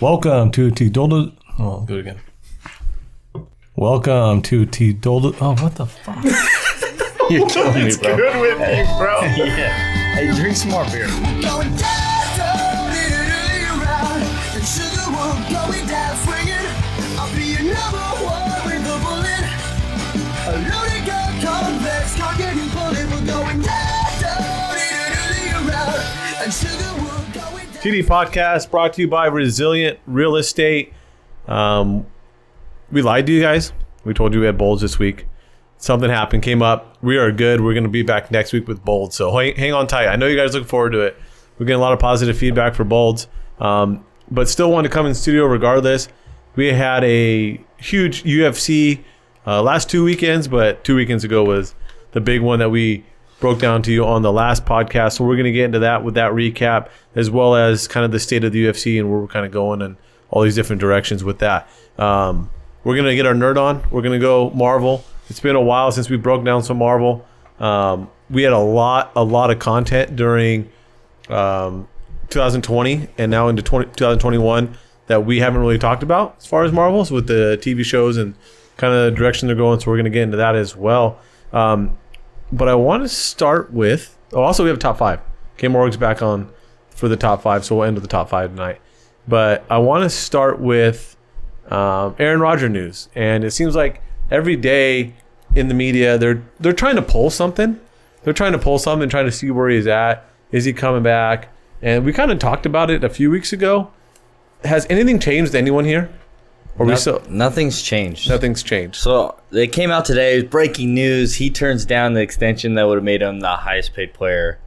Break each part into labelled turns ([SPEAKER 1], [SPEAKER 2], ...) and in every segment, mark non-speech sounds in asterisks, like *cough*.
[SPEAKER 1] Welcome to Tidolda. Oh, I'll do it again. Welcome to Tidolda. Oh, what the fuck?
[SPEAKER 2] You're killing me, bro.
[SPEAKER 3] Good with you, bro.
[SPEAKER 2] Yeah. Hey, drink some more beer.
[SPEAKER 4] Going down, down, diddly around, and sugar will go me down swinging. I'll be your number one with a bullet. A loaded gun, convex, target and bullet. We're going down, down, diddly around, and sugar will go me down.
[SPEAKER 3] TD Podcast brought to you by Resilient Real Estate. Um, we lied to you guys. We told you we had bolds this week. Something happened, came up. We are good. We're going to be back next week with bolds. So hang, hang on tight. I know you guys are looking forward to it. We're getting a lot of positive feedback for bolds, um, but still wanted to come in studio regardless. We had a huge UFC uh, last two weekends, but two weekends ago was the big one that we broke down to you on the last podcast. So we're going to get into that with that recap, as well as kind of the state of the UFC and where we're kind of going and all these different directions with that. Um, we're going to get our nerd on. We're going to go Marvel. It's been a while since we broke down some Marvel. Um, we had a lot, a lot of content during um, 2020 and now into 20, 2021 that we haven't really talked about as far as Marvels with the TV shows and kind of the direction they're going. So we're going to get into that as well. Um, but I want to start with. Oh, also, we have a top five. K Morg's back on for the top five, so we'll end with the top five tonight. But I want to start with um, Aaron Rodgers news, and it seems like every day in the media they're they're trying to pull something. They're trying to pull something, trying to see where he's at. Is he coming back? And we kind of talked about it a few weeks ago. Has anything changed to anyone here? Or we
[SPEAKER 2] Noth-
[SPEAKER 3] still
[SPEAKER 2] nothing's changed.
[SPEAKER 3] nothing's changed?
[SPEAKER 2] So they came out today. Breaking news: He turns down the extension that would have made him the highest-paid player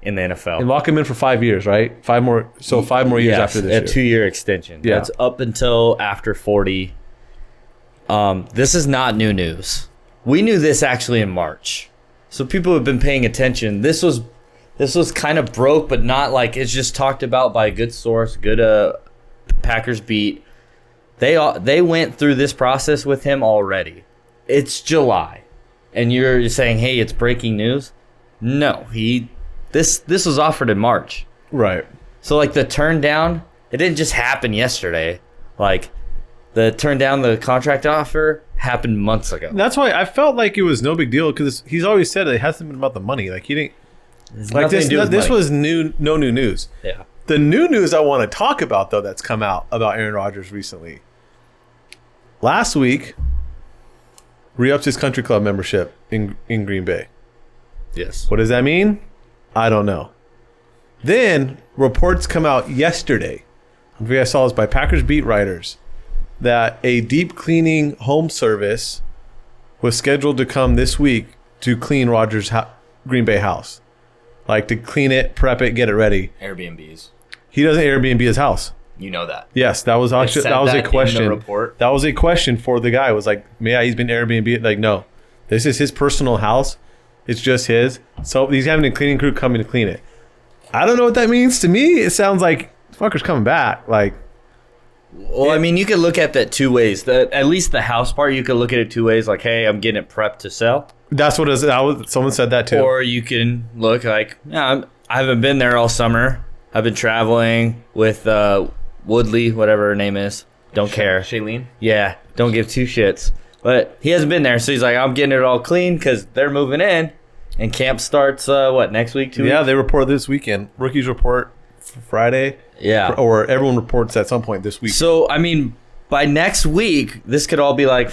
[SPEAKER 2] in the NFL.
[SPEAKER 3] And lock him in for five years, right? Five more. So five more years
[SPEAKER 2] Yes,
[SPEAKER 3] after this.
[SPEAKER 2] a
[SPEAKER 3] year.
[SPEAKER 2] two-year extension.
[SPEAKER 3] Yeah.
[SPEAKER 2] That's up until after 40. Um, this is not new news. We knew this actually in March, so people have been paying attention. This was, this was kind of broke, but not like it's just talked about by a good source, good uh, Packers beat. They all, they went through this process with him already. It's July, and you're saying, "Hey, it's breaking news." No, he this this was offered in March.
[SPEAKER 3] Right.
[SPEAKER 2] So like the turn down, it didn't just happen yesterday. Like the turn down the contract offer happened months ago.
[SPEAKER 3] That's why I felt like it was no big deal because he's always said it hasn't been about the money. Like he didn't. Like
[SPEAKER 2] nothing
[SPEAKER 3] this,
[SPEAKER 2] to do with
[SPEAKER 3] this
[SPEAKER 2] money.
[SPEAKER 3] was new, no new news.
[SPEAKER 2] Yeah.
[SPEAKER 3] The new news I want to talk about though that's come out about Aaron Rodgers recently. Last week, re-upped his country club membership in in Green Bay.
[SPEAKER 2] Yes.
[SPEAKER 3] What does that mean? I don't know. Then reports come out yesterday. I don't know if you guys saw this by Packers beat writers that a deep cleaning home service was scheduled to come this week to clean Rogers' ho- Green Bay house, like to clean it, prep it, get it ready.
[SPEAKER 5] Airbnbs.
[SPEAKER 3] He doesn't Airbnb his house.
[SPEAKER 5] You know that.
[SPEAKER 3] Yes, that was actually
[SPEAKER 5] said
[SPEAKER 3] that was
[SPEAKER 5] that
[SPEAKER 3] a
[SPEAKER 5] in the
[SPEAKER 3] question.
[SPEAKER 5] report.
[SPEAKER 3] That was a question for the guy. It was like, yeah, he's been Airbnb. Like, no, this is his personal house. It's just his. So he's having a cleaning crew coming to clean it. I don't know what that means to me. It sounds like fuckers coming back. Like,
[SPEAKER 2] Well, I mean, you could look at that two ways. The, at least the house part, you could look at it two ways. Like, hey, I'm getting it prepped to sell,
[SPEAKER 3] that's what it is. That was, someone said that too.
[SPEAKER 2] or you can look like, yeah, I'm, I haven't been there all summer. I've been traveling with uh, Woodley, whatever her name is. Don't care.
[SPEAKER 5] Shailene?
[SPEAKER 2] Yeah, don't give two shits. But he hasn't been there, so he's like, I'm getting it all clean because they're moving in, and camp starts uh, what next week? Two
[SPEAKER 3] yeah,
[SPEAKER 2] weeks?
[SPEAKER 3] they report this weekend. Rookies report f- Friday,
[SPEAKER 2] yeah.
[SPEAKER 3] or everyone reports at some point this week.
[SPEAKER 2] So I mean, by next week, this could all be like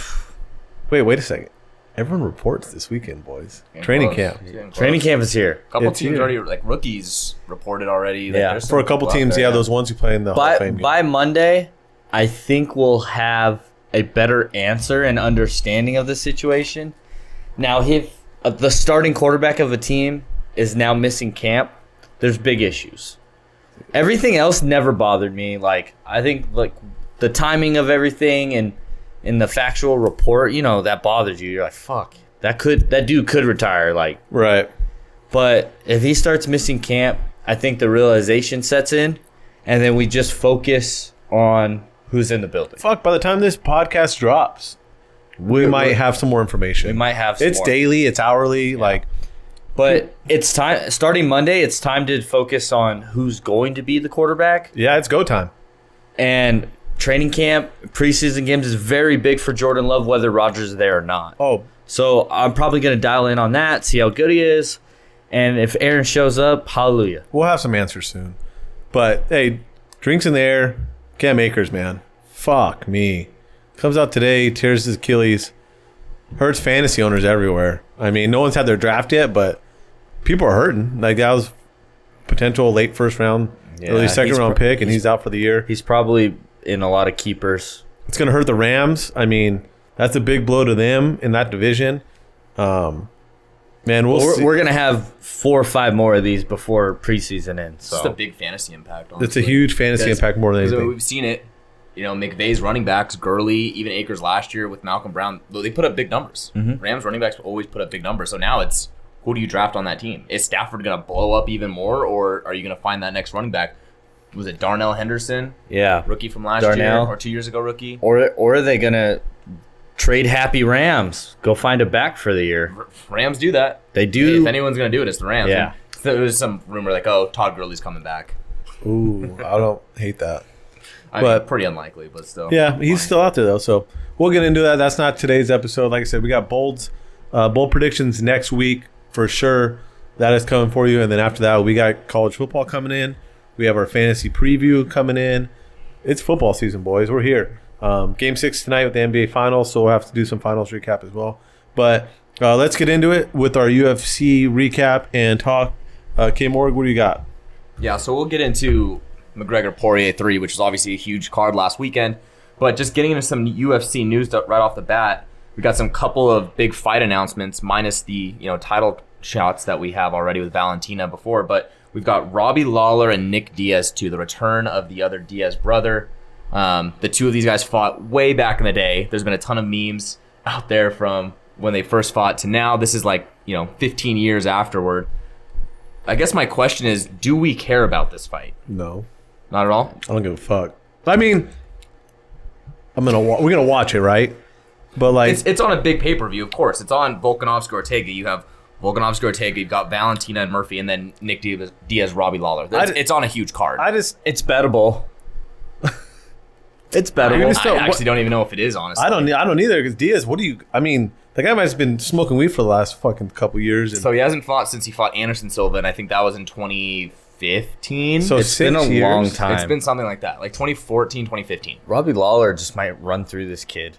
[SPEAKER 3] wait, wait a second. Everyone reports this weekend, boys. Training camp.
[SPEAKER 2] training camp is here.
[SPEAKER 5] A Oh, couple
[SPEAKER 3] It's
[SPEAKER 5] teams
[SPEAKER 3] here.
[SPEAKER 5] already, like rookies, reported already.
[SPEAKER 2] Yeah.
[SPEAKER 5] there's some
[SPEAKER 3] For a couple
[SPEAKER 5] people out
[SPEAKER 3] teams,
[SPEAKER 5] there,
[SPEAKER 3] yeah, those ones who play in the Hall of
[SPEAKER 2] By
[SPEAKER 3] Fame game.
[SPEAKER 2] by Monday, I think we'll have a better answer and understanding of the situation. Now, if uh, the starting quarterback of a team is now missing camp, there's big issues. Everything else never bothered me. Like I think like the timing of everything and in the factual report, you know, that bothers you. You're like, fuck, that could that dude could retire. Like
[SPEAKER 3] Right.
[SPEAKER 2] but if he starts missing camp, I think the realization sets in, and then we just focus on who's in the building.
[SPEAKER 3] fuck, by the time this podcast drops, we might have some more information.
[SPEAKER 2] We might have some
[SPEAKER 3] It's
[SPEAKER 2] more.
[SPEAKER 3] daily, it's hourly. Like,
[SPEAKER 2] But it's time starting Monday. It's time to focus on who's going to be the quarterback
[SPEAKER 3] yeah, it's go time.
[SPEAKER 2] And training camp, preseason games is very big for Jordan Love, whether Rogers is there or not.
[SPEAKER 3] Oh,
[SPEAKER 2] So I'm probably going to dial in on that, see how good he is. And if Aaron shows up, hallelujah.
[SPEAKER 3] we'll have some answers soon. But hey, drinks in the air. Cam Akers, man. Fuck me. Comes out today, tears his Achilles. Hurts fantasy owners everywhere. I mean, no one's had their draft yet, but people are hurting. Like that was potential late first round,
[SPEAKER 2] Yeah,
[SPEAKER 3] early second
[SPEAKER 2] he's
[SPEAKER 3] round
[SPEAKER 2] pro-
[SPEAKER 3] pick, and he's out for the year.
[SPEAKER 2] He's probably in a lot of keepers.
[SPEAKER 3] It's going to hurt the Rams. I mean, that's a big blow to them in that division. Um, man, we'll
[SPEAKER 2] We're,
[SPEAKER 3] see.
[SPEAKER 2] we're going to have four or five more of these before preseason ends.
[SPEAKER 5] It's just
[SPEAKER 2] So.
[SPEAKER 5] a big fantasy impact.
[SPEAKER 3] it's a
[SPEAKER 5] honestly.
[SPEAKER 3] huge fantasy
[SPEAKER 5] Because-
[SPEAKER 3] impact more than
[SPEAKER 5] because
[SPEAKER 3] anything.
[SPEAKER 5] We've seen it. You know, McVay's running backs, Gurley, even Akers last year with Malcolm Brown, though they put up big numbers.
[SPEAKER 3] Mm-hmm.
[SPEAKER 5] Rams running backs always put up big numbers. So now it's who do you draft on that team? Is Stafford going to blow up even more, or are you going to find that next running back? Was it Darnell Henderson,
[SPEAKER 2] Yeah.
[SPEAKER 5] rookie from last
[SPEAKER 2] Darnell.
[SPEAKER 5] year or two years ago, rookie?
[SPEAKER 2] Or, or are they going to trade happy Rams? Go find a back for the year.
[SPEAKER 5] R- Rams do that.
[SPEAKER 2] They
[SPEAKER 5] If
[SPEAKER 2] do.
[SPEAKER 5] anyone's going to do it, it's the Rams.
[SPEAKER 2] Yeah.
[SPEAKER 5] And there was some rumor like, oh, Todd Gurley's coming back.
[SPEAKER 3] Ooh, I don't hate that.
[SPEAKER 5] I
[SPEAKER 3] But-
[SPEAKER 5] mean, pretty unlikely, but still.
[SPEAKER 3] Yeah, he's still out there though. So we'll get into that. That's not today's episode. Like I said, we got bolds, uh, bold predictions next week for sure. That is coming for you. And then after that, we got college football coming in. We have our fantasy preview coming in. It's football season, boys. We're here. Um, game six tonight with the NBA Finals, so we'll have to do some Finals recap as well. But uh, let's get into it with our UFC recap and talk. Uh, K Morg, what do you got?
[SPEAKER 5] Yeah, so we'll get into McGregor Poirier 3, which was obviously a huge card last weekend. But just getting into some UFC news that- right off the bat, we got some couple of big fight announcements, minus the you know title shots that we have already with Valentina before. But we've got Robbie Lawler and Nick Diaz too, the return of the other Diaz brother. Um, the two of these guys fought way back in the day. There's been a ton of memes out there from when they first fought to now. This is like you know 15 years afterward. I guess my question is, do we care about this fight?
[SPEAKER 3] No.
[SPEAKER 5] Not at all.
[SPEAKER 3] I don't give a fuck. I mean, I'm gonna wa- we're gonna watch it, right? But like,
[SPEAKER 5] It's it's on a big pay per view, of course. It's on Volkanovski Ortega. You have Volkanovski Ortega. You've got Valentina and Murphy, and then Nick Diaz, Diaz Robbie Lawler. It's,
[SPEAKER 3] d-
[SPEAKER 5] it's on a huge card.
[SPEAKER 3] I just
[SPEAKER 2] It's bettable. it's bettable.
[SPEAKER 5] I
[SPEAKER 3] just don't-
[SPEAKER 5] actually don't even know if it is honestly.
[SPEAKER 3] I don't I don't either because Diaz. What do you? I mean, the guy might have been smoking weed for the last fucking couple years. And,
[SPEAKER 5] So he hasn't fought since he fought Anderson Silva, and I think that was in 2015.
[SPEAKER 3] So
[SPEAKER 2] it's been a
[SPEAKER 3] six years.
[SPEAKER 2] long time.
[SPEAKER 5] it's been something like that, like 2014, 2015.
[SPEAKER 2] Robbie Lawler just might run through this kid.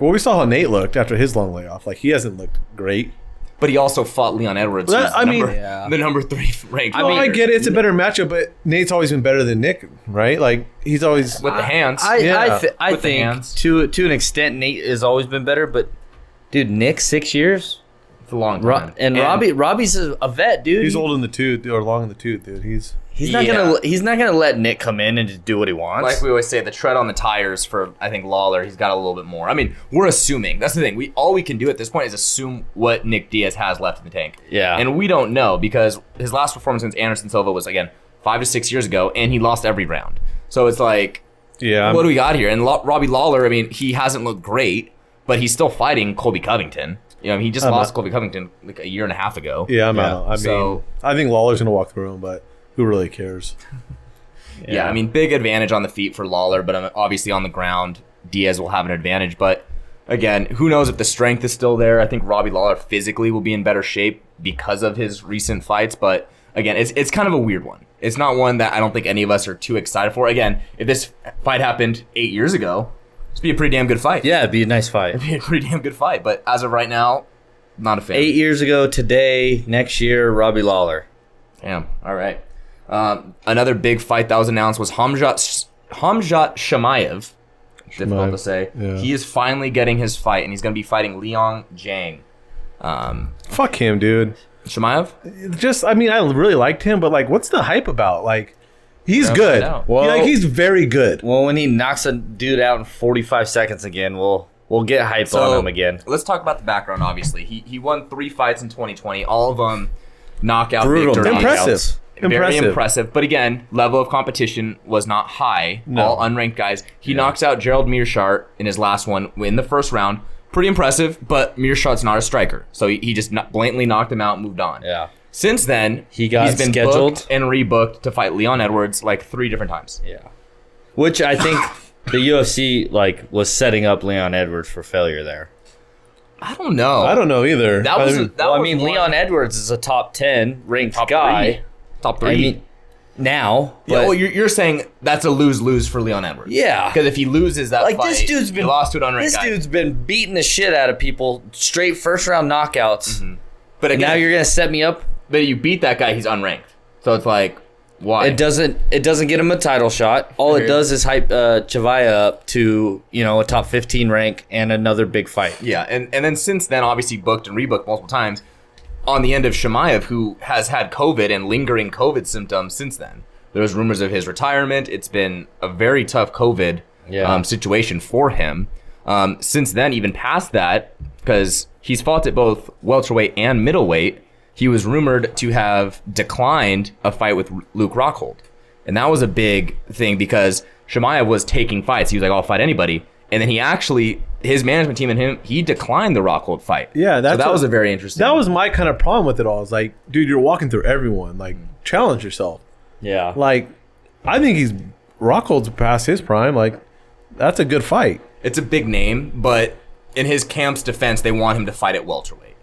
[SPEAKER 3] well, we saw how Nate looked after his long layoff. Like he hasn't looked great.
[SPEAKER 5] But he also fought Leon Edwards.
[SPEAKER 3] That-
[SPEAKER 5] who's the
[SPEAKER 3] I mean-
[SPEAKER 5] number-
[SPEAKER 2] Yeah.
[SPEAKER 5] the number three ranked.
[SPEAKER 3] I mean, Oh, I
[SPEAKER 5] fighter.
[SPEAKER 3] get it, it's a better matchup, but Nate's always been better than Nick, right? Like he's always
[SPEAKER 5] with the hands.
[SPEAKER 2] I I,
[SPEAKER 3] Yeah.
[SPEAKER 2] th- I
[SPEAKER 5] With the
[SPEAKER 2] think
[SPEAKER 5] hands.
[SPEAKER 2] to to an extent Nate has always been better, but dude, Nick six years
[SPEAKER 5] It's a long time.
[SPEAKER 2] Ro- and, Robbie Robbie's a, a vet, dude.
[SPEAKER 3] he's old in the tooth or long in the tooth, dude. He's
[SPEAKER 2] He's not
[SPEAKER 5] Yeah.
[SPEAKER 2] gonna he's not gonna let Nick come in and just do what he
[SPEAKER 5] like
[SPEAKER 2] wants.
[SPEAKER 5] we always say, the tread on the tires for I think Lawler, he's got a little bit more. I mean, we're assuming. That's the thing. We all we can do at this point is assume what Nick Diaz has left in the tank.
[SPEAKER 2] Yeah.
[SPEAKER 5] And we don't know because his last performance against Anderson Silva was again five to six years ago, and he lost every round. So it's like,
[SPEAKER 3] yeah.
[SPEAKER 5] what do we got here? And Lo- Robbie Lawler, I mean, he hasn't looked great, but he's still fighting Colby Covington. You know, he just lost Colby Covington like a year and a half ago.
[SPEAKER 3] yeah, I'm out. I mean,
[SPEAKER 5] so-
[SPEAKER 3] I think Lawler's gonna walk through him, but who really cares?
[SPEAKER 5] Yeah. I mean, big advantage on the feet for Lawler, but um, obviously on the ground, Diaz will have an advantage. But again, who knows if the strength is still there? I think Robbie Lawler physically will be in better shape because of his recent fights. But again, it's it's kind of a weird one. It's not one that I don't think any of us are too excited for. Again, if this fight happened eight years ago, it'd be a pretty damn good fight.
[SPEAKER 2] yeah, it'd be a nice fight.
[SPEAKER 5] it'd be a *laughs* pretty damn good fight. But as of right now, not a fan.
[SPEAKER 2] Eight years ago today, next year, Robbie Lawler.
[SPEAKER 5] Damn. All right. Um, another big fight that was announced was Hamjat Hamjat Shamayev. Difficult
[SPEAKER 3] Shamaev,
[SPEAKER 5] to say.
[SPEAKER 3] yeah.
[SPEAKER 5] He is finally getting his fight, and he's going to be fighting Leon Jang. Um,
[SPEAKER 3] Fuck him, dude.
[SPEAKER 5] Shamayev.
[SPEAKER 3] just I mean I really liked him, but like what's the hype about? Like he's
[SPEAKER 5] Don't
[SPEAKER 3] good.
[SPEAKER 5] know.
[SPEAKER 3] Well, like he's very good.
[SPEAKER 2] Well, when he knocks a dude out in forty five seconds again, we'll we'll get hype on him again.
[SPEAKER 5] Let's talk about the background. Obviously, he he won three fights in 2020, all of them knockout
[SPEAKER 2] Brutal
[SPEAKER 5] victories.
[SPEAKER 3] Impressive.
[SPEAKER 5] Very
[SPEAKER 3] Impressive.
[SPEAKER 5] impressive. But again, level of competition was not high. All unranked guys. He knocks out Gerald Mearshart in his last one in the first round. Pretty impressive, but Mearshart's not a striker. So he, he just kno- blatantly knocked him out and moved on.
[SPEAKER 2] Yeah.
[SPEAKER 5] Since then,
[SPEAKER 2] He got
[SPEAKER 5] he's been
[SPEAKER 2] scheduled.
[SPEAKER 5] booked and rebooked to fight Leon Edwards like three different times.
[SPEAKER 2] Yeah. Which I think the UFC like was setting up Leon Edwards for failure there.
[SPEAKER 5] I don't know.
[SPEAKER 3] I don't know either.
[SPEAKER 5] That was
[SPEAKER 3] I
[SPEAKER 5] a-
[SPEAKER 3] mean,
[SPEAKER 5] that
[SPEAKER 2] well, I
[SPEAKER 5] was
[SPEAKER 2] mean,
[SPEAKER 5] one-
[SPEAKER 2] Leon Edwards is a top ten ranked guy.
[SPEAKER 5] three. Top three.
[SPEAKER 2] I mean, now,
[SPEAKER 5] yeah, oh,
[SPEAKER 2] but-
[SPEAKER 5] well, you're, you're saying that's a lose lose for Leon Edwards.
[SPEAKER 2] Yeah.
[SPEAKER 5] Because if he loses that
[SPEAKER 2] like
[SPEAKER 5] fight,
[SPEAKER 2] this dude's been
[SPEAKER 5] he lost to an unranked
[SPEAKER 2] This
[SPEAKER 5] guy.
[SPEAKER 2] dude's been beating the shit out of people, straight first round knockouts.
[SPEAKER 5] Mm-hmm. but
[SPEAKER 2] And
[SPEAKER 5] again,
[SPEAKER 2] now you're gonna set me up.
[SPEAKER 5] but you beat that guy, he's unranked. So it's like, why?
[SPEAKER 2] It doesn't. It doesn't get him a title shot. All it
[SPEAKER 5] Okay.
[SPEAKER 2] does is hype uh, Chavaya up to you know a top fifteen rank and another big fight.
[SPEAKER 5] Yeah, and, and then since then, obviously booked and rebooked multiple times on the end of Shemaev, who has had COVID and lingering COVID symptoms since then. There was rumors of his retirement. It's been a very tough COVID
[SPEAKER 2] Yeah.
[SPEAKER 5] um, situation for him. Um, since then, even past that, because he's fought at both welterweight and middleweight, he was rumored to have declined a fight with Luke Rockhold. And that was a big thing because Shemaev was taking fights. He was like, I'll fight anybody. And then he actually, his management team and him, he declined the Rockhold fight.
[SPEAKER 3] Yeah, that's
[SPEAKER 5] so that
[SPEAKER 3] what-
[SPEAKER 5] was a very interesting.
[SPEAKER 3] that was my kind of problem with it all. It's like, dude, you're walking through everyone. Like, challenge yourself.
[SPEAKER 2] Yeah.
[SPEAKER 3] Like, I think he's Rockhold's past his prime. Like, that's a good fight.
[SPEAKER 5] It's a big name, but in his camp's defense, they want him to fight at welterweight.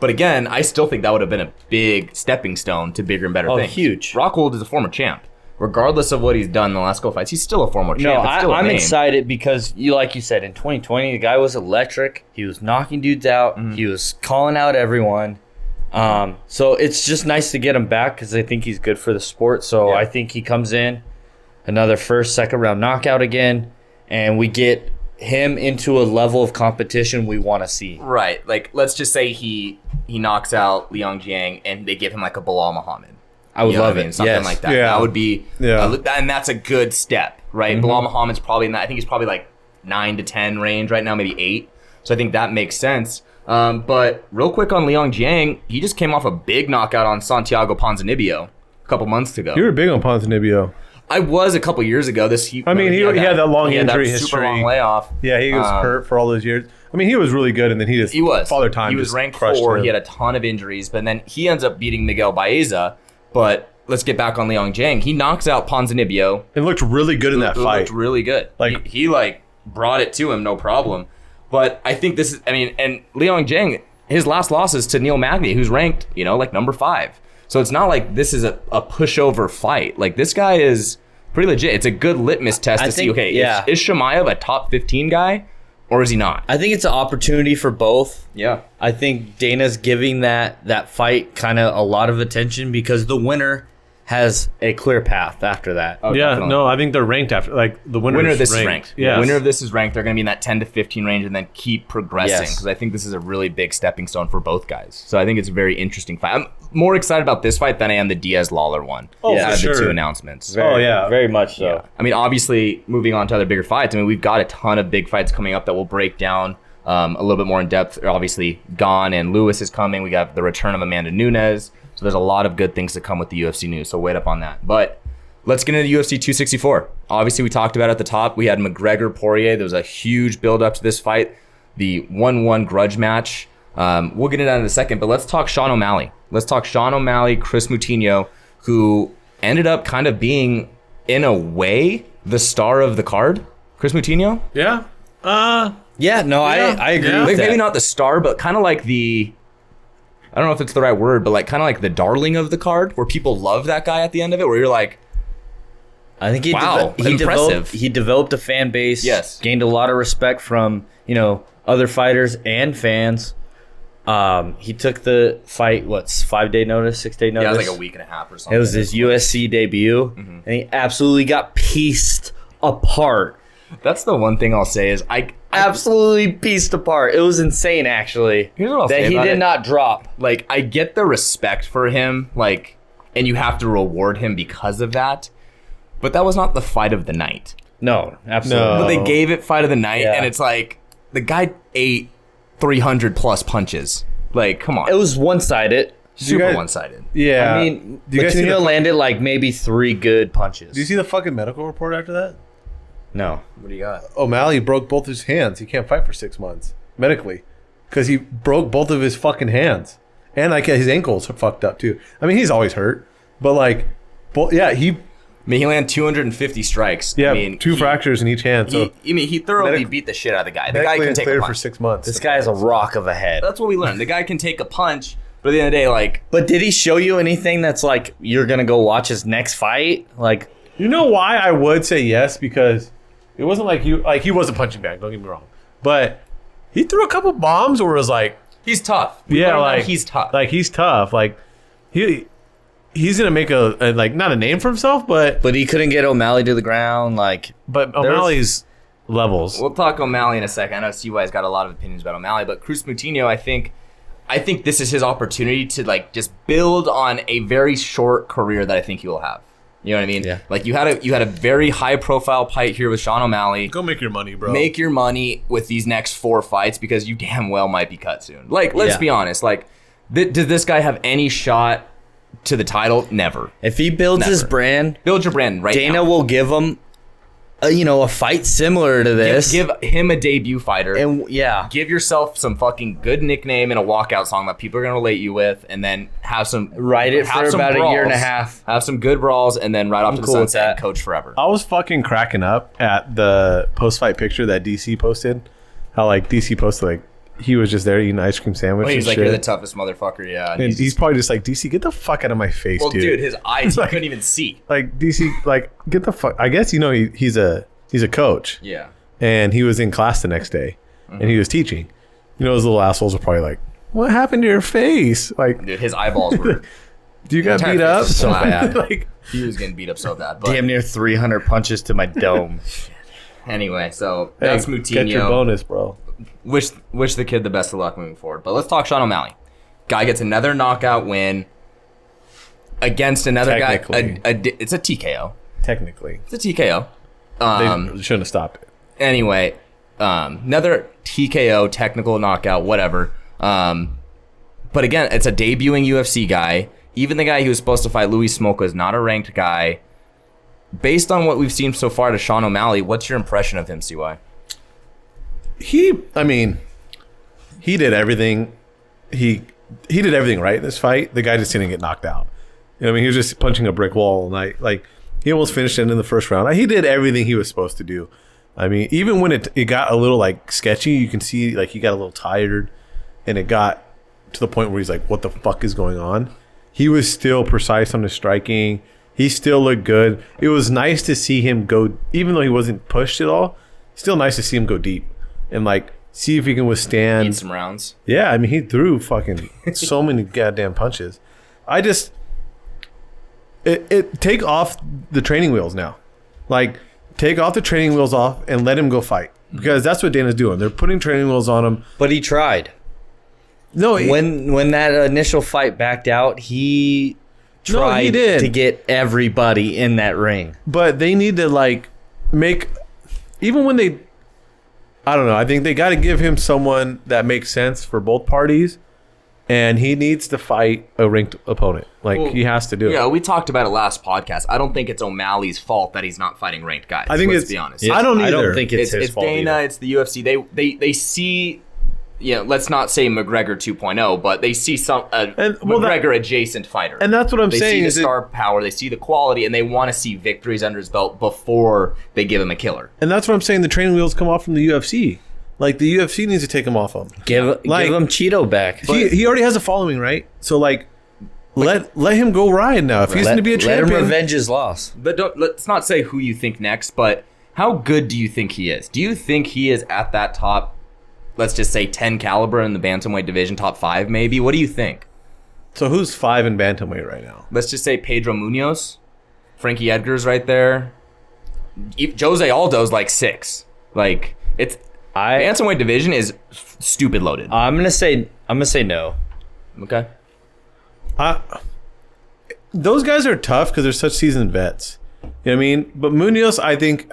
[SPEAKER 5] But again, I still think that would have been a big stepping stone to bigger and better
[SPEAKER 2] Oh,
[SPEAKER 5] things.
[SPEAKER 2] huge.
[SPEAKER 5] Rockhold is a former champ. Regardless of what he's done in the last couple fights, he's still a former
[SPEAKER 2] No,
[SPEAKER 5] champ. It's still a
[SPEAKER 2] I, I'm
[SPEAKER 5] name.
[SPEAKER 2] excited because you, like you said, in 2020, the guy was electric. He was knocking dudes out. He was calling out everyone. Um, so it's just nice to get him back because I think he's good for the sport. So
[SPEAKER 5] Yeah.
[SPEAKER 2] I think he comes in another first, second round knockout again, and we get him into a level of competition we want to see.
[SPEAKER 5] Right. Like, let's just say he he knocks out Liang Jiang and they give him like a Bilal Muhammad.
[SPEAKER 2] I would
[SPEAKER 5] You know what
[SPEAKER 2] love
[SPEAKER 5] I mean?
[SPEAKER 2] it.
[SPEAKER 5] Something
[SPEAKER 2] Yes.
[SPEAKER 5] like that.
[SPEAKER 3] Yeah.
[SPEAKER 5] That would be,
[SPEAKER 3] Yeah. Mm-hmm.
[SPEAKER 5] yeah. and that's a good step, right? Bilal Muhammad's probably in that. I think he's probably like nine to ten range right now, maybe eight. So I think that makes sense. Um, but real quick on Liang Jiang, he just came off a big knockout on Santiago Ponzinibbio a couple months ago.
[SPEAKER 3] You were big on Ponzinibbio.
[SPEAKER 5] I was a couple years ago. This he,
[SPEAKER 3] I mean, he- he had that long injury
[SPEAKER 5] super
[SPEAKER 3] history.
[SPEAKER 5] long layoff.
[SPEAKER 3] Yeah, he was
[SPEAKER 5] Um,
[SPEAKER 3] hurt for all those years. I mean, he was really good, and then he just
[SPEAKER 5] He was.
[SPEAKER 3] father time.
[SPEAKER 5] He was
[SPEAKER 3] just
[SPEAKER 5] ranked
[SPEAKER 3] crushed
[SPEAKER 5] four.
[SPEAKER 3] him.
[SPEAKER 5] He had a ton of injuries, but then he ends up beating Miguel Baeza. But let's get back on Liang Jiang. He knocks out Ponzinibbio.
[SPEAKER 3] it looked really good in that
[SPEAKER 5] It looked
[SPEAKER 3] fight.
[SPEAKER 5] really good.
[SPEAKER 3] Like-
[SPEAKER 5] Like he, he, like brought it to him, no problem. But I think this is. I mean, and Liang Jiang, his last loss is to Neil Magny, who's ranked, you know, like number five. So it's not like this is a, a pushover fight. Like this guy is pretty legit. It's a good litmus test
[SPEAKER 2] I
[SPEAKER 5] to see.
[SPEAKER 2] think-
[SPEAKER 5] Okay, is-
[SPEAKER 2] yeah.
[SPEAKER 5] is, Shemaev a top fifteen guy, or is he not?
[SPEAKER 2] I think it's an opportunity for both.
[SPEAKER 5] Yeah.
[SPEAKER 2] I think Dana's giving that that fight kind of a lot of attention because the winner has a clear path after that.
[SPEAKER 5] Oh,
[SPEAKER 3] yeah,
[SPEAKER 5] definitely.
[SPEAKER 3] no, I think they're ranked after like the winner.
[SPEAKER 5] winner
[SPEAKER 3] is
[SPEAKER 5] of this
[SPEAKER 3] ranked.
[SPEAKER 5] is ranked.
[SPEAKER 3] Yeah,
[SPEAKER 5] Winner of this is ranked. They're going to be in that 10 to 15 range and then keep progressing
[SPEAKER 2] Yes.
[SPEAKER 5] because I think this is a really big stepping stone for both guys. So I think it's a very interesting fight. I'm more excited about this fight than I am the Diaz Lawler one.
[SPEAKER 3] Oh,
[SPEAKER 5] out
[SPEAKER 3] for
[SPEAKER 5] of the
[SPEAKER 3] sure.
[SPEAKER 5] two announcements.
[SPEAKER 3] Oh, yeah.
[SPEAKER 2] very much so.
[SPEAKER 5] I mean, obviously, moving on to other bigger fights. I mean, we've got a ton of big fights coming up that we'll break down um, a little bit more in depth. Obviously, Gon and Lewis is coming. We got the return of Amanda Nunes. So there's a lot of good things to come with the UFC news. So wait up on that. But let's get into UFC 264. Obviously, we talked about at the top. We had McGregor Poirier. There was a huge build up to this fight, the one-one grudge match. Um, we'll get into that in a second. But let's talk Sean O'Malley. Let's talk Sean O'Malley, Chris Moutinho, who ended up kind of being in a way the star of the card, Chris Moutinho.
[SPEAKER 3] Yeah. Uh,
[SPEAKER 2] Yeah, no,
[SPEAKER 3] Yeah.
[SPEAKER 2] I, I agree
[SPEAKER 3] Yeah.
[SPEAKER 2] with
[SPEAKER 5] Like,
[SPEAKER 2] that.
[SPEAKER 5] maybe not the star, but kind of like the. I don't know if it's the right word, but like kind of like the darling of the card, where people love that guy at the end of it, where you're like,
[SPEAKER 2] I think he,
[SPEAKER 5] Wow,
[SPEAKER 2] deve- he
[SPEAKER 5] impressive.
[SPEAKER 2] developed he developed a fan base.
[SPEAKER 5] Yes.
[SPEAKER 2] gained a lot of respect from you know other fighters and fans. Um, he took the fight. What's five day notice, six day notice?
[SPEAKER 5] yeah, it was like a week Mm-hmm. and a half or something.
[SPEAKER 2] It was his USC debut, and he absolutely got pieced apart.
[SPEAKER 5] That's the one thing I'll say is I, I
[SPEAKER 2] Absolutely pieced apart. It was insane, actually.
[SPEAKER 5] Here's what I'll
[SPEAKER 2] that
[SPEAKER 5] say
[SPEAKER 2] he
[SPEAKER 5] about
[SPEAKER 2] did
[SPEAKER 5] it.
[SPEAKER 2] not drop.
[SPEAKER 5] like I get the respect for him, like, and you have to reward him because of that. But that was not the fight of the night.
[SPEAKER 2] No, absolutely.
[SPEAKER 3] No.
[SPEAKER 5] But
[SPEAKER 2] not.
[SPEAKER 5] they gave it fight of the night,
[SPEAKER 2] Yeah.
[SPEAKER 5] and it's like the guy ate 300 plus punches. Like, come on,
[SPEAKER 2] It was one sided.
[SPEAKER 5] super
[SPEAKER 3] guys-
[SPEAKER 5] one-sided.
[SPEAKER 3] yeah.
[SPEAKER 2] I mean,
[SPEAKER 3] do you guys see
[SPEAKER 2] Matunio
[SPEAKER 3] the,
[SPEAKER 2] landed like maybe three good punches.
[SPEAKER 3] do you see the fucking medical report after that?
[SPEAKER 2] no.
[SPEAKER 5] What do you got?
[SPEAKER 3] O'Malley broke both his hands. He can't fight for six months medically because he broke both of his fucking hands and like his ankles are fucked up too. I mean, he's always hurt, but like, bo- yeah, he
[SPEAKER 5] I mean, he landed 250 strikes.
[SPEAKER 3] Yeah,
[SPEAKER 5] I mean,
[SPEAKER 3] two
[SPEAKER 5] he-
[SPEAKER 3] fractures in each hand. So
[SPEAKER 5] He, I mean, he thoroughly
[SPEAKER 3] Medic-
[SPEAKER 5] beat the shit out of the guy. The guy can take a
[SPEAKER 3] cleared for
[SPEAKER 5] punch.
[SPEAKER 3] six months.
[SPEAKER 2] This guy is a rock of a head.
[SPEAKER 5] That's what we learned. The guy can take a punch, but at the end of the day, like,
[SPEAKER 2] But did he show you anything that's like you're gonna go watch his next fight? Like
[SPEAKER 3] You know why I would say yes because it wasn't like you like he was a punching bag. Don't get me wrong, but he threw a couple bombs where it was like
[SPEAKER 5] he's tough. We
[SPEAKER 3] yeah,
[SPEAKER 5] learned that
[SPEAKER 3] like
[SPEAKER 5] he's tough.
[SPEAKER 3] Like he's tough. Like he he's gonna make a, a like not a name for himself, but
[SPEAKER 2] but he couldn't get O'Malley to the ground, like
[SPEAKER 3] but O'Malley's levels.
[SPEAKER 5] We'll talk O'Malley in a second. I know CY's got a lot of opinions about O'Malley, but Cruz Moutinho, I think, I think this is his opportunity to like just build on a very short career that I think he will have. You know what I mean?
[SPEAKER 2] Yeah.
[SPEAKER 5] Like you had a you had a very high profile fight here with Sean O'Malley.
[SPEAKER 3] Go make your money, bro.
[SPEAKER 5] Make your money with these next four fights because you damn well might be cut soon. Like, let's
[SPEAKER 2] Yeah.
[SPEAKER 5] be honest. Like, th- did this guy have any shot to the title? Never.
[SPEAKER 2] if he builds his
[SPEAKER 5] Never.
[SPEAKER 2] brand,
[SPEAKER 5] Build your brand right
[SPEAKER 2] Dana
[SPEAKER 5] now.
[SPEAKER 2] will give him a, you know, a fight similar to
[SPEAKER 5] Give,
[SPEAKER 2] this.
[SPEAKER 5] give him a debut fighter.
[SPEAKER 2] and yeah.
[SPEAKER 5] give yourself some fucking good nickname and a walkout song that people are gonna relate you with, and then have some
[SPEAKER 2] Ride it
[SPEAKER 5] have
[SPEAKER 2] for
[SPEAKER 5] some
[SPEAKER 2] about a year and a half.
[SPEAKER 5] Have some good brawls, and then right off to the
[SPEAKER 2] cool with
[SPEAKER 5] sunset, and
[SPEAKER 2] that.
[SPEAKER 5] coach forever.
[SPEAKER 3] I was fucking cracking up at the post fight picture that DC posted. How like DC posted like he was just there eating ice cream sandwich.
[SPEAKER 5] He's
[SPEAKER 3] and
[SPEAKER 5] like,
[SPEAKER 3] shit.
[SPEAKER 5] you're the toughest motherfucker, yeah.
[SPEAKER 3] And
[SPEAKER 5] he's,
[SPEAKER 3] he's probably just like DC, get the fuck out of my face,
[SPEAKER 5] well, dude,
[SPEAKER 3] dude
[SPEAKER 5] his eyes, he
[SPEAKER 3] Like-
[SPEAKER 5] couldn't even see.
[SPEAKER 2] *laughs*
[SPEAKER 3] like DC, like get the fuck. I guess you know he, he's a he's a coach,
[SPEAKER 5] Yeah.
[SPEAKER 3] and he was in class the next day, and
[SPEAKER 5] Mm-hmm.
[SPEAKER 3] he was teaching. You know, those little assholes are probably like, "What happened to your face? Like,
[SPEAKER 5] Dude, his eyeballs
[SPEAKER 2] *laughs*
[SPEAKER 5] were.
[SPEAKER 3] do you got
[SPEAKER 5] entire
[SPEAKER 3] beat
[SPEAKER 5] face
[SPEAKER 3] up
[SPEAKER 5] was
[SPEAKER 2] so
[SPEAKER 5] black.
[SPEAKER 3] *laughs*
[SPEAKER 2] bad.
[SPEAKER 3] like,
[SPEAKER 5] He was getting beat up so bad. But
[SPEAKER 2] Damn
[SPEAKER 5] *laughs*
[SPEAKER 2] near 300 punches to my dome.
[SPEAKER 5] anyway, so
[SPEAKER 3] hey,
[SPEAKER 5] that's
[SPEAKER 3] get your
[SPEAKER 5] Moutinho.
[SPEAKER 3] bonus, bro.
[SPEAKER 5] Wish wish the kid the best of luck moving forward. But let's talk Sean O'Malley. Guy gets another knockout win against another guy.
[SPEAKER 3] Technically.
[SPEAKER 5] a- a di- it's a TKO.
[SPEAKER 3] Technically,
[SPEAKER 5] It's a TKO.
[SPEAKER 3] they
[SPEAKER 5] Um,
[SPEAKER 3] shouldn't have stopped it.
[SPEAKER 5] anyway, um, another TKO, technical knockout, whatever. Um, but again, it's a debuting UFC guy. Even the guy who was supposed to fight Louis Smoke is not a ranked guy. Based on what we've seen so far to Sean O'Malley, what's your impression of him, CY?
[SPEAKER 3] He, I mean, he did everything. He he did everything right in this fight. The guy just didn't get knocked out. You know, I mean, he was just punching a brick wall all night. Like he almost finished it in the first round. He did everything he was supposed to do. I mean, even when it it got a little like sketchy, you can see like he got a little tired, and it got to the point where he's like, "What the fuck is going on?" He was still precise on his striking. He still looked good. It was nice to see him go, even though he wasn't pushed at all. Still nice to see him go deep and like see if he can withstand
[SPEAKER 5] Need some rounds.
[SPEAKER 3] yeah, I mean, he threw fucking so *laughs* many goddamn punches. I just it, it take off the training wheels now. Like take off the training wheels off and let him go fight because that's what Dana's doing. They're putting training wheels on him.
[SPEAKER 2] but he tried.
[SPEAKER 3] No, he-
[SPEAKER 2] When when that initial fight backed out, he
[SPEAKER 3] No, he
[SPEAKER 2] tried
[SPEAKER 3] did.
[SPEAKER 2] to get everybody in that ring.
[SPEAKER 3] but they need to like make even when they I don't know, I think they got to give him someone that makes sense for both parties and he needs to fight a ranked opponent. Like
[SPEAKER 5] Well,
[SPEAKER 3] he has to do it.
[SPEAKER 5] Yeah, we talked about it last podcast. I don't think it's O'Malley's fault that he's not fighting ranked guys.
[SPEAKER 3] I think
[SPEAKER 5] let's
[SPEAKER 3] it's
[SPEAKER 5] be honest.
[SPEAKER 3] I don't either.
[SPEAKER 2] I don't think it's,
[SPEAKER 5] it's,
[SPEAKER 2] his
[SPEAKER 5] it's
[SPEAKER 2] fault.
[SPEAKER 5] Dana,
[SPEAKER 2] either.
[SPEAKER 5] it's the UFC. They they they see, you know, let's not say McGregor 2.0, but they see some a
[SPEAKER 3] And, well, that-
[SPEAKER 5] McGregor adjacent fighter.
[SPEAKER 3] And that's what I'm
[SPEAKER 5] they
[SPEAKER 3] saying
[SPEAKER 5] see the
[SPEAKER 3] is it-
[SPEAKER 5] star power, they see the quality, and they want to see victories under his belt before they give him a killer.
[SPEAKER 3] And that's what I'm saying. The training wheels come off from the UFC. Like the UFC needs to take them off him.
[SPEAKER 2] Give
[SPEAKER 3] Like-
[SPEAKER 2] give him Cheeto back.
[SPEAKER 3] he, he already has a following, right? So like, let let him go ride now. If he's going to be a
[SPEAKER 2] let him
[SPEAKER 3] champion,
[SPEAKER 2] revenge his loss.
[SPEAKER 5] But don't, let's not say who you think next, but how good do you think he is? Do you think he is at that top? Let's just say 10 caliber in the bantamweight division, top five maybe. What do you think?
[SPEAKER 3] so who's five in bantamweight right now?
[SPEAKER 5] let's just say Pedro Munoz, Frankie Edgar's right there. E- Jose Aldo's like six. Like it's
[SPEAKER 2] I
[SPEAKER 5] bantamweight division is f- stupid loaded.
[SPEAKER 2] I'm gonna say I'm gonna say no.
[SPEAKER 5] Okay,
[SPEAKER 3] I, those guys are tough because they're such seasoned vets. You know what I mean? But Munoz, I think,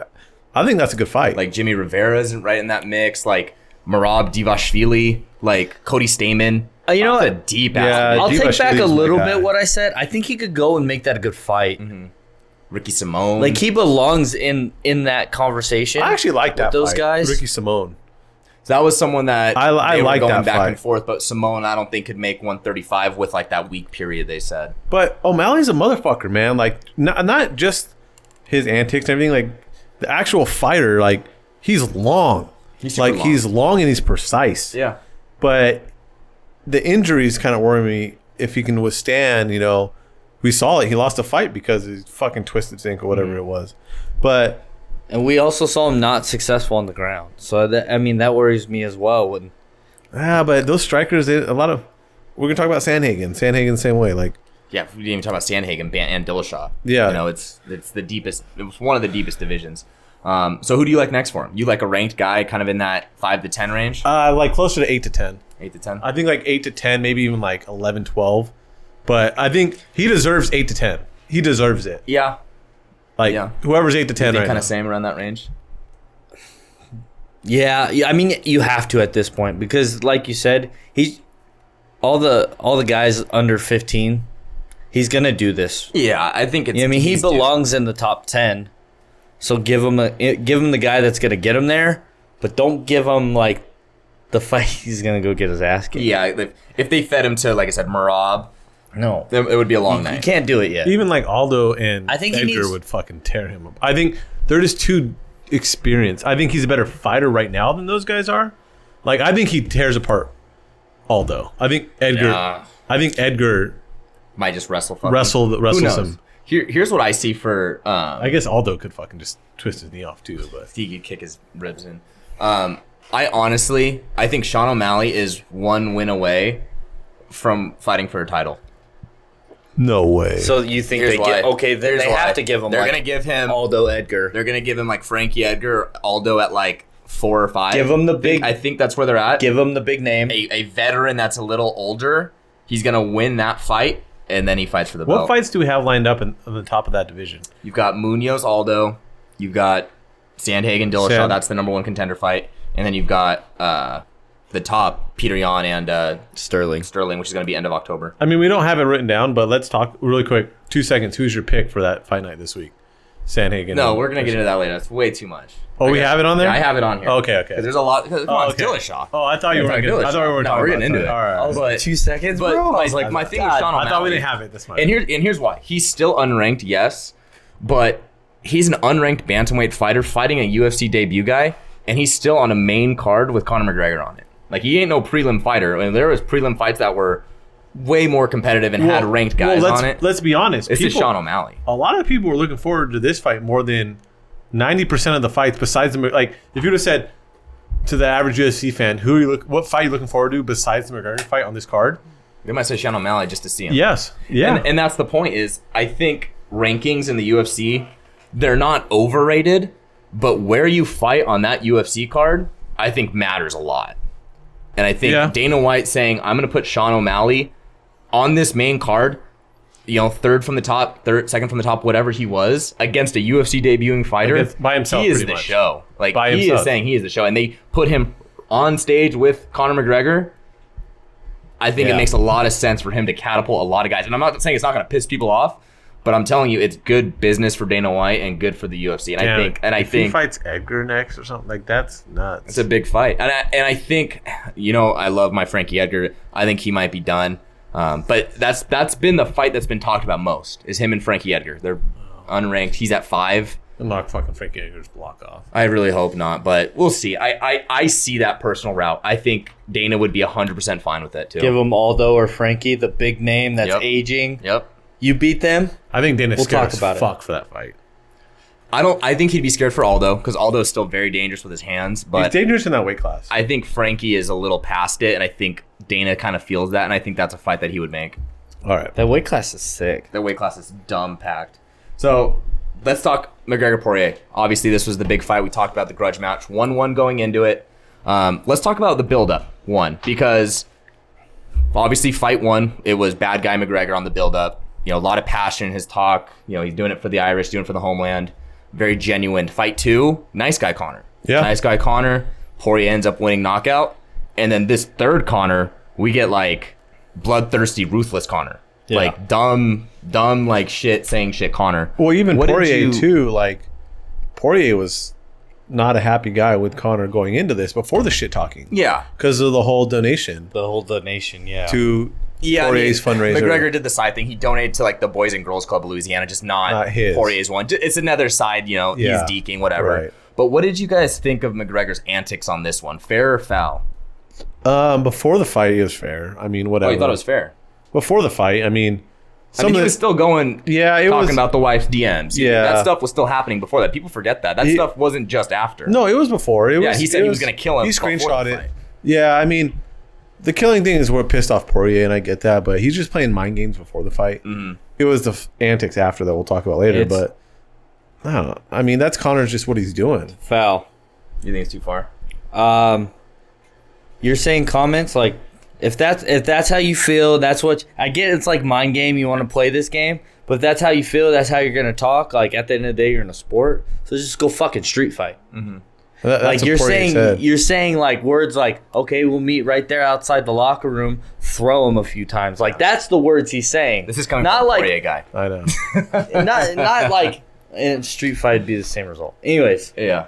[SPEAKER 3] I think that's a good fight.
[SPEAKER 5] like Jimmy Rivera isn't right in that mix. Like Marab Divashvili, like Cody Stamen.
[SPEAKER 2] Uh, you know
[SPEAKER 5] That's a
[SPEAKER 2] what?
[SPEAKER 5] deep
[SPEAKER 3] Yeah.
[SPEAKER 5] ass.
[SPEAKER 2] I'll
[SPEAKER 3] Divash
[SPEAKER 2] take back
[SPEAKER 3] is
[SPEAKER 2] a
[SPEAKER 3] my
[SPEAKER 2] little
[SPEAKER 3] guy.
[SPEAKER 2] bit what I said. I think he could go and make that a good fight.
[SPEAKER 5] Ricky Simone.
[SPEAKER 2] Like he belongs in in that conversation.
[SPEAKER 3] I actually like that.
[SPEAKER 2] those
[SPEAKER 3] fight.
[SPEAKER 2] guys.
[SPEAKER 3] Ricky Simone.
[SPEAKER 5] that was someone that
[SPEAKER 3] I- I
[SPEAKER 5] they were
[SPEAKER 3] like
[SPEAKER 5] going
[SPEAKER 3] that
[SPEAKER 5] back
[SPEAKER 3] fight.
[SPEAKER 5] and forth. But Simone, I don't think could make 135 with like that weak period they said.
[SPEAKER 3] But O'Malley's a motherfucker, man. Like not, not just his antics and everything, like the actual fighter, like he's long.
[SPEAKER 5] He's super
[SPEAKER 3] like
[SPEAKER 5] long.
[SPEAKER 3] he's long and he's precise.
[SPEAKER 5] Yeah.
[SPEAKER 3] But the injuries kind of worry me if he can withstand, you know, we saw it. He lost a fight because he fucking twisted his ankle, whatever
[SPEAKER 5] Mm-hmm.
[SPEAKER 3] it was. But
[SPEAKER 2] And we also saw him not successful on the ground. So that, I mean, that worries me as well. When
[SPEAKER 3] ah, but those strikers, they, a lot of we're gonna talk about Sandhagen. Sandhagen, same way. Like
[SPEAKER 5] Yeah, we didn't even talk about Sandhagen Ban- and Dillashaw.
[SPEAKER 3] Yeah.
[SPEAKER 5] you know it's it's the deepest. It was one of the deepest divisions. Um, so who do you like next for him? You like a ranked guy, kind of in that five to ten range,
[SPEAKER 3] uh, like closer to eight to ten.
[SPEAKER 5] eight to ten.
[SPEAKER 3] I think like 8 to 10, maybe even like 11, 12. But I think he deserves 8 to 10. He deserves it.
[SPEAKER 5] yeah,
[SPEAKER 3] Like
[SPEAKER 5] Yeah.
[SPEAKER 3] whoever's 8 to 10 right
[SPEAKER 5] kind
[SPEAKER 3] now.
[SPEAKER 5] of same around that range.
[SPEAKER 2] Yeah, yeah, I mean, you have to at this point because, like you said, he's all the all the guys under fifteen. He's gonna do this.
[SPEAKER 5] Yeah, I think it's.
[SPEAKER 2] I mean, he
[SPEAKER 5] he's due.
[SPEAKER 2] belongs in the top ten. So give him a give him the guy that's gonna get him there, but don't give him like the fight *laughs* he's gonna go get his ass kicked.
[SPEAKER 5] Yeah, if, if they fed him to like I said, Marab,
[SPEAKER 2] no,
[SPEAKER 5] then it would be a long
[SPEAKER 2] you
[SPEAKER 5] night.
[SPEAKER 2] can't do it yet.
[SPEAKER 3] Even like Aldo and
[SPEAKER 2] I think he
[SPEAKER 3] Edgar
[SPEAKER 2] needs-
[SPEAKER 3] would fucking tear him up. I think they're just too experienced. I think he's a better fighter right now than those guys are. Like I think he tears apart Aldo. I think Edgar.
[SPEAKER 5] Nah.
[SPEAKER 3] I think Edgar
[SPEAKER 5] Might just wrestle. Fucking.
[SPEAKER 3] wrestled
[SPEAKER 5] Who
[SPEAKER 3] wrestles
[SPEAKER 5] knows?
[SPEAKER 3] him.
[SPEAKER 5] Here, here's what I see for. Um,
[SPEAKER 3] I guess Aldo could fucking just twist his knee off too, but
[SPEAKER 5] he could kick his ribs in. Um, I honestly, I think Sean O'Malley is one win away from fighting for a title.
[SPEAKER 3] no way.
[SPEAKER 2] so you think
[SPEAKER 5] Here's
[SPEAKER 2] they
[SPEAKER 5] why.
[SPEAKER 2] get okay? They,
[SPEAKER 5] Here's
[SPEAKER 2] they
[SPEAKER 5] why.
[SPEAKER 2] have to give him.
[SPEAKER 5] They're
[SPEAKER 2] like,
[SPEAKER 5] gonna give him.
[SPEAKER 2] Aldo Edgar.
[SPEAKER 5] They're gonna give him like Frankie Edgar, or Aldo at like four or five.
[SPEAKER 2] Give him the big-
[SPEAKER 5] I think that's where they're at.
[SPEAKER 2] Give him the big name.
[SPEAKER 5] a, a veteran that's a little older. He's gonna win that fight, and then he fights for the
[SPEAKER 3] what
[SPEAKER 5] belt.
[SPEAKER 3] fights do we have lined up in, on the top of that division?
[SPEAKER 5] You've got Munoz Aldo. You've got Sandhagen Dillashaw.
[SPEAKER 3] Sand-
[SPEAKER 5] That's the number one contender fight, and then you've got uh, the top Peter Yan and uh,
[SPEAKER 2] Sterling.
[SPEAKER 5] Sterling, which is gonna be end of October.
[SPEAKER 3] I mean, we don't have it written down, but let's talk really quick. Two seconds. Who's your pick for that fight night this week? Sanhagen.
[SPEAKER 5] No, we're gonna get into that later. That's way too much.
[SPEAKER 3] Oh, we
[SPEAKER 5] I guess-
[SPEAKER 3] have it on there?
[SPEAKER 5] Yeah, I have it on here.
[SPEAKER 3] Okay, okay.
[SPEAKER 5] 'Cause There's a lot. 'cause Come on,
[SPEAKER 3] okay.
[SPEAKER 5] it's Dillashaw.
[SPEAKER 3] Oh, I thought you
[SPEAKER 5] It's
[SPEAKER 3] were.
[SPEAKER 5] not
[SPEAKER 3] Gonna, I thought we were
[SPEAKER 5] Dillashaw. No,
[SPEAKER 3] talking about
[SPEAKER 5] we're getting into
[SPEAKER 3] that.
[SPEAKER 5] it.
[SPEAKER 3] All right.
[SPEAKER 5] But-
[SPEAKER 2] Two seconds,
[SPEAKER 5] But
[SPEAKER 2] bro.
[SPEAKER 5] my, like my thing is
[SPEAKER 3] Oh, God,
[SPEAKER 5] Sean O'Malley.
[SPEAKER 3] I thought we didn't have it this much.
[SPEAKER 5] And here's and here's why he's still unranked, yes, but he's an unranked bantamweight fighter fighting a UFC debut guy, and he's still on a main card with Conor McGregor on it. Like he ain't no prelim fighter. I mean, there was prelim fights that were way more competitive and had ranked guys
[SPEAKER 3] let's,
[SPEAKER 5] on it.
[SPEAKER 3] Let's be honest.
[SPEAKER 5] This is
[SPEAKER 3] people-
[SPEAKER 5] Sean O'Malley.
[SPEAKER 3] A lot of people were looking forward to this fight more than ninety percent of the fights. Besides the Mc- like, if you would have said to the average UFC fan, who are you look, what fight are you looking forward to besides the McGregor fight on this card?
[SPEAKER 5] They might say Sean O'Malley just to see him.
[SPEAKER 3] Yes. Yeah.
[SPEAKER 5] and, and that's the point is i think rankings in the ufc they're not overrated but where you fight on that ufc card i think matters a lot and i think
[SPEAKER 3] Yeah.
[SPEAKER 5] dana white saying i'm going to put sean o'malley on this main card you know third from the top third second from the top whatever he was against a ufc debuting fighter
[SPEAKER 3] Against- by himself,
[SPEAKER 5] he is
[SPEAKER 3] pretty
[SPEAKER 5] the
[SPEAKER 3] much.
[SPEAKER 5] show like
[SPEAKER 3] By
[SPEAKER 5] he
[SPEAKER 3] himself.
[SPEAKER 5] is saying he is the show and they put him on stage with conor mcgregor I think
[SPEAKER 2] Yeah.
[SPEAKER 5] it makes a lot of sense for him to catapult a lot of guys. And I'm not saying it's not going to piss people off, but I'm telling you, it's good business for Dana White and good for the UFC. And I
[SPEAKER 3] Damn it.
[SPEAKER 5] think, and I
[SPEAKER 3] if he
[SPEAKER 5] think
[SPEAKER 3] fights Edgar next or something like that's nuts.
[SPEAKER 5] it's a big fight. And I, and I think, you know, I love my Frankie Edgar. I think he might be done. Um, but that's that's been the fight that's been talked about most is him and Frankie Edgar. They're unranked. He's at five.
[SPEAKER 3] And knock fucking Frankie Edgar's block off.
[SPEAKER 5] I really hope not, but we'll see. I, I, I see that personal route. I think Dana would be 100% fine with that, too.
[SPEAKER 2] Give him Aldo or Frankie, the big name that's
[SPEAKER 5] Yep.
[SPEAKER 2] aging.
[SPEAKER 5] yep.
[SPEAKER 2] You beat them.
[SPEAKER 3] I think Dana
[SPEAKER 2] We'll
[SPEAKER 3] scared
[SPEAKER 2] talk
[SPEAKER 3] as
[SPEAKER 2] about it.
[SPEAKER 3] fuck for that fight.
[SPEAKER 5] I don't. I think he'd be scared for Aldo because Aldo is still very dangerous with his hands.
[SPEAKER 3] He's
[SPEAKER 5] But
[SPEAKER 3] dangerous in that weight class.
[SPEAKER 5] I think Frankie is a little past it, and I think Dana kind of feels that, and I think that's a fight that he would make.
[SPEAKER 3] All right.
[SPEAKER 2] That weight class is sick.
[SPEAKER 5] Their weight class is dumb packed. So let's talk McGregor Poirier. Obviously, this was the big fight. We talked about the grudge match, one one going into it. Um, let's talk about the buildup one because obviously fight one it was bad guy McGregor on the buildup. You know, a lot of passion in his talk. You know, he's doing it for the Irish, doing it for the homeland. Very genuine. Fight two, nice guy Connor.
[SPEAKER 3] Yeah.
[SPEAKER 5] nice guy Connor. Poirier ends up winning knockout, and then this third Connor, we get like bloodthirsty, ruthless Connor. Like dumb, dumb like shit saying shit Connor.
[SPEAKER 3] Well, even
[SPEAKER 5] What did
[SPEAKER 3] Poirier
[SPEAKER 5] you-
[SPEAKER 3] too. Like Poirier was not a happy guy with Connor going into this before the shit talking
[SPEAKER 5] Yeah.
[SPEAKER 3] because of the whole donation
[SPEAKER 2] The whole donation, yeah.
[SPEAKER 3] to
[SPEAKER 5] Yeah,
[SPEAKER 3] Poirier's fundraiser.
[SPEAKER 5] McGregor did the side thing. He donated to like the Boys and Girls Club of Louisiana, just not,
[SPEAKER 3] Not his.
[SPEAKER 5] Poirier's one. Ju- It's another side, you know.
[SPEAKER 3] Yeah.
[SPEAKER 5] He's deking, whatever.
[SPEAKER 3] Right.
[SPEAKER 5] But what did you guys think of McGregor's antics on this one? Fair or foul?
[SPEAKER 3] Um, before the fight, it was fair. I mean,
[SPEAKER 5] Oh,
[SPEAKER 3] whatever.
[SPEAKER 5] you thought it was fair.
[SPEAKER 3] before the fight. I mean,
[SPEAKER 5] I
[SPEAKER 3] some
[SPEAKER 5] mean,
[SPEAKER 3] of
[SPEAKER 5] he
[SPEAKER 3] the-
[SPEAKER 5] was still going.
[SPEAKER 3] Yeah, it
[SPEAKER 5] talking
[SPEAKER 3] was-
[SPEAKER 5] about the wife's DMs.
[SPEAKER 3] Yeah.
[SPEAKER 5] that stuff was still happening before that. People forget that. That
[SPEAKER 3] He-
[SPEAKER 5] stuff wasn't just after.
[SPEAKER 3] No, it was before. It
[SPEAKER 5] Yeah,
[SPEAKER 3] was,
[SPEAKER 5] he said
[SPEAKER 3] it
[SPEAKER 5] he was gonna kill him
[SPEAKER 3] He
[SPEAKER 5] before the
[SPEAKER 3] screenshot it.
[SPEAKER 5] fight.
[SPEAKER 3] Yeah, I mean, the killing thing is what pissed off Poirier, and I get that, but he's just playing mind games before the fight. It was the f- antics after that we'll talk about later,
[SPEAKER 5] Mm-hmm. It's-
[SPEAKER 3] but I don't know. I mean, that's Connor's just what he's doing.
[SPEAKER 2] Foul.
[SPEAKER 5] you think it's too far?
[SPEAKER 2] Um, you're saying comments like if that's if that's how you feel, that's what I get. It's like mind game. You want to play this game, but if that's how you feel, that's how you're gonna talk. Like at the end of the day, you're in a sport, so just go fucking street fight.
[SPEAKER 3] That- that's
[SPEAKER 2] Like
[SPEAKER 3] what
[SPEAKER 2] you're
[SPEAKER 3] Poirier
[SPEAKER 2] saying,
[SPEAKER 3] said.
[SPEAKER 2] you're saying like words like okay, we'll meet right there outside the locker room. Throw him a few times. Like that's the words he's saying.
[SPEAKER 5] This is coming
[SPEAKER 2] not
[SPEAKER 5] from
[SPEAKER 2] like
[SPEAKER 5] Poirier guy.
[SPEAKER 3] I
[SPEAKER 5] *laughs*
[SPEAKER 3] know.
[SPEAKER 2] not not like and street fight would be the same result. Anyways,
[SPEAKER 5] Yeah,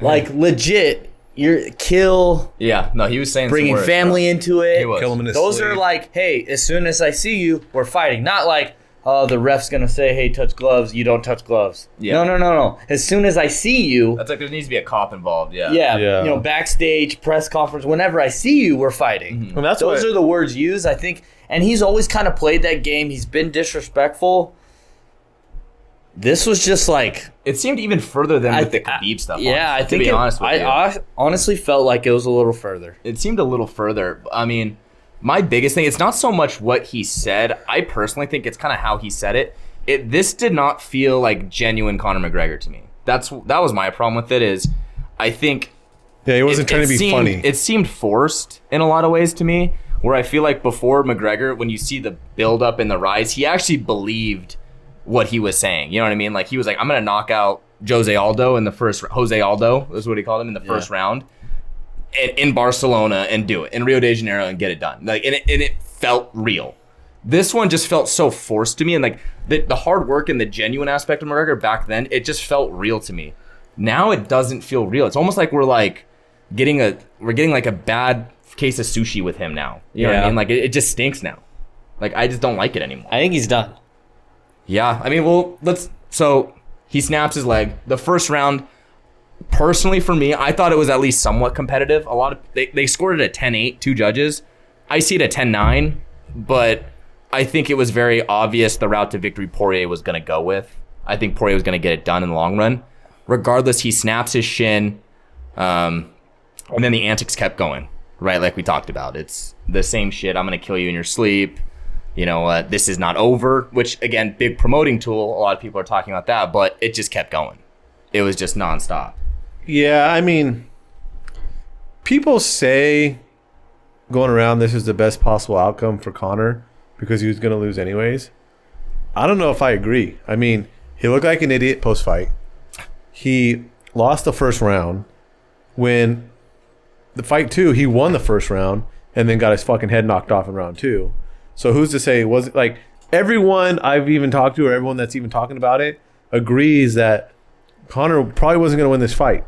[SPEAKER 2] like legit, you're kill
[SPEAKER 5] yeah. No, he was saying some
[SPEAKER 2] bringing
[SPEAKER 5] words,
[SPEAKER 2] family into it.
[SPEAKER 5] He was. Kill him in
[SPEAKER 3] his
[SPEAKER 2] Those
[SPEAKER 3] sleep.
[SPEAKER 2] are like, hey, as soon as I see you, we're fighting. Not like, oh, the ref's gonna say, hey, touch gloves. You don't touch gloves.
[SPEAKER 5] Yeah.
[SPEAKER 2] No, no, no, no. As soon as I see you,
[SPEAKER 5] bro. That's like there needs to be a cop involved. Yeah.
[SPEAKER 2] yeah,
[SPEAKER 3] Yeah.
[SPEAKER 2] you know, backstage, press conference, whenever I see you, we're fighting.
[SPEAKER 5] Mm-hmm.
[SPEAKER 3] And that's
[SPEAKER 2] Those
[SPEAKER 3] what,
[SPEAKER 2] are the words used, I think. And he's always kind of played that game. He's been disrespectful. This was just like
[SPEAKER 5] It seemed even further than
[SPEAKER 2] I- uh,
[SPEAKER 5] with the Khabib stuff.
[SPEAKER 2] Yeah,
[SPEAKER 5] honestly,
[SPEAKER 2] I think
[SPEAKER 5] to be
[SPEAKER 2] it-
[SPEAKER 5] honest with
[SPEAKER 2] I,
[SPEAKER 5] you.
[SPEAKER 2] I honestly felt like it was a little further.
[SPEAKER 5] it seemed a little further. I mean, my biggest thing, it's not so much what he said. I personally think it's kind of how he said it. It this did not feel like genuine Conor McGregor to me. That's that was my problem with it is I think
[SPEAKER 3] yeah, he wasn't trying to be
[SPEAKER 5] seemed,
[SPEAKER 3] funny.
[SPEAKER 5] It seemed forced in a lot of ways to me, where I feel like before McGregor, when you see the build up and the rise, he actually believed what he was saying. You know what I mean? Like he was like, "I'm gonna knock out Jose Aldo in the first Jose Aldo is what he called him in the first round, and in Barcelona and do it in Rio de Janeiro and get it done." Like and it, and it felt real. This one just felt so forced to me, and like the, the hard work and the genuine aspect of McGregor back then, it just felt real to me. Now it doesn't feel real. It's almost like we're like getting a we're getting like a bad case of sushi with him now. You know what I
[SPEAKER 2] Yeah.
[SPEAKER 5] mean? Like it, it just stinks now. Like I just don't like it anymore.
[SPEAKER 2] I think he's done.
[SPEAKER 5] Yeah, I mean, well, let's. So he snaps his leg. The first round, personally for me, I thought it was at least somewhat competitive. A lot of they, they scored it at 10-8, two judges. I see it at 10-9, but I think it was very obvious the route to victory Poirier was going to go with. I think Poirier was going to get it done in the long run. Regardless, he snaps his shin, um, and then the antics kept going. Right, like we talked about, it's the same shit. I'm going to kill you in your sleep you know, uh, this is not over, which again, big promoting tool. A lot of people are talking about that, but it just kept going. It was just nonstop.
[SPEAKER 3] Yeah, I mean, people say going around this is the best possible outcome for Connor because he was going to lose anyways. I don't know if I agree. I mean, he looked like an idiot post fight. He lost the first round. When the fight two, he won the first round and then got his fucking head knocked off in round two. So who's to say it wasn't like everyone I've even talked to or everyone that's even talking about it agrees that Connor probably wasn't going to win this fight.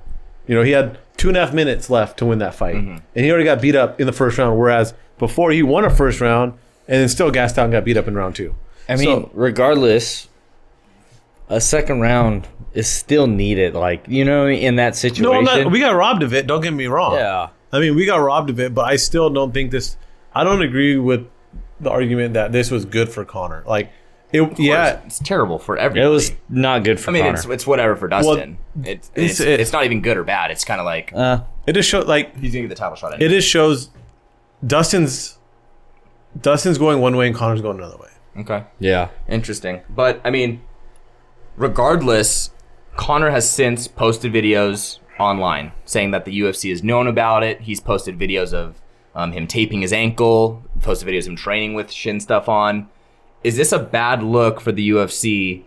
[SPEAKER 3] You know, he had two and a half minutes left to win that fight, and he already got beat up in the first round. Whereas before, he won a first round and then still gassed out and got beat up in round two.
[SPEAKER 2] I mean, regardless, a second round is still needed. Like you know, in that situation.
[SPEAKER 3] got robbed of it. Don't get me wrong.
[SPEAKER 2] yeah.
[SPEAKER 3] I mean, we got robbed of it, but I still don't think this. I don't agree with the argument that this was good for Connor. Like, it,
[SPEAKER 5] Of
[SPEAKER 3] yeah,
[SPEAKER 5] course, it's terrible for everybody.
[SPEAKER 2] It was not good for
[SPEAKER 5] I mean,
[SPEAKER 2] Connor.
[SPEAKER 5] it's it's whatever for Dustin. it's,
[SPEAKER 3] it's-
[SPEAKER 5] it's,
[SPEAKER 3] it-
[SPEAKER 5] it's not even good or bad. It's kind of like
[SPEAKER 2] uh,
[SPEAKER 3] it just showed like
[SPEAKER 5] he's gonna get the title
[SPEAKER 3] it
[SPEAKER 5] shot. Anyway.
[SPEAKER 3] just shows Dustin's Dustin's going one way and Connor's going another way.
[SPEAKER 5] okay,
[SPEAKER 2] yeah.
[SPEAKER 5] interesting. But I mean, regardless, Connor has since posted videos online saying that the UFC has known about it. He's posted videos of um, him taping his ankle, posted videos of him training with shin stuff on. Is this a bad look for the UFC?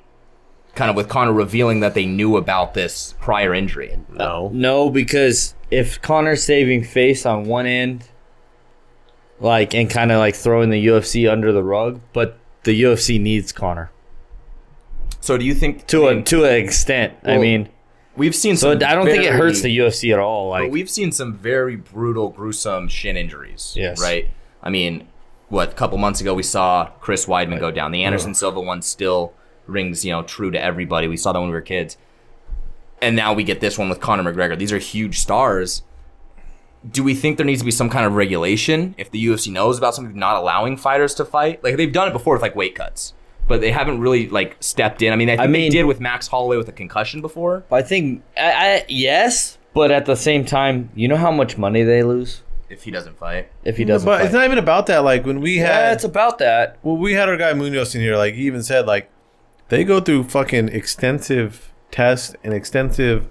[SPEAKER 5] Kind of with Connor revealing that they knew about this prior injury.
[SPEAKER 3] No,
[SPEAKER 2] No, because if Connor's saving face on one end, like and kind of like throwing the UFC under the rug, but the UFC needs Connor
[SPEAKER 5] So do you think
[SPEAKER 2] to
[SPEAKER 5] I
[SPEAKER 2] a
[SPEAKER 5] mean,
[SPEAKER 2] to an extent. I
[SPEAKER 5] Well,
[SPEAKER 2] mean,
[SPEAKER 5] we've seen
[SPEAKER 2] so I
[SPEAKER 5] some
[SPEAKER 2] don't think it
[SPEAKER 5] very-
[SPEAKER 2] hurts the UFC at all. Like
[SPEAKER 5] but we've seen some very brutal, gruesome shin injuries.
[SPEAKER 2] Yes.
[SPEAKER 5] Right. I mean, what a couple months ago we saw Chris Weidman go down. The Anderson Silva one still rings, you know, true to everybody. We saw that when we were kids. And now we get this one with Conor McGregor. These are huge stars. Do we think there needs to be some kind of regulation if the UFC knows about something not allowing fighters to fight? Like they've done it before with like weight cuts, but they haven't really like stepped in. I mean, I think
[SPEAKER 2] mean-
[SPEAKER 5] they did with Max Holloway with a concussion before.
[SPEAKER 2] I think I, I, yes, but at the same time, you know how much money they lose
[SPEAKER 5] If he doesn't fight,
[SPEAKER 2] if he doesn't.
[SPEAKER 3] but
[SPEAKER 2] fight?
[SPEAKER 3] it's not even about that. Like when we
[SPEAKER 2] yeah,
[SPEAKER 3] had
[SPEAKER 2] it's about that.
[SPEAKER 3] Well, we had our guy Munoz in here. Like he even said, like they go through fucking extensive tests and extensive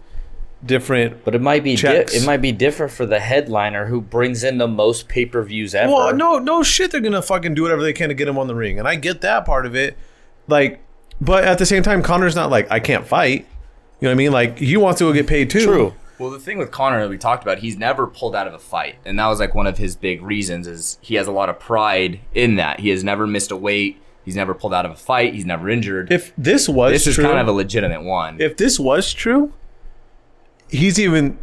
[SPEAKER 3] different.
[SPEAKER 2] But it might be di-
[SPEAKER 3] Checks.
[SPEAKER 2] it might be different for the headliner who brings in the most pay per views ever.
[SPEAKER 3] Well, no, no shit. They're gonna fucking do whatever they can to get him on the ring, and I get that part of it. Like, but at the same time, Connor's not like I can't fight. You know what I mean? Like he wants to go get paid too.
[SPEAKER 2] true.
[SPEAKER 5] Well, the thing with Connor that we talked about, he's never pulled out of a fight, and that was like one of his big reasons is he has a lot of pride in that. He has never missed a weight. He's never pulled out of a fight. He's never injured.
[SPEAKER 3] If this was
[SPEAKER 5] this is
[SPEAKER 3] true,
[SPEAKER 5] kind of a legitimate one.
[SPEAKER 3] if this was true, he's even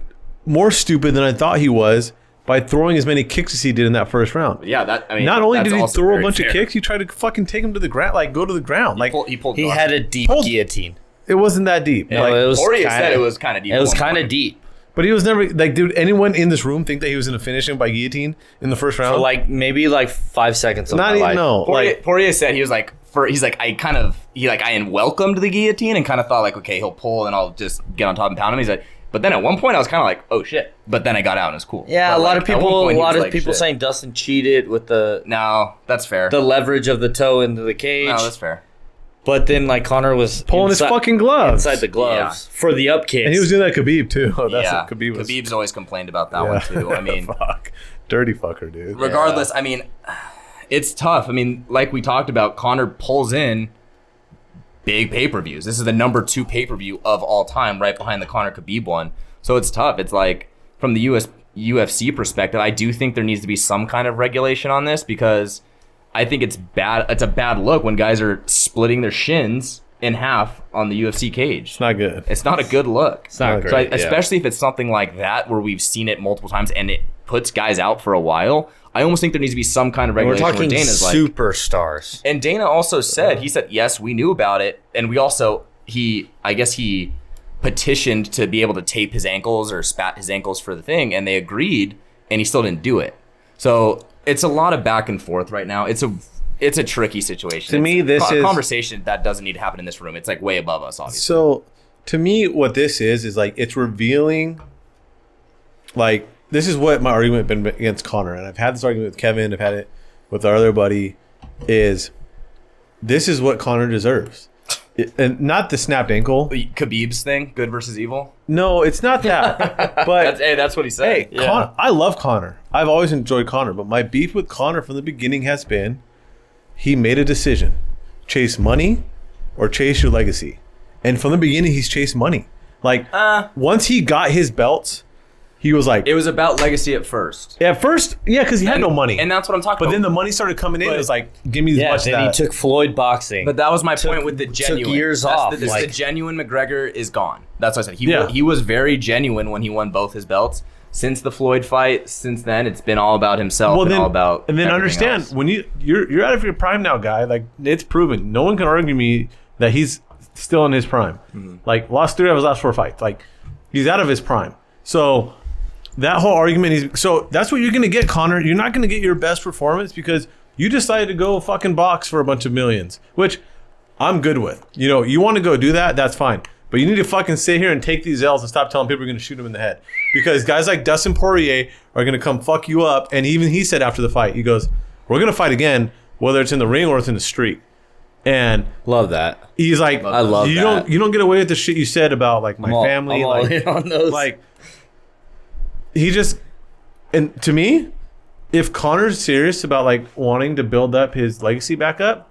[SPEAKER 3] more stupid than I thought he was by throwing as many kicks as he did in that first round.
[SPEAKER 5] yeah, that I mean,
[SPEAKER 3] Not only
[SPEAKER 5] that's
[SPEAKER 3] did he
[SPEAKER 5] also
[SPEAKER 3] throw a
[SPEAKER 5] very
[SPEAKER 3] bunch
[SPEAKER 5] fair.
[SPEAKER 3] of kicks, he tried to fucking take him to the ground, like go to the ground.
[SPEAKER 5] He
[SPEAKER 3] Like
[SPEAKER 5] pulled. He, pulled
[SPEAKER 2] He
[SPEAKER 5] Goff.
[SPEAKER 2] had a deep
[SPEAKER 3] Hold-
[SPEAKER 2] guillotine.
[SPEAKER 3] it wasn't that deep.
[SPEAKER 2] No,
[SPEAKER 3] Like,
[SPEAKER 2] it was
[SPEAKER 5] Poirier said
[SPEAKER 2] kinda-
[SPEAKER 5] it was kinda deep
[SPEAKER 2] It was
[SPEAKER 5] at one
[SPEAKER 2] kind of
[SPEAKER 5] point.
[SPEAKER 2] deep.
[SPEAKER 3] but he was never like, dude. Anyone in this room think that he was gonna finish him by guillotine in the first round?
[SPEAKER 2] For like maybe like five seconds. Of
[SPEAKER 3] not
[SPEAKER 2] my
[SPEAKER 3] even
[SPEAKER 2] life.
[SPEAKER 3] no.
[SPEAKER 5] Poirier,
[SPEAKER 3] Like
[SPEAKER 5] Poirier said he was like for he's like I kind of he like I welcomed the guillotine and kind of thought like okay he'll pull and I'll just get on top and pound him. He's like, but then at one point I was kind of like oh shit, but then I got out and it's cool.
[SPEAKER 2] Yeah,
[SPEAKER 5] But,
[SPEAKER 2] a lot
[SPEAKER 5] like,
[SPEAKER 2] of
[SPEAKER 5] at one
[SPEAKER 2] people, a
[SPEAKER 5] point, he
[SPEAKER 2] lot
[SPEAKER 5] was
[SPEAKER 2] of
[SPEAKER 5] like,
[SPEAKER 2] people
[SPEAKER 5] shit.
[SPEAKER 2] saying Dustin cheated with the
[SPEAKER 5] no, that's fair.
[SPEAKER 2] the leverage of the toe into the cage.
[SPEAKER 5] no, that's fair.
[SPEAKER 2] but then like Connor was
[SPEAKER 3] pulling
[SPEAKER 2] inside,
[SPEAKER 3] his fucking gloves
[SPEAKER 2] inside the gloves for the up kicks.
[SPEAKER 3] and he was doing that Khabib too. *laughs* Oh, that's
[SPEAKER 5] yeah,
[SPEAKER 3] what Khabib was.
[SPEAKER 5] Khabib's always complained about that
[SPEAKER 3] Yeah.
[SPEAKER 5] one too. I mean,
[SPEAKER 3] *laughs* fuck, dirty fucker, dude.
[SPEAKER 5] regardless, I mean, it's tough. I mean, like we talked about, Connor pulls in big pay per views. This is the number two pay per view of all time, right behind the Connor Khabib one. So it's tough. It's like from the US UFC perspective, I do think there needs to be some kind of regulation on this because I think it's bad. It's a bad look when guys are splitting their shins in half on the UFC cage.
[SPEAKER 3] Not good.
[SPEAKER 5] It's not a good look. It's
[SPEAKER 2] not
[SPEAKER 5] So I,
[SPEAKER 2] great, yeah.
[SPEAKER 5] especially if it's something like that where we've seen it multiple times and it puts guys out for a while. I almost think there needs to be some kind of
[SPEAKER 2] We're
[SPEAKER 5] regulation where
[SPEAKER 2] talking
[SPEAKER 5] Dana's like.
[SPEAKER 2] superstars.
[SPEAKER 5] And Dana also said he said yes, we knew about it, and we also he I guess he petitioned to be able to tape his ankles or spat his ankles for the thing, and they agreed, and he still didn't do it. So it's a lot of back and forth right now. It's a it's a tricky situation.
[SPEAKER 3] To
[SPEAKER 5] It's
[SPEAKER 3] me, this
[SPEAKER 5] a
[SPEAKER 3] is-
[SPEAKER 5] conversation that doesn't need to happen in this room. It's like way above us, obviously.
[SPEAKER 3] So to me, what this is is like it's revealing. Like this is what my argument been against Connor, and I've had this argument with Kevin. I've had it with our other buddy. Is this is what Connor deserves, It- and not the snapped ankle.
[SPEAKER 5] Khabib's thing, good versus evil.
[SPEAKER 3] No, it's not that.
[SPEAKER 5] That's,
[SPEAKER 3] But
[SPEAKER 5] hey, that's what he said.
[SPEAKER 3] hey, Con- I love Connor. I've always enjoyed Connor, but my beef with Connor from the beginning has been he made a decision: chase money or chase your legacy. And from the beginning, he's chased money. Like once he got his belts, he was like,
[SPEAKER 5] it was about legacy at first.
[SPEAKER 3] at first, yeah, because he had no money.
[SPEAKER 5] and that's what I'm talking
[SPEAKER 3] but
[SPEAKER 5] about.
[SPEAKER 3] then the money started coming in. It was like, give me as
[SPEAKER 2] Yeah,
[SPEAKER 3] much
[SPEAKER 2] then
[SPEAKER 3] of that.
[SPEAKER 2] he took Floyd boxing.
[SPEAKER 5] but that was my point with the genuine.
[SPEAKER 2] years
[SPEAKER 5] That's
[SPEAKER 2] off,
[SPEAKER 5] The, this-
[SPEAKER 2] like-
[SPEAKER 5] the genuine McGregor is gone. That's what I said. He
[SPEAKER 3] Yeah.
[SPEAKER 5] wa- he was very genuine when he won both his belts. Since the Floyd fight, since then it's been all about himself.
[SPEAKER 3] well,
[SPEAKER 5] and
[SPEAKER 3] then,
[SPEAKER 5] all about
[SPEAKER 3] and then
[SPEAKER 5] everything
[SPEAKER 3] understand
[SPEAKER 5] else.
[SPEAKER 3] when you you're you're out of your prime now, guy. Like it's proven. No one can argue me that he's still in his prime.
[SPEAKER 5] Mm-hmm.
[SPEAKER 3] Like lost three of his last four fights. Like he's out of his prime. So that whole argument is so that's what you're gonna get, Connor. You're not gonna get your best performance because you decided to go fucking box for a bunch of millions, which I'm good with. You know, you want to go do that, that's fine. But you need to fucking sit here and take these L's and stop telling people you're gonna shoot him in the head. Because guys like Dustin Poirier are gonna come fuck you up. And even he said after the fight, he goes, We're gonna fight again, whether it's in the ring or it's in the street. And
[SPEAKER 2] Love that.
[SPEAKER 3] he's like,
[SPEAKER 2] I love
[SPEAKER 3] you
[SPEAKER 2] that.
[SPEAKER 3] don't you don't get away with the shit you said about like my
[SPEAKER 2] I'm all-
[SPEAKER 3] family.
[SPEAKER 2] I'm *laughs* all
[SPEAKER 3] like,
[SPEAKER 2] in on those.
[SPEAKER 3] *laughs* like he just and to me if connor's serious about like wanting to build up his legacy back up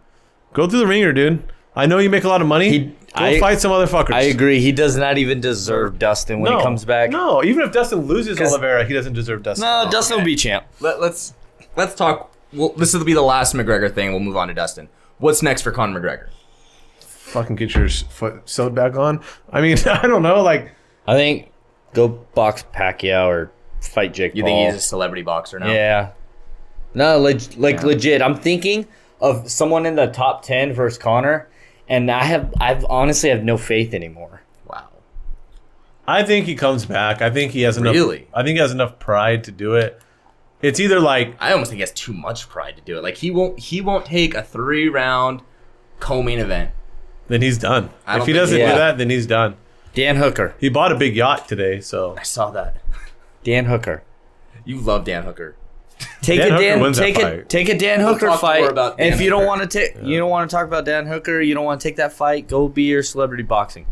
[SPEAKER 3] go through the ringer dude i know you make a lot of money
[SPEAKER 2] He-
[SPEAKER 3] go
[SPEAKER 2] I-
[SPEAKER 3] fight some other fuckers
[SPEAKER 2] I agree. He does not even deserve Dustin when
[SPEAKER 3] no,
[SPEAKER 2] he comes back.
[SPEAKER 3] no even if dustin loses
[SPEAKER 2] 'Cause-
[SPEAKER 3] Oliveira, he doesn't deserve dustin
[SPEAKER 2] No, Dustin will be champ.
[SPEAKER 5] Let, let's let's talk. Well, this will be the last McGregor thing. We'll move on to Dustin. What's next for Conor McGregor?
[SPEAKER 3] fucking get your s- foot sewed back on i mean *laughs* i don't know like
[SPEAKER 2] I think go box Pacquiao or fight Jake
[SPEAKER 5] You
[SPEAKER 2] Paul.
[SPEAKER 3] Oh.
[SPEAKER 5] think he's a celebrity boxer now?
[SPEAKER 2] yeah. No, leg- like legit. I'm thinking of someone in the top ten versus Connor, and I have I've honestly have no faith anymore.
[SPEAKER 5] Wow.
[SPEAKER 3] I think he comes back. I think he has enough.
[SPEAKER 5] Really?
[SPEAKER 3] I think he has enough pride to do it. It's either like
[SPEAKER 5] I almost think he has too much pride to do it. Like he won't he won't take a three round co-main event.
[SPEAKER 3] then he's done.
[SPEAKER 5] I don't
[SPEAKER 3] If he
[SPEAKER 5] think-
[SPEAKER 3] doesn't
[SPEAKER 2] yeah.
[SPEAKER 3] do that, then he's done.
[SPEAKER 2] Dan Hooker,
[SPEAKER 3] He bought a big yacht today, so
[SPEAKER 5] I saw that.
[SPEAKER 2] Dan Hooker,
[SPEAKER 5] You love Dan Hooker.
[SPEAKER 2] take
[SPEAKER 3] Dan
[SPEAKER 2] a
[SPEAKER 3] Hooker
[SPEAKER 2] Dan
[SPEAKER 3] wins that
[SPEAKER 2] take a
[SPEAKER 3] fight.
[SPEAKER 2] take a Dan Hooker
[SPEAKER 5] talk
[SPEAKER 2] fight.
[SPEAKER 5] more about Dan
[SPEAKER 2] and if you don't
[SPEAKER 5] Hooker.
[SPEAKER 2] want to take you don't want to talk about Dan Hooker, you don't want to take that fight. Go be your celebrity boxing.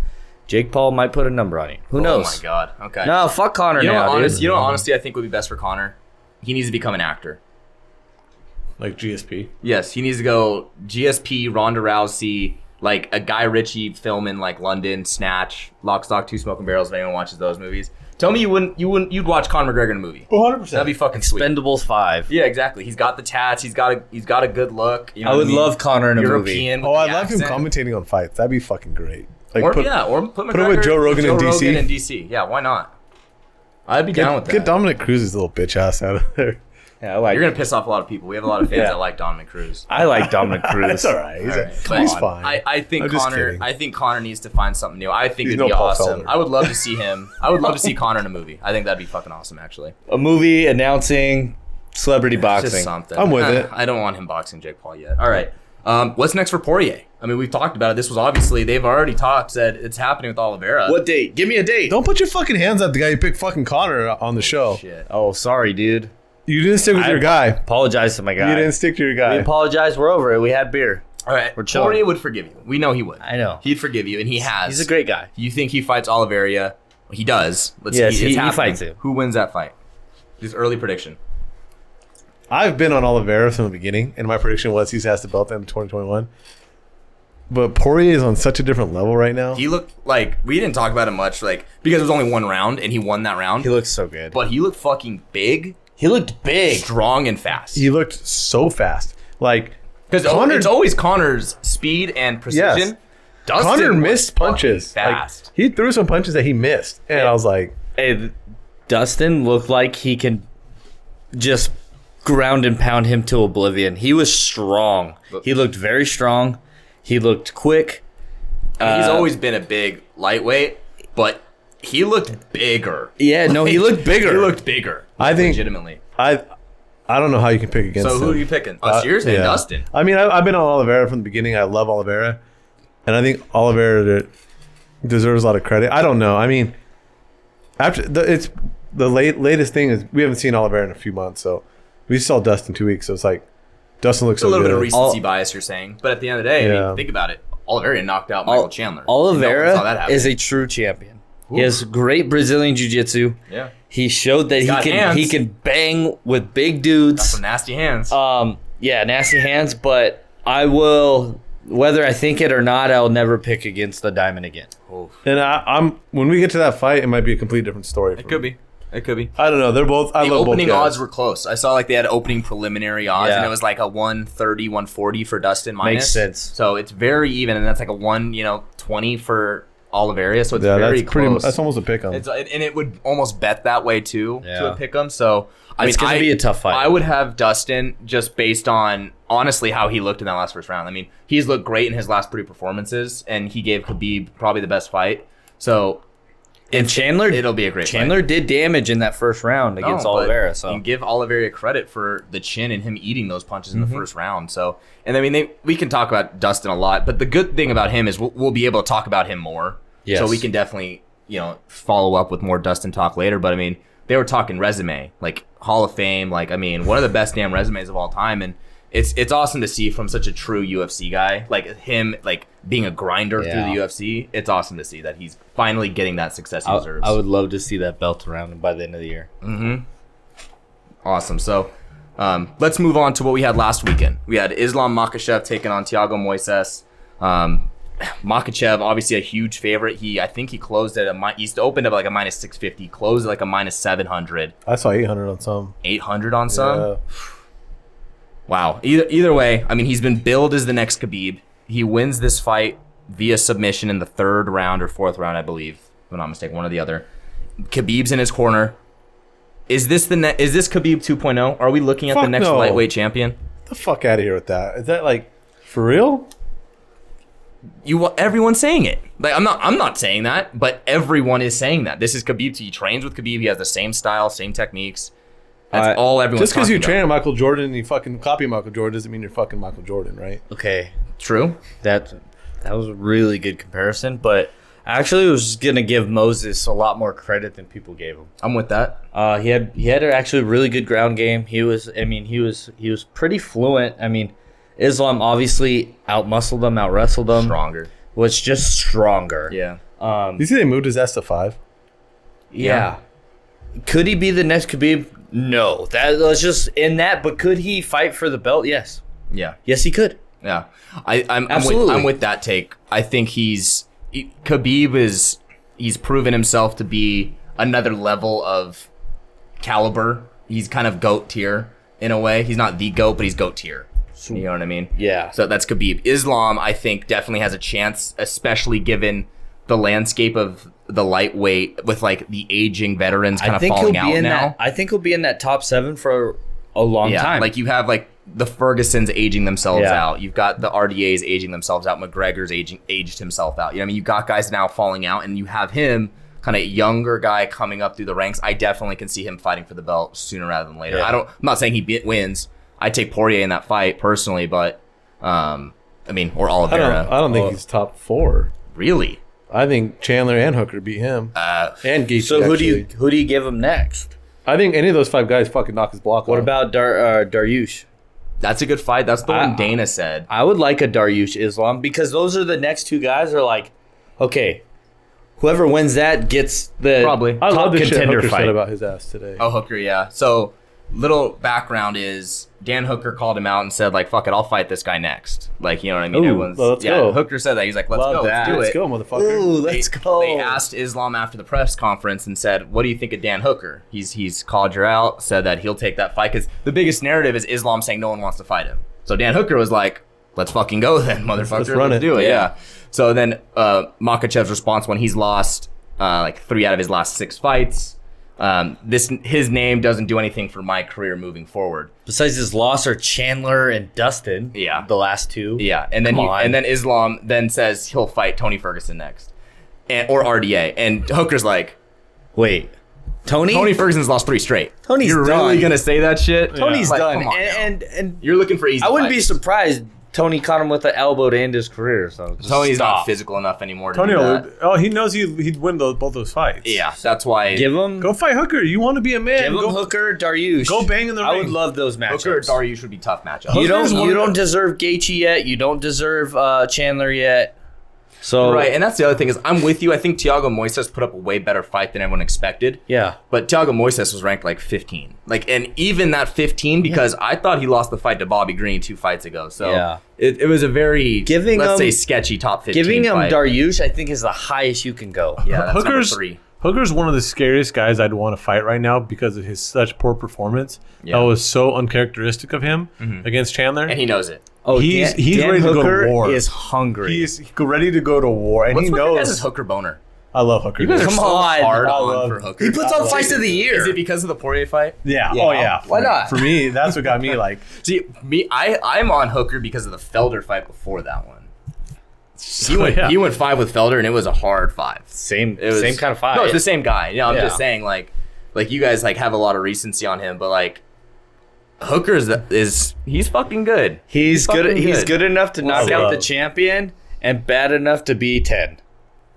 [SPEAKER 2] Jake Paul might put a number on you. Who knows?
[SPEAKER 5] Oh my god. Okay.
[SPEAKER 2] No, fuck Connor
[SPEAKER 5] You know,
[SPEAKER 2] now,
[SPEAKER 5] what, honest,
[SPEAKER 2] dude.
[SPEAKER 5] you know, what honestly, I think would be best for Connor. He needs to become an actor.
[SPEAKER 3] like GSP.
[SPEAKER 5] Yes, he needs to go GSP, Ronda Rousey, like a Guy Ritchie film in like London, Snatch, Lock, Stock, Two Smoking Barrels. If anyone watches those movies, tell me you wouldn't, you wouldn't, you'd watch Conor McGregor in a movie.
[SPEAKER 6] Oh.
[SPEAKER 3] 100.
[SPEAKER 5] That'd be fucking sweet.
[SPEAKER 2] Expendables Five.
[SPEAKER 5] yeah, exactly. He's got the tats. He's got a, he's got a good look. You know
[SPEAKER 2] I
[SPEAKER 5] what
[SPEAKER 2] would
[SPEAKER 5] mean?
[SPEAKER 2] love Connor in a movie.
[SPEAKER 5] European.
[SPEAKER 6] Oh,
[SPEAKER 5] with
[SPEAKER 6] I
[SPEAKER 5] the
[SPEAKER 6] love him
[SPEAKER 5] accent.
[SPEAKER 6] commentating on fights. That'd be fucking great. Like,
[SPEAKER 5] Or
[SPEAKER 6] put-
[SPEAKER 5] yeah, or put,
[SPEAKER 6] him with
[SPEAKER 5] McGregor-
[SPEAKER 6] Joe Rogan in DC.
[SPEAKER 5] Rogan in DC. Yeah, why not? I'd be down
[SPEAKER 6] get,
[SPEAKER 5] with that.
[SPEAKER 6] get Dominic Cruz's little bitch ass out of there. *laughs*
[SPEAKER 2] Yeah, I like.
[SPEAKER 5] You're gonna piss off a lot of people. We have a lot of fans
[SPEAKER 2] Yeah.
[SPEAKER 5] that like Dominic Cruz.
[SPEAKER 2] I
[SPEAKER 5] *laughs*
[SPEAKER 2] like Dominic Cruz.
[SPEAKER 6] It's all right. He's,
[SPEAKER 5] All
[SPEAKER 6] a-
[SPEAKER 5] right, but
[SPEAKER 6] he's fine.
[SPEAKER 5] I, I think
[SPEAKER 6] I'm just
[SPEAKER 5] Connor.
[SPEAKER 6] kidding.
[SPEAKER 5] I think Connor needs to find something new. I think
[SPEAKER 6] He's
[SPEAKER 5] it'd
[SPEAKER 6] no
[SPEAKER 5] be
[SPEAKER 6] Paul
[SPEAKER 5] awesome.
[SPEAKER 6] Felder.
[SPEAKER 5] I would love to see him. I would
[SPEAKER 6] *laughs*
[SPEAKER 5] love to see Connor in a movie. I think that'd be fucking awesome. Actually,
[SPEAKER 2] a movie announcing celebrity boxing.
[SPEAKER 5] just something.
[SPEAKER 6] I'm with it.
[SPEAKER 5] I don't want him boxing Jake Paul yet. All right. Um, what's next for Poirier? I mean, we've talked about it. This was obviously they've already talked said it's happening with Oliveira.
[SPEAKER 2] What date? Give me a date.
[SPEAKER 6] Don't put your fucking hands up the guy you picked fucking Connor on the show.
[SPEAKER 5] Shit.
[SPEAKER 2] Oh, sorry, dude.
[SPEAKER 6] You didn't stick with
[SPEAKER 2] I-
[SPEAKER 6] your guy.
[SPEAKER 2] Apologize to my guy.
[SPEAKER 6] You didn't stick to your
[SPEAKER 2] we
[SPEAKER 6] guy.
[SPEAKER 2] apologize. We're over it. We had beer.
[SPEAKER 5] All right.
[SPEAKER 2] We're chilling.
[SPEAKER 5] Poirier would forgive you. We know he would.
[SPEAKER 2] I know.
[SPEAKER 5] He'd forgive you, and he has.
[SPEAKER 2] He's a great guy.
[SPEAKER 5] You think he fights Oliveira? He does. Let's
[SPEAKER 2] Yes,
[SPEAKER 5] it's
[SPEAKER 2] he- he
[SPEAKER 5] happening.
[SPEAKER 2] fights him.
[SPEAKER 5] Who wins that fight? This early prediction.
[SPEAKER 6] I've been on Oliveira from the beginning, and my prediction was he's has to belt them 2021. But Poirier is on such a different level right now.
[SPEAKER 5] He looked like we didn't talk about him much, like because it was only one round and he won that round.
[SPEAKER 2] He looks so good.
[SPEAKER 5] but he looked fucking big,
[SPEAKER 2] He looked big.
[SPEAKER 5] strong, and fast.
[SPEAKER 6] He looked so fast. Like
[SPEAKER 5] Because
[SPEAKER 6] Connor-
[SPEAKER 5] it's always Connor's speed and precision. Dustin
[SPEAKER 6] Connor
[SPEAKER 5] was
[SPEAKER 6] missed
[SPEAKER 5] fucking
[SPEAKER 6] punches. Like,
[SPEAKER 5] fast.
[SPEAKER 6] he threw some punches that he missed, and I was like,
[SPEAKER 2] Hey, th- Dustin looked like he can just ground and pound him to oblivion. He was strong. He looked very strong. He looked quick.
[SPEAKER 5] He's
[SPEAKER 2] Uh,
[SPEAKER 5] always been a big lightweight, but he looked bigger.
[SPEAKER 2] Yeah, no,
[SPEAKER 5] *laughs*
[SPEAKER 2] he looked bigger.
[SPEAKER 5] He looked bigger.
[SPEAKER 6] I think-
[SPEAKER 5] legitimately.
[SPEAKER 6] I, I don't know how you can pick against.
[SPEAKER 5] So who
[SPEAKER 6] him. Uh,
[SPEAKER 5] are you
[SPEAKER 2] Uh,
[SPEAKER 5] picking? Us, yours, and
[SPEAKER 6] Yeah.
[SPEAKER 5] Dustin.
[SPEAKER 6] I mean, I, I've been on Oliveira from the beginning. I love Oliveira, and I think Oliveira de- deserves a lot of credit. I don't know. I mean, after the, it's the late latest thing is we haven't seen Oliveira in a few months, so we saw Dustin two weeks. So it's like Dustin looks
[SPEAKER 5] It's a
[SPEAKER 6] so
[SPEAKER 5] little bit of
[SPEAKER 6] good.
[SPEAKER 5] recency
[SPEAKER 2] All-
[SPEAKER 5] bias, you're saying, but at the end of the day, I
[SPEAKER 6] Yeah.
[SPEAKER 5] mean, think about it. Oliveira knocked out Michael
[SPEAKER 2] Ol-
[SPEAKER 5] Chandler.
[SPEAKER 2] Oliveira
[SPEAKER 5] No one saw that happen.
[SPEAKER 2] is a true champion. He has great Brazilian jiu-jitsu.
[SPEAKER 5] yeah.
[SPEAKER 2] He showed that he
[SPEAKER 5] got
[SPEAKER 2] can
[SPEAKER 5] hands.
[SPEAKER 2] he can bang with big dudes.
[SPEAKER 5] Some nasty hands.
[SPEAKER 2] Um, yeah, nasty hands, but I will, whether I think it or not, I'll never pick against the diamond again.
[SPEAKER 6] and I, I'm when we get to that fight, it might be a complete different story.
[SPEAKER 5] it could be. It could be.
[SPEAKER 6] I don't know. They're both. I
[SPEAKER 5] the
[SPEAKER 6] love
[SPEAKER 5] opening
[SPEAKER 6] both guys.
[SPEAKER 5] odds were close. I saw like they had opening preliminary odds,
[SPEAKER 2] Yeah.
[SPEAKER 5] and it was like a 130, 140 for Dustin minus.
[SPEAKER 2] sense.
[SPEAKER 5] So it's very even, and that's like a one, you know, twenty for Oliveria. So it's
[SPEAKER 6] yeah,
[SPEAKER 5] very
[SPEAKER 6] that's pretty.
[SPEAKER 5] close.
[SPEAKER 6] That's almost a pick on.
[SPEAKER 5] it's, and it would almost bet that way too to
[SPEAKER 2] Yeah.
[SPEAKER 5] a pick 'em. So I
[SPEAKER 2] It's
[SPEAKER 5] mean,
[SPEAKER 2] gonna
[SPEAKER 5] I-
[SPEAKER 2] be a tough fight.
[SPEAKER 5] I would have Dustin just based on honestly how he looked in that last first round. I mean, he's looked great in his last three performances, and he gave Khabib probably the best fight. So
[SPEAKER 2] And Chandler,
[SPEAKER 5] it'll be a great fight.
[SPEAKER 2] Chandler did damage in that first round against
[SPEAKER 5] No, but
[SPEAKER 2] Oliveira. So
[SPEAKER 5] and give Oliveira credit for the chin and him eating those punches
[SPEAKER 2] Mm-hmm.
[SPEAKER 5] in the first round. So, and I mean, they, we can talk about Dustin a lot, but the good thing about him is we'll, we'll be able to talk about him more.
[SPEAKER 2] Yes.
[SPEAKER 5] So we can definitely, you know, follow up with more Dustin talk later. But I mean, they were talking resume, like Hall of Fame, like I mean, one of the best damn resumes of all time, and. It's, it's awesome to see from such a true UFC guy like him like being a grinder
[SPEAKER 2] Yeah.
[SPEAKER 5] through the UFC. It's awesome to see that he's finally getting that success he
[SPEAKER 2] I,
[SPEAKER 5] deserves. Mm.
[SPEAKER 2] I would love to see that belt around him by the end of the year.
[SPEAKER 5] Awesome. So um, let's move on to what we had last weekend. We had Islam Makachev taking on Tiago Moises. Um, Makachev, obviously a huge favorite. He, I think he closed at a mi- he's opened up like a minus 650, closed at like a minus 700,
[SPEAKER 6] I saw 800 on some.
[SPEAKER 5] 800 on some.
[SPEAKER 6] Yeah.
[SPEAKER 5] Wow. Either either way, I mean, he's been billed as the next Khabib. He wins this fight via submission in the third round or fourth round, I believe, if I'm not mistaken, one or the other. Khabib's in his corner. Is this the ne- is this Khabib 2.0? Are we looking at the
[SPEAKER 6] Fuck
[SPEAKER 5] next
[SPEAKER 6] no.
[SPEAKER 5] lightweight champion?
[SPEAKER 6] the fuck out of here with that. Is that like for real?
[SPEAKER 5] You wa- everyone's saying it. Like I'm not I'm not saying that, but everyone is saying that. This is Khabib. He trains with Khabib. He has the same style, same techniques. That's
[SPEAKER 2] I-
[SPEAKER 5] all everyone's
[SPEAKER 6] Just because you
[SPEAKER 5] talking
[SPEAKER 6] train
[SPEAKER 5] about.
[SPEAKER 6] Michael Jordan and you fucking copy Michael Jordan doesn't mean you're fucking Michael Jordan, right?
[SPEAKER 2] Okay,
[SPEAKER 5] True.
[SPEAKER 2] that that was a really good comparison, but I actually was gonna give Moses a lot more credit than people gave him.
[SPEAKER 5] I'm with that.
[SPEAKER 2] Uh, he had he had an actually really good ground game. He was I mean he was he was pretty fluent. I mean, Islam obviously outmuscled him, out wrestled him,
[SPEAKER 5] Stronger.
[SPEAKER 2] was just stronger.
[SPEAKER 5] Yeah.
[SPEAKER 2] Um,
[SPEAKER 3] Mm.
[SPEAKER 6] You see, they moved his S to five.
[SPEAKER 2] yeah. Could he be the next Khabib? No. That let's just end that. But could he fight for the belt? Yes.
[SPEAKER 5] Yeah.
[SPEAKER 2] Yes, he could.
[SPEAKER 5] Yeah, I, I'm I'm with,
[SPEAKER 2] Absolutely.
[SPEAKER 5] I'm with that take. I think he's he- Khabib is he's proven himself to be another level of caliber. He's kind of goat tier in a way. He's not the goat, but he's goat tier. You know what I mean?
[SPEAKER 2] Yeah.
[SPEAKER 5] So that's Khabib. Islam, I think, definitely has a chance, especially given the landscape of the lightweight with like the aging veterans kind
[SPEAKER 2] I
[SPEAKER 5] of
[SPEAKER 2] think he'll
[SPEAKER 5] falling out
[SPEAKER 2] be in
[SPEAKER 5] now.
[SPEAKER 2] that. I think he'll be in that top seven for a long
[SPEAKER 5] yeah,
[SPEAKER 2] time.
[SPEAKER 5] like you have like the Fergusons aging themselves
[SPEAKER 2] Yeah.
[SPEAKER 5] out. You've got the RDAs aging themselves out. McGregor's aging aged himself out. You know, what I mean, you got guys now falling out, and you have him kind of younger guy coming up through the ranks. I definitely can see him fighting for the belt sooner rather than later.
[SPEAKER 2] Yeah.
[SPEAKER 5] I don't. I'm not saying he be- wins. I take Poirier in that fight personally, but um, I mean, or
[SPEAKER 6] I don't.
[SPEAKER 5] Oliveira.
[SPEAKER 6] I don't think he's top four.
[SPEAKER 5] really?
[SPEAKER 6] I think Chandler and Hooker beat him.
[SPEAKER 5] Uh,
[SPEAKER 6] and Gaethje.
[SPEAKER 2] so who do you
[SPEAKER 6] actually.
[SPEAKER 2] who do you give him next?
[SPEAKER 6] I think any of those five guys fucking knock his block.
[SPEAKER 2] What
[SPEAKER 6] off.
[SPEAKER 2] about Dar, uh, Daryush?
[SPEAKER 5] that's a good fight. That's the
[SPEAKER 2] I-
[SPEAKER 6] Uh-huh.
[SPEAKER 5] one Dana said.
[SPEAKER 2] I would like a Daryush Islam because those are the next two guys are like, okay, whoever wins that gets the
[SPEAKER 5] Probably.
[SPEAKER 6] I
[SPEAKER 2] top
[SPEAKER 6] love the shit
[SPEAKER 2] contender
[SPEAKER 6] Hooker
[SPEAKER 2] fight.
[SPEAKER 6] said about his ass today.
[SPEAKER 5] Oh, Hooker, yeah. So, little background is Dan Hooker called him out and said, like, fuck it, I'll fight this guy next. Like, you know what I mean?
[SPEAKER 6] Ooh,
[SPEAKER 5] Everyone's-
[SPEAKER 6] well, let's
[SPEAKER 5] yeah,
[SPEAKER 6] go.
[SPEAKER 5] Hooker said that. He's like, let's
[SPEAKER 2] Love
[SPEAKER 5] go, let's
[SPEAKER 2] that.
[SPEAKER 5] do
[SPEAKER 6] Let's
[SPEAKER 5] it.
[SPEAKER 6] go, motherfucker.
[SPEAKER 2] Ooh, let's
[SPEAKER 5] They-
[SPEAKER 2] go.
[SPEAKER 5] They asked Islam after the press conference and said, "What do you think of Dan Hooker? He's he's called you out, said that he'll take that fight because the biggest narrative is Islam saying no one wants to fight him. So Dan Hooker was like, "Let's fucking go then, *laughs* motherfucker. Let's,
[SPEAKER 6] run it."
[SPEAKER 5] do it." Yeah. So then uh, Makachev's response when he's lost uh, like three out of his last six fights. Um, this his name doesn't do anything for my career moving forward.
[SPEAKER 2] Besides his loss are Chandler and Dustin.
[SPEAKER 5] Yeah.
[SPEAKER 2] the last two.
[SPEAKER 5] Yeah, and then
[SPEAKER 2] Come
[SPEAKER 5] he,
[SPEAKER 2] on.
[SPEAKER 5] and then Islam then says he'll fight Tony Ferguson next, and or RDA, and Hooker's like,
[SPEAKER 2] Wait, Tony.
[SPEAKER 5] Tony Ferguson's lost three straight.
[SPEAKER 2] Tony's
[SPEAKER 5] You're
[SPEAKER 2] done.
[SPEAKER 5] really gonna say that shit?
[SPEAKER 2] Tony's
[SPEAKER 5] Like,
[SPEAKER 2] done,
[SPEAKER 5] come on now.
[SPEAKER 2] and, and and
[SPEAKER 5] you're looking for easy.
[SPEAKER 2] I wouldn't be
[SPEAKER 5] fights.
[SPEAKER 2] surprised. Tony caught him with the elbow to end his career. So just
[SPEAKER 5] Tony's
[SPEAKER 2] stop.
[SPEAKER 5] not physical enough anymore. To
[SPEAKER 3] Tony,
[SPEAKER 5] Tony, do that.
[SPEAKER 3] will- oh, he knows he, he'd win those, both those fights.
[SPEAKER 5] yeah, that's why.
[SPEAKER 2] Give him,
[SPEAKER 3] Go fight Hooker. You want to be a man.
[SPEAKER 2] give him
[SPEAKER 3] go,
[SPEAKER 2] Hooker, Daryush.
[SPEAKER 3] go bang in the
[SPEAKER 2] I
[SPEAKER 3] ring.
[SPEAKER 2] would love those matchups.
[SPEAKER 5] Hooker or Dariush would be tough matchup.
[SPEAKER 2] you don't
[SPEAKER 3] Hooker's one
[SPEAKER 2] you
[SPEAKER 3] of
[SPEAKER 2] don't
[SPEAKER 3] the-
[SPEAKER 2] deserve Gaethje yet. You don't deserve uh, Chandler yet. So
[SPEAKER 5] Right, and that's the other thing is I'm with you. I think Tiago Moises put up a way better fight than everyone expected.
[SPEAKER 2] yeah,
[SPEAKER 5] But Tiago Moises was ranked like 15. Like, and even that 15 because I thought he lost the fight to Bobby Green two fights ago. So
[SPEAKER 2] Yeah.
[SPEAKER 5] it, it was a very
[SPEAKER 2] Giving
[SPEAKER 5] let's
[SPEAKER 2] him-
[SPEAKER 5] say sketchy top 15.
[SPEAKER 2] giving him
[SPEAKER 5] fight.
[SPEAKER 2] Daryush, I think, is the highest you can go.
[SPEAKER 5] *laughs* Yeah, that's number
[SPEAKER 3] Hooker's-
[SPEAKER 5] three.
[SPEAKER 3] Hooker's one of the scariest guys I'd want to fight right now because of his such poor performance.
[SPEAKER 5] Yeah.
[SPEAKER 3] That was so uncharacteristic of him
[SPEAKER 6] Mm-hmm.
[SPEAKER 3] against Chandler.
[SPEAKER 5] and he knows it.
[SPEAKER 2] Oh,
[SPEAKER 3] He's- he's ready to go to war.
[SPEAKER 2] Is hungry.
[SPEAKER 3] He's ready to go to war, and
[SPEAKER 5] What's
[SPEAKER 3] he
[SPEAKER 5] with your guys'
[SPEAKER 3] knows.
[SPEAKER 5] Hooker boner?
[SPEAKER 3] I love Hooker.
[SPEAKER 5] guys
[SPEAKER 2] Come
[SPEAKER 5] are so
[SPEAKER 2] on.
[SPEAKER 5] hard
[SPEAKER 2] I
[SPEAKER 5] on
[SPEAKER 3] love-
[SPEAKER 5] for Hooker.
[SPEAKER 2] he puts on fights of the year.
[SPEAKER 5] Is it because of the Poirier fight?
[SPEAKER 3] yeah. Oh yeah.
[SPEAKER 2] Why not?
[SPEAKER 3] For me, that's what got me like.
[SPEAKER 5] See, me, I, I'm on Hooker because of the Felder fight before that one.
[SPEAKER 2] *laughs*
[SPEAKER 5] He went,
[SPEAKER 3] yeah.
[SPEAKER 5] he went five with Felder, and it was a hard five.
[SPEAKER 2] same
[SPEAKER 5] It was,
[SPEAKER 2] same kind of fight.
[SPEAKER 5] No, it's the same guy. You know, I'm
[SPEAKER 2] Yeah.
[SPEAKER 5] just saying, like, like you guys like have a lot of recency on him, but like, Hooker is, is he's fucking good.
[SPEAKER 2] He's good.
[SPEAKER 5] fucking
[SPEAKER 2] He's
[SPEAKER 5] good.
[SPEAKER 2] good enough to knock out
[SPEAKER 3] love.
[SPEAKER 2] the champion and bad enough to be ten.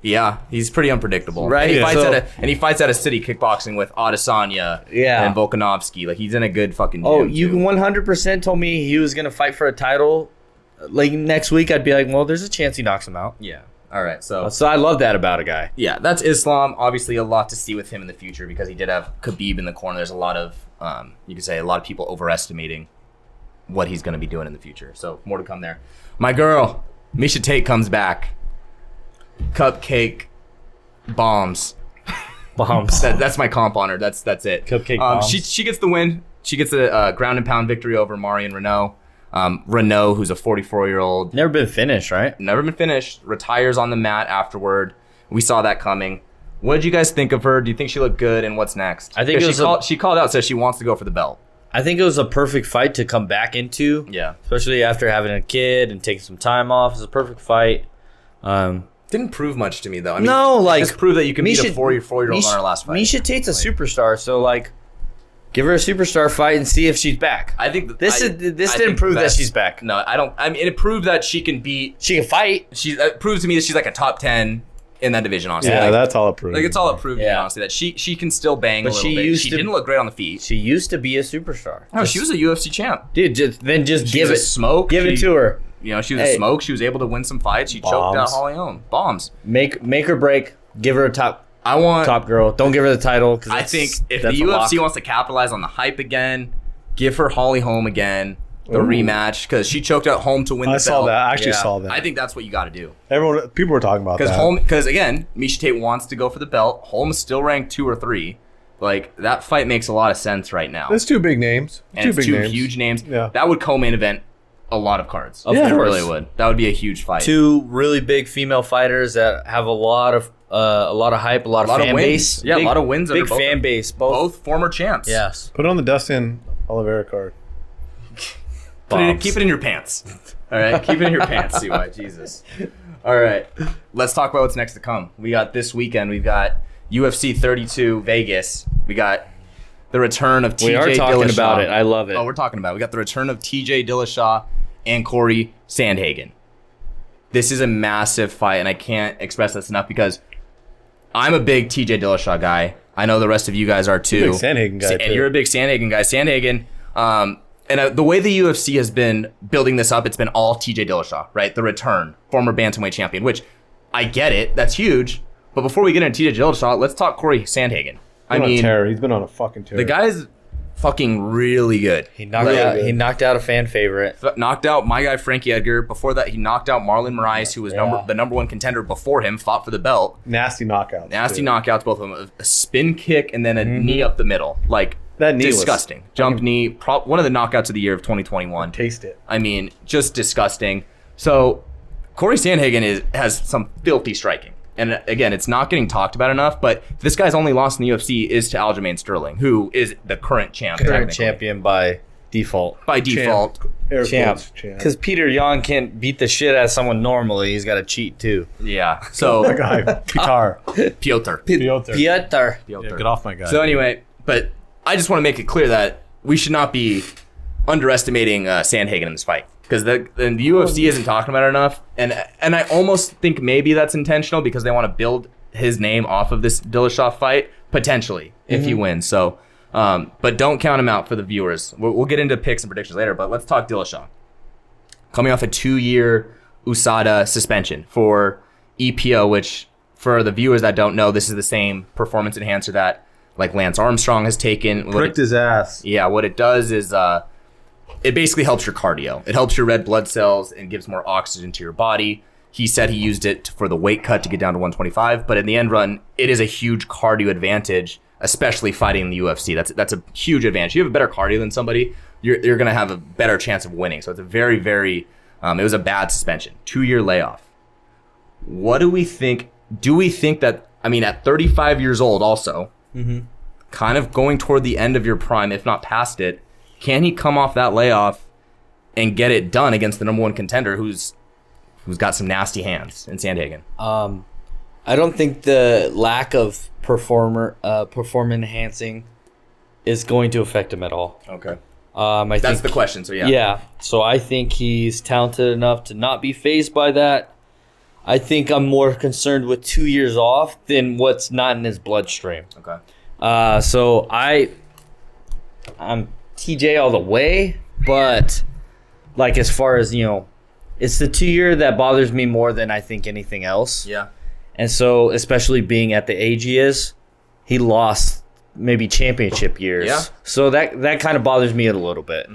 [SPEAKER 5] Yeah, he's pretty unpredictable.
[SPEAKER 2] Right,
[SPEAKER 5] And he
[SPEAKER 2] yeah.
[SPEAKER 5] fights
[SPEAKER 2] so-
[SPEAKER 5] at a and he fights at a city kickboxing with Adesanya.
[SPEAKER 2] Yeah.
[SPEAKER 5] And Volkanovski. Like he's in a good fucking.
[SPEAKER 2] Oh,
[SPEAKER 5] gym,
[SPEAKER 2] you
[SPEAKER 5] too.
[SPEAKER 2] 100% told me he was going to fight for a title. Like next week, I'd be like, well, there's a chance he knocks him out.
[SPEAKER 5] Yeah. All right. So
[SPEAKER 2] So I love that about a guy.
[SPEAKER 5] yeah, that's Islam. Obviously, a lot to see with him in the future because he did have Khabib in the corner. There's a lot of, um, you could say, a lot of people overestimating what he's going to be doing in the future. So more to come there. My girl, Misha Tate comes back. Cupcake bombs.
[SPEAKER 2] *laughs* Bombs.
[SPEAKER 5] That, that's my comp on her. That's that's it.
[SPEAKER 2] Cupcake
[SPEAKER 5] Um,
[SPEAKER 2] bombs.
[SPEAKER 5] she she gets the win. She gets a, uh ground and pound victory over Marion Renault. Um, Renault, who's a 44 year old
[SPEAKER 2] Never been finished, right?
[SPEAKER 5] never been finished, retires on the mat afterward. We saw that coming. What did you guys think of her? Do you think she looked good? And what's next?
[SPEAKER 2] I think
[SPEAKER 5] 'Cause
[SPEAKER 2] it
[SPEAKER 5] she
[SPEAKER 2] was a-
[SPEAKER 5] called, she called out says she wants to go for the belt.
[SPEAKER 2] I think it was a perfect fight to come back into.
[SPEAKER 5] Yeah.
[SPEAKER 2] Especially after having a kid and taking some time off. It's a perfect fight. Um,
[SPEAKER 5] Didn't prove much to me though. I mean,
[SPEAKER 2] no, like
[SPEAKER 5] just prove that you can beat a
[SPEAKER 2] Misha-
[SPEAKER 5] four year four year old on
[SPEAKER 2] Misha-
[SPEAKER 5] her last fight.
[SPEAKER 2] Misha Tate's a superstar, so like, give her a superstar fight and see if she's back.
[SPEAKER 5] I think th-
[SPEAKER 2] This
[SPEAKER 5] I-
[SPEAKER 2] is- this
[SPEAKER 5] I
[SPEAKER 2] didn't
[SPEAKER 5] think
[SPEAKER 2] prove that
[SPEAKER 5] that's-
[SPEAKER 2] she's back.
[SPEAKER 5] No, I don't. I mean, it proved that she can beat.
[SPEAKER 2] she can fight.
[SPEAKER 5] She it proves to me that she's like a top ten in that division. Honestly,
[SPEAKER 6] Yeah,
[SPEAKER 5] like,
[SPEAKER 6] that's all it proved.
[SPEAKER 5] like it's all it proved to me.
[SPEAKER 2] Yeah.
[SPEAKER 5] Honestly, that she she can still bang.
[SPEAKER 2] But
[SPEAKER 5] a little
[SPEAKER 2] she
[SPEAKER 5] bit.
[SPEAKER 2] used
[SPEAKER 5] she
[SPEAKER 2] to-
[SPEAKER 5] didn't look great on the feet.
[SPEAKER 2] She used to be a superstar.
[SPEAKER 5] No, she was a UFC champ.
[SPEAKER 2] dude. Just, then just
[SPEAKER 5] She
[SPEAKER 2] give
[SPEAKER 5] was
[SPEAKER 2] it
[SPEAKER 5] a smoke.
[SPEAKER 2] Give it
[SPEAKER 5] She-
[SPEAKER 2] to her.
[SPEAKER 5] You know, she was
[SPEAKER 2] Hey.
[SPEAKER 5] a smoke. She was able to win some fights. She choked out
[SPEAKER 6] Bombs.
[SPEAKER 5] Holly Holm. Bombs.
[SPEAKER 2] Make make her break. Give her a top
[SPEAKER 5] I want.
[SPEAKER 2] top girl. Don't give her the title. 'cause
[SPEAKER 5] I
[SPEAKER 2] that's-
[SPEAKER 5] think if the
[SPEAKER 2] that's a
[SPEAKER 5] UFC
[SPEAKER 2] lock.
[SPEAKER 5] wants to capitalize on the hype again, give her Holly Holm again the rematch because she choked out Holm to win the
[SPEAKER 6] I saw
[SPEAKER 5] belt.
[SPEAKER 6] that. I actually
[SPEAKER 2] Yeah.
[SPEAKER 6] saw that.
[SPEAKER 5] I think that's what you got to do
[SPEAKER 6] Everyone, people were talking about
[SPEAKER 5] because
[SPEAKER 6] that.
[SPEAKER 5] Holm because again, Misha Tate wants to go for the belt. Holm is still ranked two or three. Like that fight makes a lot of sense right now.
[SPEAKER 6] That's two big names.
[SPEAKER 5] and
[SPEAKER 6] two
[SPEAKER 5] it's
[SPEAKER 6] big
[SPEAKER 5] two
[SPEAKER 6] names.
[SPEAKER 5] huge names.
[SPEAKER 6] Yeah.
[SPEAKER 5] That would co-main event a lot of cards.
[SPEAKER 2] Of
[SPEAKER 5] It
[SPEAKER 2] course.
[SPEAKER 5] really would. That would be a huge fight.
[SPEAKER 2] two really big female fighters that have a lot of uh, a lot of hype, a lot,
[SPEAKER 5] a lot
[SPEAKER 2] of fan
[SPEAKER 5] of wins.
[SPEAKER 2] base.
[SPEAKER 5] Yeah,
[SPEAKER 2] Big-
[SPEAKER 5] a lot of wins. under
[SPEAKER 2] Big
[SPEAKER 5] both-
[SPEAKER 2] fan base. Both.
[SPEAKER 5] Both former champs.
[SPEAKER 2] Yes.
[SPEAKER 6] Put on the Dustin Oliveira card.
[SPEAKER 5] Put it,
[SPEAKER 2] Bombs.
[SPEAKER 5] keep it in your pants. All right, keep it in your pants, *laughs* CY. Jesus. All right, let's talk about what's next to come. We got this weekend. We've got UFC 32 Vegas. We got the return of TJ.
[SPEAKER 2] We are talking
[SPEAKER 5] Dillashaw.
[SPEAKER 2] about it. I love it.
[SPEAKER 5] Oh, we're talking about. It. We got the return of TJ Dillashaw and Corey Sandhagen. This is a massive fight, and I can't express this enough because I'm a big TJ Dillashaw guy. I know the rest of you guys are too.
[SPEAKER 6] Big Sandhagen guy,
[SPEAKER 5] Sa-
[SPEAKER 6] too.
[SPEAKER 5] And you're a big Sandhagen guy. Sandhagen, um, and uh, the way the UFC has been building this up, it's been all TJ Dillashaw, right? The return, former bantamweight champion, which I get it. That's huge. But before we get into TJ Dillashaw, let's talk Corey Sandhagen. I
[SPEAKER 6] He's been on
[SPEAKER 5] mean,
[SPEAKER 6] terror. He's been on a fucking tear.
[SPEAKER 5] the guy's fucking really good.
[SPEAKER 2] He knocked
[SPEAKER 5] Like,
[SPEAKER 2] out. He knocked out a fan favorite.
[SPEAKER 5] th- knocked out my guy Frankie Edgar. Before that, he knocked out Marlon Moraes, who was number the number one contender before him, fought for the belt.
[SPEAKER 6] nasty knockout.
[SPEAKER 5] Nasty
[SPEAKER 6] Dude.
[SPEAKER 5] knockouts, both of them. A spin kick and then a knee up the middle. Like
[SPEAKER 6] That knee was-
[SPEAKER 5] disgusting. Jump knee, prop, one of the knockouts of the year of 2021.
[SPEAKER 6] Taste it.
[SPEAKER 5] I mean, just disgusting. So Corey Sandhagen is has some filthy striking. And uh, again, it's not getting talked about enough, but this guy's only loss in the UFC is to Aljamain Sterling, who is the current champ.
[SPEAKER 2] Current
[SPEAKER 5] technically.
[SPEAKER 2] champion by default.
[SPEAKER 5] By default.
[SPEAKER 6] Air
[SPEAKER 2] Champ.
[SPEAKER 6] quotes, champ.
[SPEAKER 2] Because Peter Yan can't beat the shit out of someone normally. He's got to cheat too.
[SPEAKER 5] Yeah. So
[SPEAKER 6] *laughs* Guy, Pitar.
[SPEAKER 5] Piotr.
[SPEAKER 3] Piotr.
[SPEAKER 2] Piotr.
[SPEAKER 5] Piotr.
[SPEAKER 3] Get off my guy.
[SPEAKER 5] So anyway, but I just want to make it clear that we should not be underestimating uh, Sandhagen in this fight because the, and the UFC isn't talking about it enough, and and I almost think maybe that's intentional because they want to build his name off of this Dillashaw fight potentially if he wins. So, um, but don't count him out for the viewers. We'll, we'll get into picks and predictions later, but let's talk Dillashaw coming off a two-year USADA suspension for EPO, which for the viewers that don't know, this is the same performance enhancer that like Lance Armstrong has taken. What it-
[SPEAKER 6] Pricked his ass.
[SPEAKER 5] yeah, what it does is uh, it basically helps your cardio. It helps your red blood cells and gives more oxygen to your body. He said he used it for the weight cut to get down to 125, but in the end run, it is a huge cardio advantage, especially fighting in the UFC. That's that's a huge advantage. You have a better cardio than somebody, you're you're gonna have a better chance of winning. So it's a very very um, it was a bad suspension, two year layoff. What do we think? Do we think that I mean at 35 years old also, kind of going toward the end of your prime, if not past it, can he come off that layoff and get it done against the number one contender who's who's got some nasty hands in Sandhagen?
[SPEAKER 2] Um, I don't think the lack of performer uh, perform enhancing is going to affect him at all.
[SPEAKER 5] Okay.
[SPEAKER 2] Um, I
[SPEAKER 5] That's
[SPEAKER 2] think
[SPEAKER 5] the question. So yeah.
[SPEAKER 2] Yeah. So I think he's talented enough to not be phased by that. I think I'm more concerned with two years off than what's not in his bloodstream.
[SPEAKER 5] Okay.
[SPEAKER 2] Uh, so I, I'm TJ all the way, but like as far as you know, it's the two year that bothers me more than I think anything else.
[SPEAKER 5] Yeah.
[SPEAKER 2] And so, especially being at the age he is, he lost maybe championship years.
[SPEAKER 5] Yeah. Mm-hmm.
[SPEAKER 2] So that that kind of bothers me a little bit.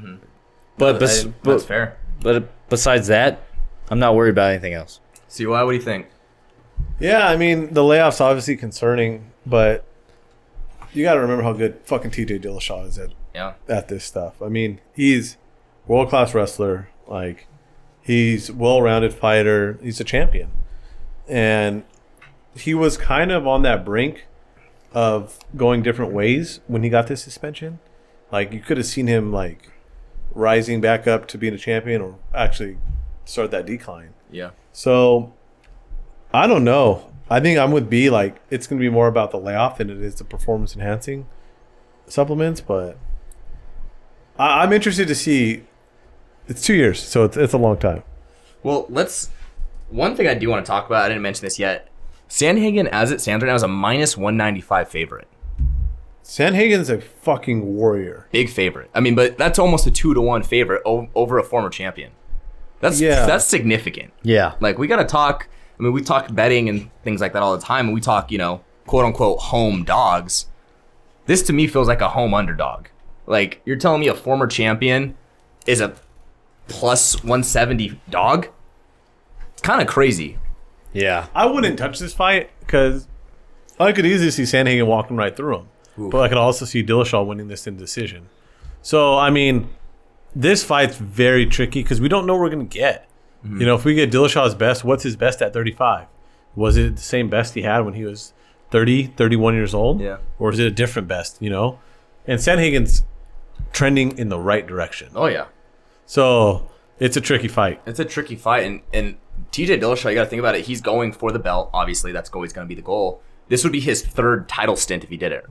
[SPEAKER 2] But bes-
[SPEAKER 5] I-
[SPEAKER 2] but
[SPEAKER 5] that's fair.
[SPEAKER 2] but besides that, I'm not worried about anything else.
[SPEAKER 5] See why? What do you think?
[SPEAKER 6] Yeah, I mean the layoffs obviously concerning, but you got to remember how good fucking TJ Dillashaw is at
[SPEAKER 5] Yeah.
[SPEAKER 6] at this stuff. I mean, he's world class wrestler. Like, he's well rounded fighter. He's a champion, and
[SPEAKER 3] he was kind of on that brink of going different ways when he got this suspension. Like you could have seen him like rising back up to being a champion or actually start that decline.
[SPEAKER 5] Yeah.
[SPEAKER 3] So I don't know. I think I'm with B. Like it's going to be more about the layoff than it is the performance enhancing supplements. But I- I'm interested to see. It's two years, so it's, it's a long time.
[SPEAKER 5] Well, let's. One thing I do want to talk about, I didn't mention this yet. Sandhagen, as it stands right now, is a minus 195 favorite.
[SPEAKER 3] Sanhagen's a fucking warrior.
[SPEAKER 5] Big favorite. I mean, but that's almost a two to one favorite o- over a former champion. That's
[SPEAKER 3] Yeah.
[SPEAKER 5] that's significant.
[SPEAKER 2] Yeah.
[SPEAKER 5] Like we gotta talk. I mean, we talk betting and things like that all the time, and we talk, you know, quote unquote home dogs. This to me feels like a home underdog. Like you're telling me a former champion is a plus 170 dog. It's kind of crazy.
[SPEAKER 2] Yeah.
[SPEAKER 3] I wouldn't touch this fight because I could easily see Sanhagen walking right through him, but I could also see Dillashaw winning this in decision. So I mean, this fight's very tricky because we don't know what we're gonna get.
[SPEAKER 5] Mm-hmm.
[SPEAKER 3] You know, if we get Dillashaw's best, what's his best at 35? Was it the same best he had when he was 30, 31 years old?
[SPEAKER 5] Yeah.
[SPEAKER 3] Or is it a different best? You know, and Sanhagen's trending in the right direction.
[SPEAKER 5] Oh yeah,
[SPEAKER 3] So it's a tricky fight.
[SPEAKER 5] it's a tricky fight, and and TJ Dillashaw, you gotta think about it. He's going for the belt. Obviously, that's always gonna be the goal. This would be his third title stint if he did it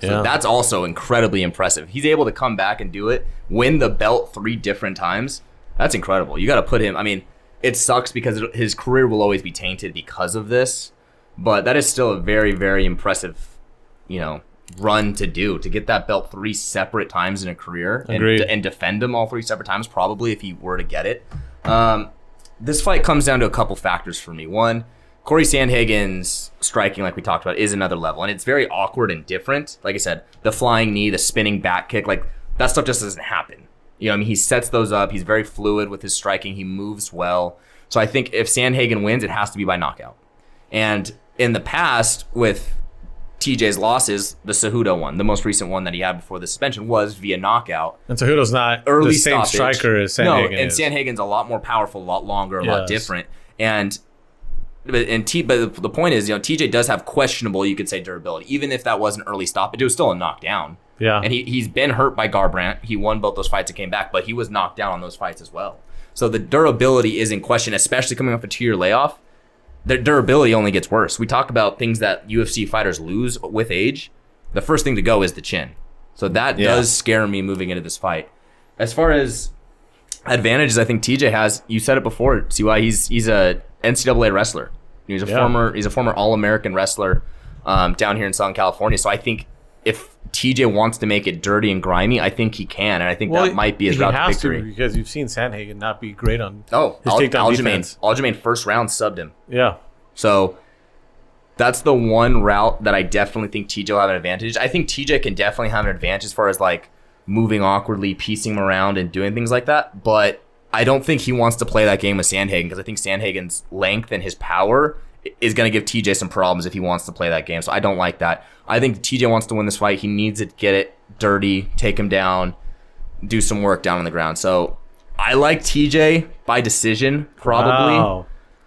[SPEAKER 5] So that's also incredibly impressive. He's able to come back and do it, win the belt three different times. That's incredible. You got to put him. I mean, it sucks because it- his career will always be tainted because of this, but that is still a very, very impressive, you know, run to do to get that belt three separate times in a career and,
[SPEAKER 3] Agreed.
[SPEAKER 5] and defend them all three separate times. Probably if he were to get it. Um, this fight comes down to a couple factors for me. One, Corey Sandhagen's striking, like we talked about, is another level, and it's very awkward and different. Like I said, the flying knee, the spinning back kick, like that stuff just doesn't happen. You know, what I mean, he sets those up. He's very fluid with his striking. He moves well. So I think if Sandhagen wins, it has to be by knockout. And in the past, with TJ's losses, the Cejudo one, the most recent one that he had before the suspension, was via knockout
[SPEAKER 3] And Cejudo's not
[SPEAKER 5] early
[SPEAKER 3] the same
[SPEAKER 5] stoppage.
[SPEAKER 3] striker as Sanhagen.
[SPEAKER 5] No, and
[SPEAKER 3] is.
[SPEAKER 5] Sanhagen's a lot more powerful, a lot longer, a lot
[SPEAKER 3] Yes.
[SPEAKER 5] different. And but and T but the point is, you know, TJ does have questionable, you could say, durability. Even if that was an early stop, it was still a knockdown.
[SPEAKER 3] Yeah.
[SPEAKER 5] And he he's been hurt by Garbrandt. He won both those fights and came back, but he was knocked down on those fights as well. So the durability is in question, especially coming off a two year layoff. Their durability only gets worse. We talk about things that UFC fighters lose with age. The first thing to go is the chin. So that does scare me moving into this fight. As far as advantages I think TJ has. You said it before, See why He's he's a NCAA wrestler. He's a former he's a former All American wrestler um, down here in Southern California. So I think if TJ wants to make it dirty and grimy, I think he can, and I think that might be his
[SPEAKER 3] he
[SPEAKER 5] route to
[SPEAKER 3] has
[SPEAKER 5] victory.
[SPEAKER 3] To because you've seen Sanhagen not be great on.
[SPEAKER 5] Oh,
[SPEAKER 3] His
[SPEAKER 5] Al-
[SPEAKER 3] takedown
[SPEAKER 5] Aljamain,
[SPEAKER 3] defense.
[SPEAKER 5] Aljamain first round subbed him.
[SPEAKER 3] Yeah,
[SPEAKER 5] So that's the one route that I definitely think TJ will have an advantage. I think TJ can definitely have an advantage as far as like moving awkwardly, piecing him around, and doing things like that. But I don't think he wants to play that game with Sandhagen because I think Sandhagen's length and his power i- is going to give TJ some problems if he wants to play that game. So I don't like that. I think TJ wants to win this fight. He needs to get it dirty, take him down, do some work down on the ground. So I like TJ by decision, probably.
[SPEAKER 3] Wow.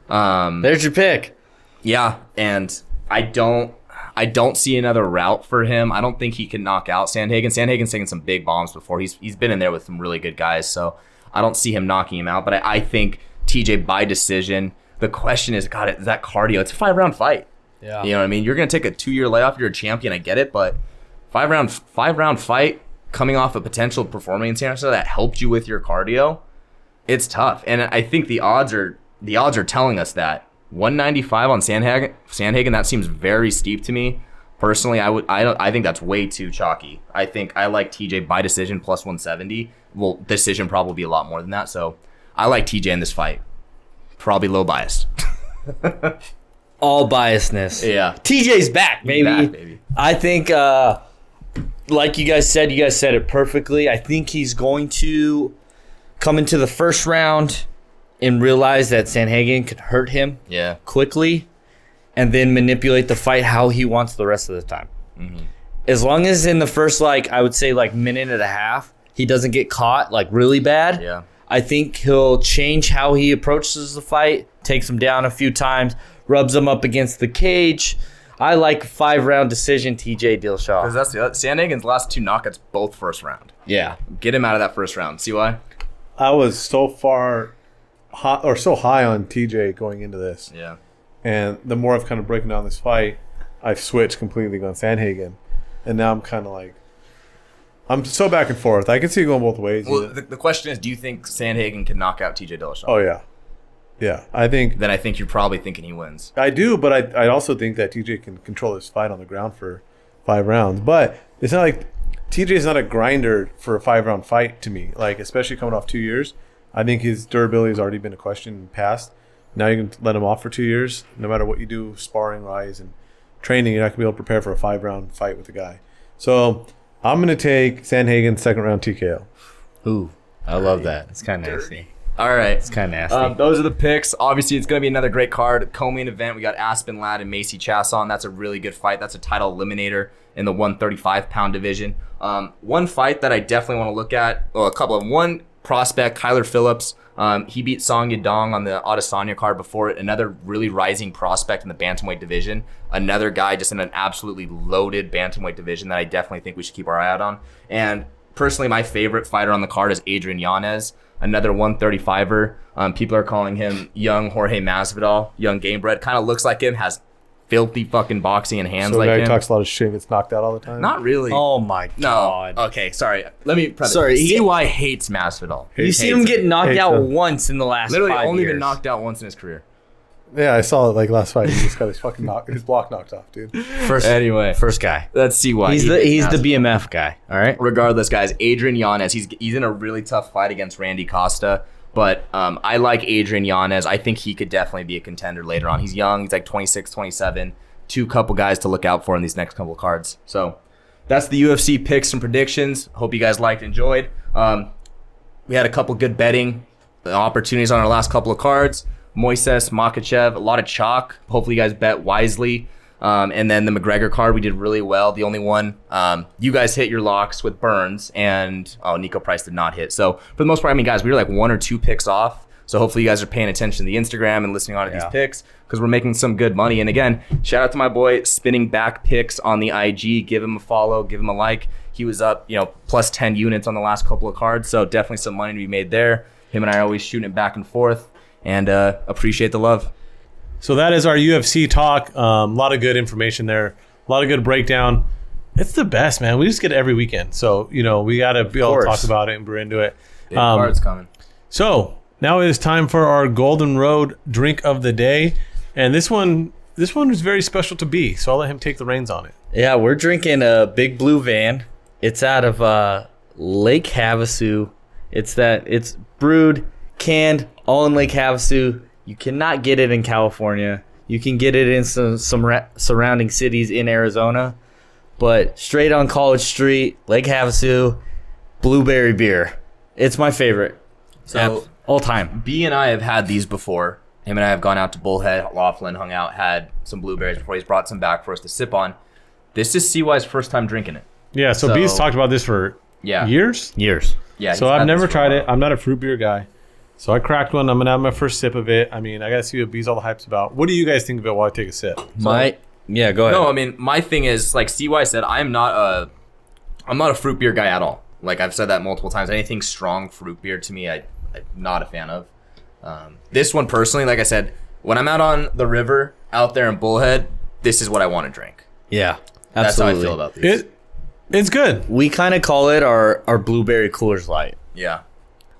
[SPEAKER 5] Um,
[SPEAKER 2] Mm. There's your pick.
[SPEAKER 5] yeah, and I don't I don't see another route for him. I don't think he can knock out Sandhagen. Sandhagen's taken some big bombs before. He's he's been in there with some really good guys, so I don't see him knocking him out. But I, I think TJ by decision. The question is, God, is that cardio? It's a five round fight.
[SPEAKER 2] Yeah.
[SPEAKER 5] You know what I mean? You're gonna take a two year layoff. You're a champion. I get it, but five round five round fight coming off a potential performance enhancer that helped you with your cardio. It's tough, and I think the odds are the odds are telling us that 195 on Sandhagen. Sandhagen that seems very steep to me. Personally, I would I don't I think that's way too chalky. I think I like TJ by decision plus 170. Well, decision probably be a lot more than that. So I like TJ in this fight. Probably low biased. *laughs*
[SPEAKER 2] All biasness.
[SPEAKER 5] Yeah.
[SPEAKER 2] TJ's back, baby.
[SPEAKER 5] back, baby.
[SPEAKER 2] I think, uh, like you guys said, you guys said it perfectly. I think he's going to come into the first round and realize that Sanhagen could hurt him
[SPEAKER 5] Yeah.
[SPEAKER 2] quickly and then manipulate the fight how he wants the rest of the time. As long as in the first, like, I would say, like, minute and a half, he doesn't get caught, like, really bad.
[SPEAKER 5] Yeah.
[SPEAKER 2] I think he'll change how he approaches the fight, takes him down a few times, rubs him up against the cage. I like five round decision, TJ Dillashaw.
[SPEAKER 5] Because that's the other, Sandhagen's last two knockouts, both first round.
[SPEAKER 2] Yeah.
[SPEAKER 5] Get him out of that first round. See why?
[SPEAKER 6] I was so far hot or so high on TJ going into this.
[SPEAKER 5] Yeah.
[SPEAKER 6] And the more I've kind of broken down this fight, I've switched completely on Sandhagen. And now I'm kind of like, I'm so back and forth. I can see it going both ways.
[SPEAKER 5] Well, the, the question is, do you think Sandhagen can knock out TJ Dillashaw?
[SPEAKER 6] oh, yeah. Yeah. I think
[SPEAKER 5] Then I think you're probably thinking he wins.
[SPEAKER 6] I do, but I, I also think that TJ can control this fight on the ground for five rounds. But it's not like TJ is not a grinder for a five round fight to me. Like especially coming off two years, I think his durability has already been a question in the past. Now you can let him off for two years, no matter what you do, sparring wise and training, you're not gonna be able to prepare for a five round fight with a guy. So I'm gonna take Sanhagen second round TKO.
[SPEAKER 2] Ooh. I love that. It's kind of nasty.
[SPEAKER 5] All right.
[SPEAKER 2] It's kind of nasty.
[SPEAKER 5] Um, those are the picks. Obviously, it's going to be another great card. Co-main event, we got Aspen Ladd and Macy Chasson. That's a really good fight. That's a title eliminator in the 135-pound division. Um, one fight that I definitely want to look at, well, a couple of them. One prospect, Kyler Phillips. Um, he beat Song Yadong on the Adesanya card before it. Another really rising prospect in the bantamweight division. Another guy just in an absolutely loaded bantamweight division that I definitely think we should keep our eye out on. And personally, my favorite fighter on the card is Adrian Yanez, another 135er. Um, people are calling him young Jorge Masvidal, young game bred. Kind of looks like him, has filthy fucking boxing and hands
[SPEAKER 6] So the
[SPEAKER 5] like
[SPEAKER 6] guy
[SPEAKER 5] him.
[SPEAKER 6] talks a lot of shit, gets knocked out all the time.
[SPEAKER 5] Not really.
[SPEAKER 2] oh my
[SPEAKER 5] no.
[SPEAKER 2] god.
[SPEAKER 5] Okay, sorry. Let me. Preface.
[SPEAKER 2] Sorry, he-
[SPEAKER 5] CY hates Masvidal.
[SPEAKER 2] you
[SPEAKER 5] Hates
[SPEAKER 2] see him get knocked
[SPEAKER 6] Hates
[SPEAKER 2] out
[SPEAKER 6] him.
[SPEAKER 2] once in the last
[SPEAKER 5] Literally
[SPEAKER 2] five
[SPEAKER 5] only
[SPEAKER 2] years.
[SPEAKER 5] been knocked out once in his career.
[SPEAKER 6] yeah, I saw it like last fight. He just got his fucking knock, his block knocked off, dude.
[SPEAKER 2] first
[SPEAKER 5] Anyway,
[SPEAKER 2] first guy.
[SPEAKER 5] that's CY.
[SPEAKER 2] He's
[SPEAKER 5] He
[SPEAKER 2] the
[SPEAKER 5] hates
[SPEAKER 2] he's the
[SPEAKER 5] Masvidal.
[SPEAKER 2] BMF guy. All right.
[SPEAKER 5] regardless, guys, Adrian Yanez, he's he's in a really tough fight against Randy Costa. But um, I like Adrian Yanez. I think he could definitely be a contender later on. He's young. He's like 26, 27. Two couple guys to look out for in these next couple of cards. So that's the UFC picks and predictions. Hope you guys liked, enjoyed. Um, we had a couple good betting uh, opportunities on our last couple of cards. Moises, Makachev, a lot of chalk. Hopefully, you guys bet wisely. Um, and then the McGregor card, we did really well. The only one um, you guys hit your locks with Burns, and oh, Nico Price did not hit. So for the most part, I mean, guys, we were like one or two picks off. So hopefully, you guys are paying attention to the Instagram and listening on to
[SPEAKER 2] Yeah.
[SPEAKER 5] these picks because we're making some good money. And again, shout out to my boy Spinning Back Picks on the IG. Give him a follow, give him a like. He was up, you know, plus 10 units on the last couple of cards. So definitely some money to be made there. Him and I are always shooting it back and forth and uh, appreciate the love.
[SPEAKER 3] So that is our UFC talk. Um, A lot of good information there. A lot of good breakdown. It's the best, man. We just get it every weekend. So, you know, we got to be able to
[SPEAKER 2] course.
[SPEAKER 3] talk about it and we're into it.
[SPEAKER 5] Big
[SPEAKER 3] Um,
[SPEAKER 5] cards coming.
[SPEAKER 3] So now it is time for our Golden Road drink of the day. And this one, this one is very special to B. So I'll let him take the reins on it.
[SPEAKER 2] Yeah, we're drinking a big blue van. It's out of uh, Lake Havasu. It's that it's brewed, canned, all in Lake Havasu. You cannot get it in California. You can get it in some some ra- surrounding cities in Arizona, but straight on College Street, Lake Havasu, blueberry beer. It's my favorite.
[SPEAKER 5] So-
[SPEAKER 2] Ab- all time.
[SPEAKER 5] B and I have had these before. Him and I have gone out to Bullhead, Laughlin, hung out, had some blueberries before he's brought some back for us to sip on. This is CY's first time drinking it.
[SPEAKER 3] Yeah. So,
[SPEAKER 5] So-
[SPEAKER 3] B's talked about this for
[SPEAKER 5] Yeah.
[SPEAKER 3] years.
[SPEAKER 2] Years.
[SPEAKER 5] Yeah.
[SPEAKER 3] So
[SPEAKER 5] he's
[SPEAKER 3] I've
[SPEAKER 5] had this
[SPEAKER 3] never
[SPEAKER 5] for a
[SPEAKER 3] tried
[SPEAKER 5] while.
[SPEAKER 3] it. I'm not a fruit beer guy. So I cracked one. I'm gonna have my first sip of it. I mean, I gotta see what B's all the hype's about. What do you guys think of it while I take a sip?
[SPEAKER 5] Mm-hmm.
[SPEAKER 2] My yeah, go ahead.
[SPEAKER 5] No, I mean my thing is like CY said, I'm not a I'm not a fruit beer guy at all. Like I've said that multiple times. Anything strong fruit beer to me, I, I'm not a fan of. Um, this one personally, like I said, when I'm out on the river out there in Bullhead, this is what I want to drink.
[SPEAKER 2] yeah. Absolutely.
[SPEAKER 5] That's how I feel about these.
[SPEAKER 3] It, it's good.
[SPEAKER 2] we kind of call it our our blueberry Coors Light.
[SPEAKER 5] yeah,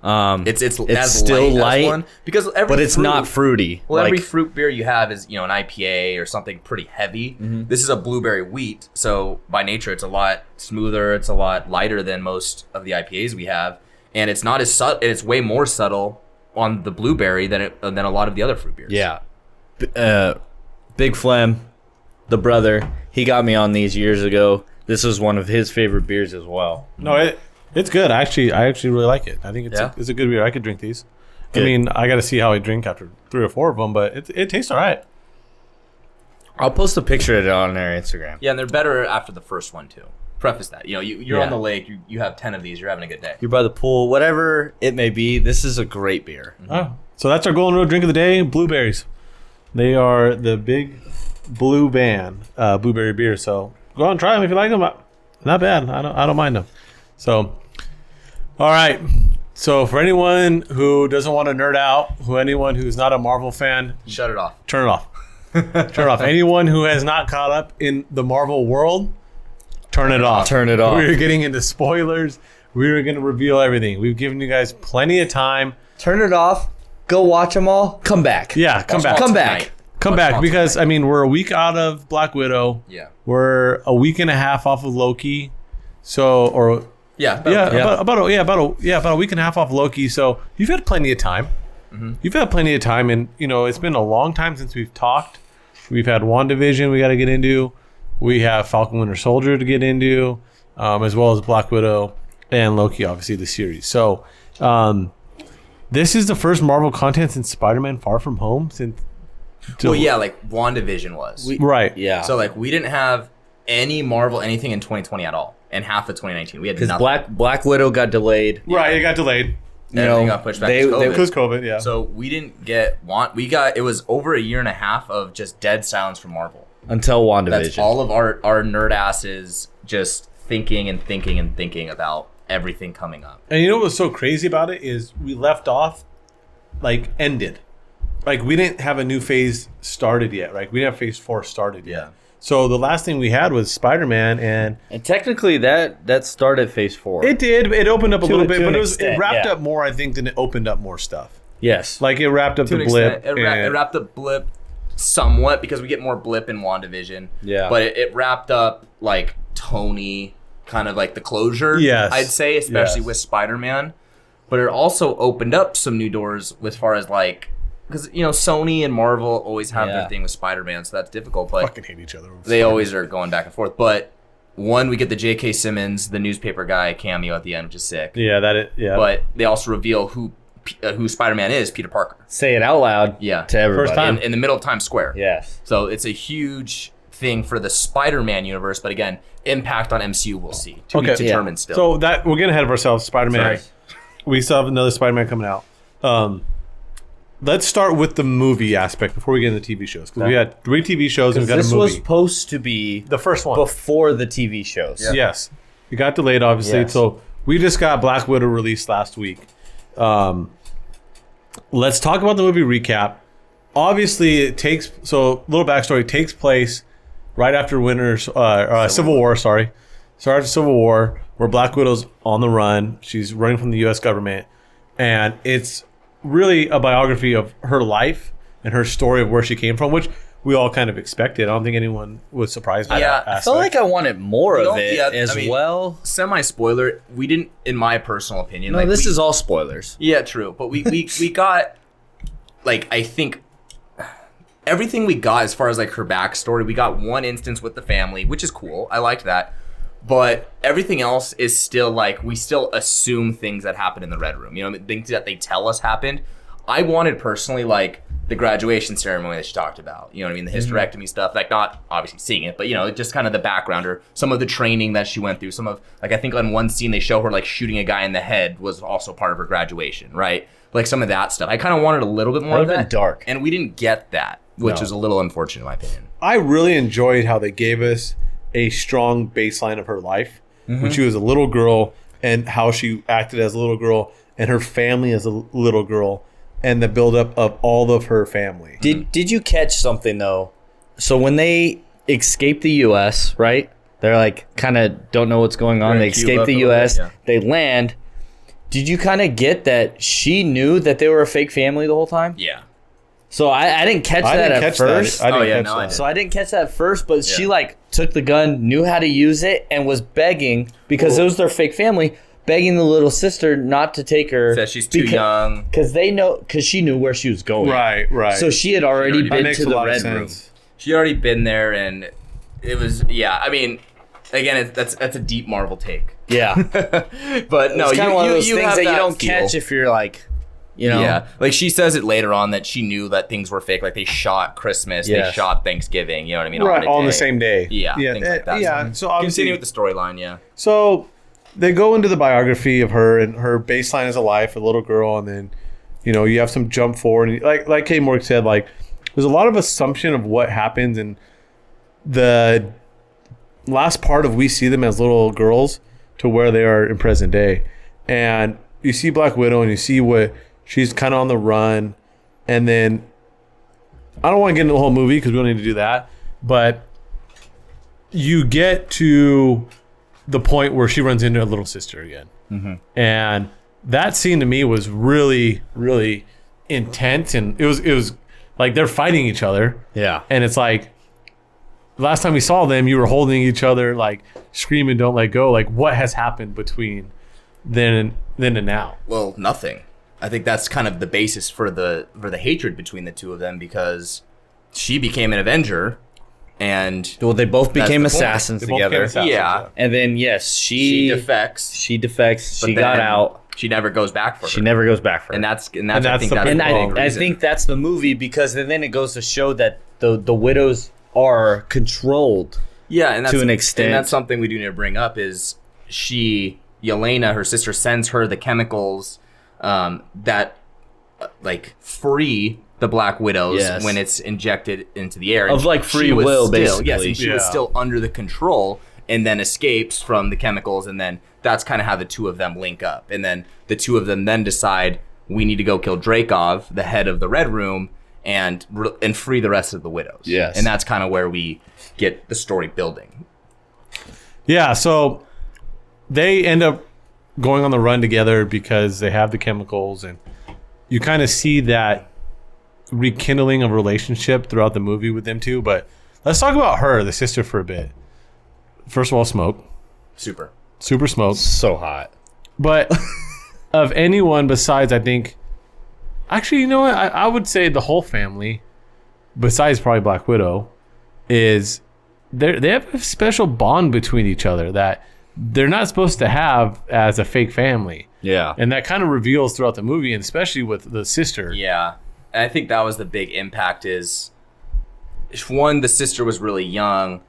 [SPEAKER 2] Um,
[SPEAKER 5] it's it's
[SPEAKER 2] It's
[SPEAKER 5] as
[SPEAKER 2] still
[SPEAKER 5] as
[SPEAKER 2] light,
[SPEAKER 5] one, because every
[SPEAKER 2] but it's
[SPEAKER 5] fruit-
[SPEAKER 2] not fruity.
[SPEAKER 5] Well, every
[SPEAKER 2] Like,
[SPEAKER 5] fruit beer you have is you know an IPA or something pretty heavy.
[SPEAKER 2] Mm-hmm.
[SPEAKER 5] This is a blueberry wheat, so by nature it's a lot smoother. It's a lot lighter than most of the IPAs we have, and it's not as subtle. It's way more subtle on the blueberry than it, than a lot of the other fruit beers.
[SPEAKER 2] yeah. B- uh, Big Flem, the brother, he got me on these years ago. This was one of his favorite beers as well.
[SPEAKER 3] No, it it's good. I actually I actually really like it. I think it's
[SPEAKER 5] Yeah?
[SPEAKER 3] a, it's a good beer. I could drink these.
[SPEAKER 2] Good.
[SPEAKER 3] I mean, I got to see how I drink after three or four of them, but it, it tastes all right.
[SPEAKER 2] I'll post a picture of it on our Instagram.
[SPEAKER 5] yeah, and they're better after the first one too. Preface that you know you, you're
[SPEAKER 2] Yeah.
[SPEAKER 5] on the lake, you, you have ten of these, you're having a good day.
[SPEAKER 2] You're by the pool, whatever it may be. This is a great beer.
[SPEAKER 3] Uh-huh. Oh. So that's our golden road drink of the day: blueberries. They are the big blue van, uh, blueberry beer. So go out and try them if you like them. Uh, Not bad. I don't. I don't mind them. So, all right. So for anyone who doesn't want to nerd out, who anyone who's not a Marvel fan,
[SPEAKER 5] Shut it off.
[SPEAKER 3] turn it off. turn it off. Anyone who has not caught up in the Marvel world, turn it off.
[SPEAKER 2] Turn it
[SPEAKER 3] *laughs*
[SPEAKER 2] off.
[SPEAKER 3] We are getting into spoilers. We are going to reveal everything. We've given you guys plenty of time.
[SPEAKER 2] Turn it off. Go watch them all. Come back.
[SPEAKER 3] Yeah, come back.
[SPEAKER 2] Come
[SPEAKER 5] Tonight.
[SPEAKER 2] back.
[SPEAKER 3] Come
[SPEAKER 5] Watch
[SPEAKER 3] back
[SPEAKER 5] Hawkeye.
[SPEAKER 3] because I mean we're a week out of Black Widow.
[SPEAKER 5] Yeah.
[SPEAKER 3] We're a week and a half off of Loki. So or
[SPEAKER 5] Yeah.
[SPEAKER 6] uh,
[SPEAKER 3] yeah,
[SPEAKER 2] Yeah.
[SPEAKER 3] About, about a, yeah, about a yeah, about a week and a half off Loki. So you've had plenty of time. You've had plenty of time, and you know it's been a long time since we've talked. We've had WandaVision we got to get into. We have Falcon Winter Soldier to get into, um, as well as Black Widow and Loki, obviously the series. So um, this is the first Marvel content since Spider-Man Far From Home since.
[SPEAKER 5] Well, yeah, like WandaVision was.
[SPEAKER 2] We-
[SPEAKER 3] Right.
[SPEAKER 2] Yeah.
[SPEAKER 5] so like we didn't have any Marvel anything in 2020 at all, and half of 2019 we had
[SPEAKER 2] Because
[SPEAKER 5] nothing.
[SPEAKER 2] Black Black Widow got delayed.
[SPEAKER 3] Right. It got delayed
[SPEAKER 2] You
[SPEAKER 5] Everything
[SPEAKER 2] know,
[SPEAKER 5] got pushed back
[SPEAKER 2] they-
[SPEAKER 5] 'cause
[SPEAKER 2] they-
[SPEAKER 5] COVID.
[SPEAKER 6] Because COVID, yeah.
[SPEAKER 5] So we didn't get want. We got it was over a year and a half of just dead silence from Marvel.
[SPEAKER 2] until
[SPEAKER 5] That's
[SPEAKER 2] WandaVision.
[SPEAKER 5] all of our our nerd asses just thinking and thinking and thinking about everything coming up.
[SPEAKER 3] And you know what was so crazy about it is we left off like ended. Like we didn't have a new phase started yet, right? We didn't have phase four started yet.
[SPEAKER 5] Yeah.
[SPEAKER 3] So the last thing we had was Spider Man and
[SPEAKER 2] And technically, that that started Phase Four.
[SPEAKER 3] it did it opened up a little
[SPEAKER 2] a-
[SPEAKER 3] bit,
[SPEAKER 2] to
[SPEAKER 3] but
[SPEAKER 2] an
[SPEAKER 3] it was it
[SPEAKER 2] extent,
[SPEAKER 3] wrapped
[SPEAKER 2] yeah.
[SPEAKER 3] up more I think than it opened up more stuff.
[SPEAKER 2] yes.
[SPEAKER 3] Like it wrapped up
[SPEAKER 5] To an
[SPEAKER 3] the blip.
[SPEAKER 5] extent, it, wra- it
[SPEAKER 3] and-
[SPEAKER 5] wrapped up blip somewhat because we get more blip in Wandavision.
[SPEAKER 2] Yeah.
[SPEAKER 5] but it, it wrapped up like Tony, kind of like the closure.
[SPEAKER 3] Yes.
[SPEAKER 5] I'd say, especially
[SPEAKER 3] Yes.
[SPEAKER 5] with Spider Man. But it also opened up some new doors as far as like, because you know Sony and Marvel always have
[SPEAKER 2] Yeah.
[SPEAKER 5] their thing with Spider Man, so that's difficult. But
[SPEAKER 3] fucking hate each other.
[SPEAKER 5] they always are going back and forth. But one, we get the J.K. Simmons, the newspaper guy cameo at the end, which is sick.
[SPEAKER 3] Yeah, that it yeah.
[SPEAKER 5] But they also reveal who P- uh, who Spider Man is, Peter Parker,
[SPEAKER 2] Say it out loud.
[SPEAKER 5] Yeah.
[SPEAKER 2] To everybody.
[SPEAKER 3] First time.
[SPEAKER 5] in, in the middle of Times Square.
[SPEAKER 2] Yes.
[SPEAKER 5] So it's a huge thing for the Spider-Man universe, but again, impact on MCU we'll see. To
[SPEAKER 3] Okay.
[SPEAKER 5] be determined still.
[SPEAKER 3] so Oh, that we're getting ahead of ourselves, Spider Man.
[SPEAKER 5] Sorry.
[SPEAKER 3] We still have another Spider Man coming out. Um Let's start with the movie aspect before we get into the TV shows. Because we had three TV shows and we got
[SPEAKER 2] This
[SPEAKER 3] a movie.
[SPEAKER 2] was supposed to be
[SPEAKER 3] The first one.
[SPEAKER 2] before the TV shows.
[SPEAKER 3] Yes. It got delayed, obviously.
[SPEAKER 2] Yes.
[SPEAKER 3] So we just got Black Widow released last week. Um, let's talk about the movie recap. Obviously, it takes so little backstory it takes place right after Winter uh, uh, Civil War. Sorry, so after Civil War, where Black Widow's on the run, she's running from the U.S. government, and it's really a biography of her life and her story of where she came from, which we all kind of expected. I don't think anyone was surprised by
[SPEAKER 5] Yeah,
[SPEAKER 3] that.
[SPEAKER 5] I
[SPEAKER 2] I felt
[SPEAKER 3] aspect.
[SPEAKER 2] like I wanted more
[SPEAKER 5] You
[SPEAKER 2] of
[SPEAKER 5] don't-
[SPEAKER 2] it
[SPEAKER 5] yeah,
[SPEAKER 2] as
[SPEAKER 5] I mean-
[SPEAKER 2] well.
[SPEAKER 5] semi spoiler, we didn't in my personal opinion.
[SPEAKER 2] No,
[SPEAKER 5] like,
[SPEAKER 2] this
[SPEAKER 5] we-
[SPEAKER 2] is all spoilers.
[SPEAKER 5] Yeah, true. But we, we we got like I think everything we got as far as like her backstory, we got one instance with the family, which is cool. I liked that. But everything else is still like we still assume things that happened in the red room. You know, I mean, things that they tell us happened. I wanted personally like the graduation ceremony that she talked about. You know what I mean? The
[SPEAKER 2] Mm-hmm.
[SPEAKER 5] hysterectomy stuff, like not obviously seeing it, but you know, just kind of the background or some of the training that she went through. Some of like I think on one scene they show her like shooting a guy in the head was also part of her graduation, right? Like some of that stuff. I kind of wanted a little bit more
[SPEAKER 2] That
[SPEAKER 5] of
[SPEAKER 2] would've
[SPEAKER 5] that.
[SPEAKER 2] been dark.
[SPEAKER 5] And we didn't get that, which
[SPEAKER 2] No.
[SPEAKER 5] is a little unfortunate in my opinion.
[SPEAKER 3] I really enjoyed how they gave us a strong baseline of her life
[SPEAKER 2] Mm-hmm.
[SPEAKER 3] when she was a little girl and how she acted as a little girl and her family as a l- little girl and the buildup of all of her family.
[SPEAKER 2] Did Did you catch something though? So when they escape the U.S., right? They're like kind of don't know what's going on.
[SPEAKER 5] They're
[SPEAKER 2] They
[SPEAKER 5] in Cuba
[SPEAKER 2] escape the
[SPEAKER 5] for a little
[SPEAKER 2] U.S.
[SPEAKER 5] bit, yeah.
[SPEAKER 2] They land. Did you kind of get that she knew that they were a fake family the whole time?
[SPEAKER 5] Yeah.
[SPEAKER 2] So I, I didn't catch
[SPEAKER 3] I
[SPEAKER 2] that
[SPEAKER 3] didn't
[SPEAKER 2] at
[SPEAKER 3] catch
[SPEAKER 2] first.
[SPEAKER 3] that. I
[SPEAKER 5] Oh,
[SPEAKER 3] didn't
[SPEAKER 5] yeah,
[SPEAKER 3] catch
[SPEAKER 5] no, I
[SPEAKER 3] that.
[SPEAKER 5] didn't.
[SPEAKER 2] So I didn't catch that at first, but she like took the gun, knew how to use it, and was begging because it was their fake family, begging the little sister not to take her.
[SPEAKER 5] Says she's too young.
[SPEAKER 2] Because they know, because she knew where she was going.
[SPEAKER 3] Right, right.
[SPEAKER 2] So she had already
[SPEAKER 5] That
[SPEAKER 2] been
[SPEAKER 3] makes
[SPEAKER 2] to
[SPEAKER 3] a
[SPEAKER 2] the
[SPEAKER 3] lot of
[SPEAKER 2] red room.
[SPEAKER 3] sense.
[SPEAKER 5] She'd already been there and it was yeah, I mean again, it, that's that's a deep Marvel take. *laughs*
[SPEAKER 2] Yeah.
[SPEAKER 5] but no,
[SPEAKER 2] it's
[SPEAKER 5] you,
[SPEAKER 2] kind of one
[SPEAKER 5] you,
[SPEAKER 2] of those
[SPEAKER 5] you
[SPEAKER 2] things
[SPEAKER 5] have
[SPEAKER 2] that you
[SPEAKER 5] that
[SPEAKER 2] don't
[SPEAKER 5] feel.
[SPEAKER 2] catch if you're like, you know.
[SPEAKER 5] Yeah, like she says it later on that she knew that things were fake. Like they shot Christmas, they
[SPEAKER 2] Yes.
[SPEAKER 5] shot Thanksgiving. You know what I mean?
[SPEAKER 3] Right,
[SPEAKER 5] a
[SPEAKER 3] all on the
[SPEAKER 5] day.
[SPEAKER 3] same day.
[SPEAKER 5] Yeah,
[SPEAKER 3] yeah,
[SPEAKER 5] things like
[SPEAKER 3] eh,
[SPEAKER 5] that.
[SPEAKER 2] Mm-hmm.
[SPEAKER 3] yeah. So obviously,
[SPEAKER 5] Continue with the storyline. Yeah,
[SPEAKER 3] So they go into the biography of her and her baseline as a life, a little girl, and then you know you have some jump forward, and like like Kay Mork said, like
[SPEAKER 6] there's a lot of assumption of what happens and the last part of we see them as little girls to where they are in present day and you see black widow and you see what she's kind of on the run and then i don't want to get into the whole movie because we don't need to do that but you get to the point where she runs into her little sister again and that scene to me was really really intense and it was it was like they're fighting each other
[SPEAKER 2] Yeah.
[SPEAKER 6] and it's like last time we saw them you were holding each other like screaming don't let go like what has happened between then and then and now
[SPEAKER 5] well nothing i think that's kind of the basis for the for the hatred between the two of them because she became an avenger and
[SPEAKER 2] Well, they both
[SPEAKER 5] That's
[SPEAKER 2] became
[SPEAKER 5] the point.
[SPEAKER 2] assassins
[SPEAKER 3] They both
[SPEAKER 2] together.
[SPEAKER 3] became assassins,
[SPEAKER 5] yeah
[SPEAKER 2] And then yes,
[SPEAKER 5] she
[SPEAKER 2] she she,
[SPEAKER 5] defects
[SPEAKER 2] defects.
[SPEAKER 5] but
[SPEAKER 2] She got
[SPEAKER 5] then
[SPEAKER 2] out.
[SPEAKER 5] she never goes back for
[SPEAKER 2] She
[SPEAKER 5] her.
[SPEAKER 2] never goes back for it.
[SPEAKER 5] and that's and that's,
[SPEAKER 3] And
[SPEAKER 5] I
[SPEAKER 3] that's
[SPEAKER 5] think
[SPEAKER 3] the
[SPEAKER 5] that's
[SPEAKER 2] and
[SPEAKER 5] the
[SPEAKER 2] I,
[SPEAKER 5] wrong
[SPEAKER 2] I
[SPEAKER 5] reason.
[SPEAKER 2] think that's the movie because then then it goes to show that the the widows are controlled.
[SPEAKER 5] Yeah, and that's,
[SPEAKER 2] an extent.
[SPEAKER 5] And that's something we do need to bring up is she, Yelena, her sister, sends her the chemicals um, that uh, like free the Black Widows
[SPEAKER 2] Yes.
[SPEAKER 5] when it's injected into the air.
[SPEAKER 2] Of,
[SPEAKER 5] And
[SPEAKER 2] like,
[SPEAKER 5] she
[SPEAKER 2] free
[SPEAKER 5] was
[SPEAKER 2] will,
[SPEAKER 5] still, Yes,
[SPEAKER 2] basically.
[SPEAKER 5] and she was
[SPEAKER 3] Yeah.
[SPEAKER 5] still under the control and then escapes from the chemicals. And then that's kind of how the two of them link up. And then the two of them then decide we need to go kill Drakov, the head of the Red Room. And re- and free the rest of the widows.
[SPEAKER 2] Yes.
[SPEAKER 5] and that's kind of where we get the story building.
[SPEAKER 6] yeah so they end up going on the run together because they have the chemicals and you kind of see that rekindling of relationship throughout the movie with them two but let's talk about her the sister for a bit first of all smoke
[SPEAKER 5] Super.
[SPEAKER 6] super smoke
[SPEAKER 2] So hot.
[SPEAKER 6] but *laughs* of anyone besides i think actually you know what I, I would say the whole family besides probably black widow is they they have a special bond between each other that they're not supposed to have as a fake family
[SPEAKER 2] Yeah.
[SPEAKER 6] and that kind of reveals throughout the movie and especially with the sister
[SPEAKER 5] Yeah. And I think that was the big impact is one, the sister was really young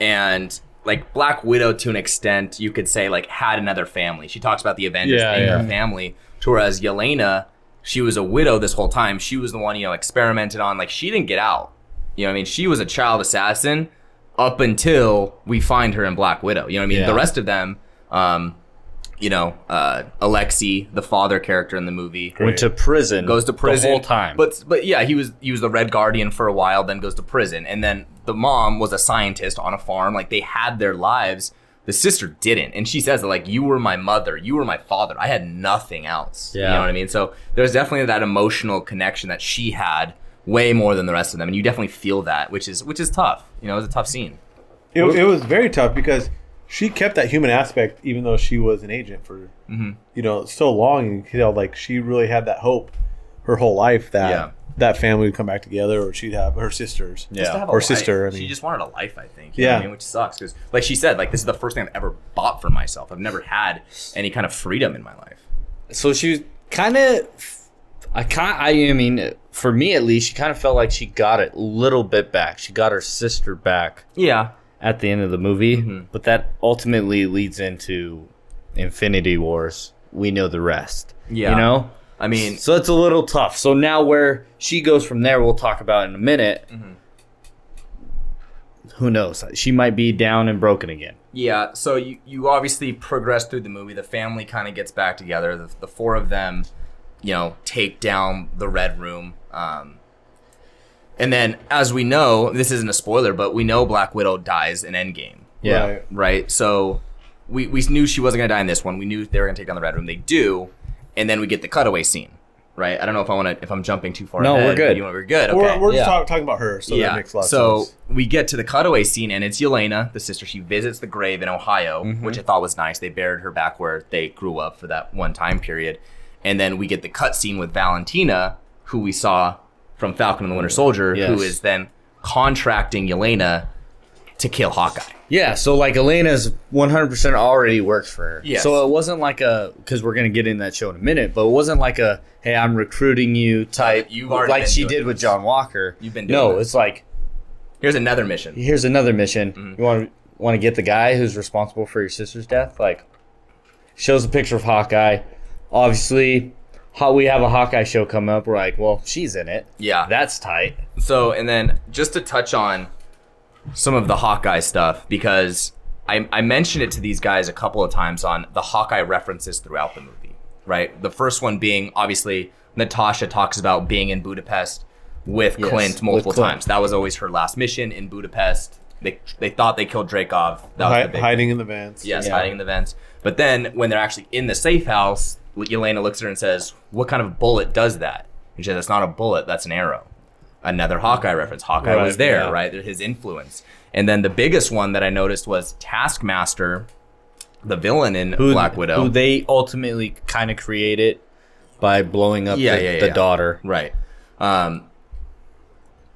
[SPEAKER 5] and like Black Widow to an extent, you could say like had another family. She talks about the Avengers
[SPEAKER 6] Yeah,
[SPEAKER 5] being
[SPEAKER 6] yeah.
[SPEAKER 5] her family. to Whereas Yelena, she was a widow this whole time. She was the one, you know, experimented on. Like she didn't get out. You know what I mean? She was a child assassin up until we find her in Black Widow. You know what I mean?
[SPEAKER 2] Yeah.
[SPEAKER 5] The rest of them, um, you know, uh, Alexi, the father character in the movie,
[SPEAKER 2] Went to prison.
[SPEAKER 5] goes to prison
[SPEAKER 2] the whole time.
[SPEAKER 5] But but yeah, he was he was the Red Guardian for a while, then goes to prison, and then the mom was a scientist on a farm. Like they had their lives. The sister didn't, and she says that like you were my mother, you were my father. I had nothing else. You
[SPEAKER 2] Yeah.
[SPEAKER 5] know what I mean? So there's definitely that emotional connection that she had way more than the rest of them, and you definitely feel that, which is which is tough. You know, it was a tough scene.
[SPEAKER 6] it, it was very tough because she kept that human aspect even though she was an agent for
[SPEAKER 2] Mm-hmm.
[SPEAKER 6] you know so long and you could tell like she really had that hope her whole life that
[SPEAKER 5] Yeah.
[SPEAKER 6] that family would come back together or she'd have her sisters
[SPEAKER 5] Just to have a
[SPEAKER 6] or
[SPEAKER 5] life.
[SPEAKER 6] sister I
[SPEAKER 5] She
[SPEAKER 6] mean.
[SPEAKER 5] just wanted a life, I think. You know
[SPEAKER 6] Yeah.
[SPEAKER 5] what I mean? Which sucks because, like she said, like this is the first thing I've ever bought for myself. I've never had any kind of freedom in my life.
[SPEAKER 2] so she was kind of i kind i mean for me at least she kind of felt like she got it a little bit back she got her sister back
[SPEAKER 5] Yeah.
[SPEAKER 2] at the end of the movie
[SPEAKER 5] Mm-hmm.
[SPEAKER 2] but that ultimately leads into infinity wars we know the rest
[SPEAKER 5] Yeah.
[SPEAKER 2] you know
[SPEAKER 5] I mean,
[SPEAKER 2] so it's a little tough so now where she goes from there we'll talk about in a minute
[SPEAKER 5] Mm-hmm.
[SPEAKER 2] who knows she might be down and broken again
[SPEAKER 5] yeah. So you, you obviously progress through the movie. The family kind of gets back together. The, the four of them, you know, take down the Red Room. Um, and then, as we know, this isn't a spoiler, but we know Black Widow dies in Endgame.
[SPEAKER 2] yeah
[SPEAKER 6] Right.
[SPEAKER 5] right? So we, we knew she wasn't gonna die in this one. We knew they were gonna take down the red room. They do, and then we get the cutaway scene, right? I don't know if I want to if I'm jumping too far.
[SPEAKER 2] No,
[SPEAKER 5] ahead,
[SPEAKER 2] we're good.
[SPEAKER 5] but You, we're good. Okay.
[SPEAKER 6] we're, we're
[SPEAKER 2] yeah.
[SPEAKER 6] just talk, talking about her so that
[SPEAKER 5] yeah.
[SPEAKER 6] makes a lot
[SPEAKER 5] so
[SPEAKER 6] of sense
[SPEAKER 5] we get to the cutaway scene, and it's Yelena, the sister. She visits the grave in Ohio,
[SPEAKER 6] Mm-hmm.
[SPEAKER 5] which I thought was nice. They buried her back where they grew up for that one time period, and then we get the cut scene with Valentina, who we saw from Falcon and the Winter Soldier,
[SPEAKER 2] Yes.
[SPEAKER 5] who is then contracting Yelena to kill Hawkeye.
[SPEAKER 2] Yeah, so like Elena's 100% already works for her.
[SPEAKER 5] Yes.
[SPEAKER 2] So it wasn't like a because we're gonna get in that show in a minute, but it wasn't like a hey I'm recruiting you type.
[SPEAKER 5] You've already
[SPEAKER 2] like
[SPEAKER 5] been
[SPEAKER 2] she
[SPEAKER 5] doing
[SPEAKER 2] did with
[SPEAKER 5] this.
[SPEAKER 2] John Walker.
[SPEAKER 5] You've been
[SPEAKER 2] no.
[SPEAKER 5] doing this.
[SPEAKER 2] It's like
[SPEAKER 5] Here's another mission.
[SPEAKER 2] here's another mission.
[SPEAKER 5] Mm-hmm.
[SPEAKER 2] You want to want to get the guy who's responsible for your sister's death? Like shows a picture of Hawkeye. Obviously, how we have a Hawkeye show come up. We're like, well, she's in it.
[SPEAKER 5] Yeah.
[SPEAKER 2] That's tight.
[SPEAKER 5] So, and then just to touch on some of the Hawkeye stuff, because I, I mentioned it to these guys a couple of times on the Hawkeye references throughout the movie, right? The first one being obviously Natasha talks about being in Budapest with
[SPEAKER 2] Yes,
[SPEAKER 5] Clint
[SPEAKER 2] with
[SPEAKER 5] multiple
[SPEAKER 2] Clint.
[SPEAKER 5] times. That was always her last mission in Budapest. They, they thought they killed Dracov. That was
[SPEAKER 6] Hi-
[SPEAKER 5] the big
[SPEAKER 6] hiding in the vans.
[SPEAKER 5] Yes,
[SPEAKER 2] Yeah.
[SPEAKER 5] hiding in the vents. But then when they're actually in the safe house, Elena looks at her and says, "What kind of bullet does that?" And she says, "It's not a bullet. That's an arrow." Another Hawkeye reference. Hawkeye was
[SPEAKER 6] Right,
[SPEAKER 5] there,
[SPEAKER 6] yeah.
[SPEAKER 5] right? His influence. And then the biggest one that I noticed was Taskmaster, the villain in Black Widow.
[SPEAKER 2] Who they ultimately kind of create it by blowing up
[SPEAKER 5] Yeah,
[SPEAKER 2] the,
[SPEAKER 5] yeah,
[SPEAKER 2] the
[SPEAKER 5] yeah.
[SPEAKER 2] daughter.
[SPEAKER 5] Right. Um,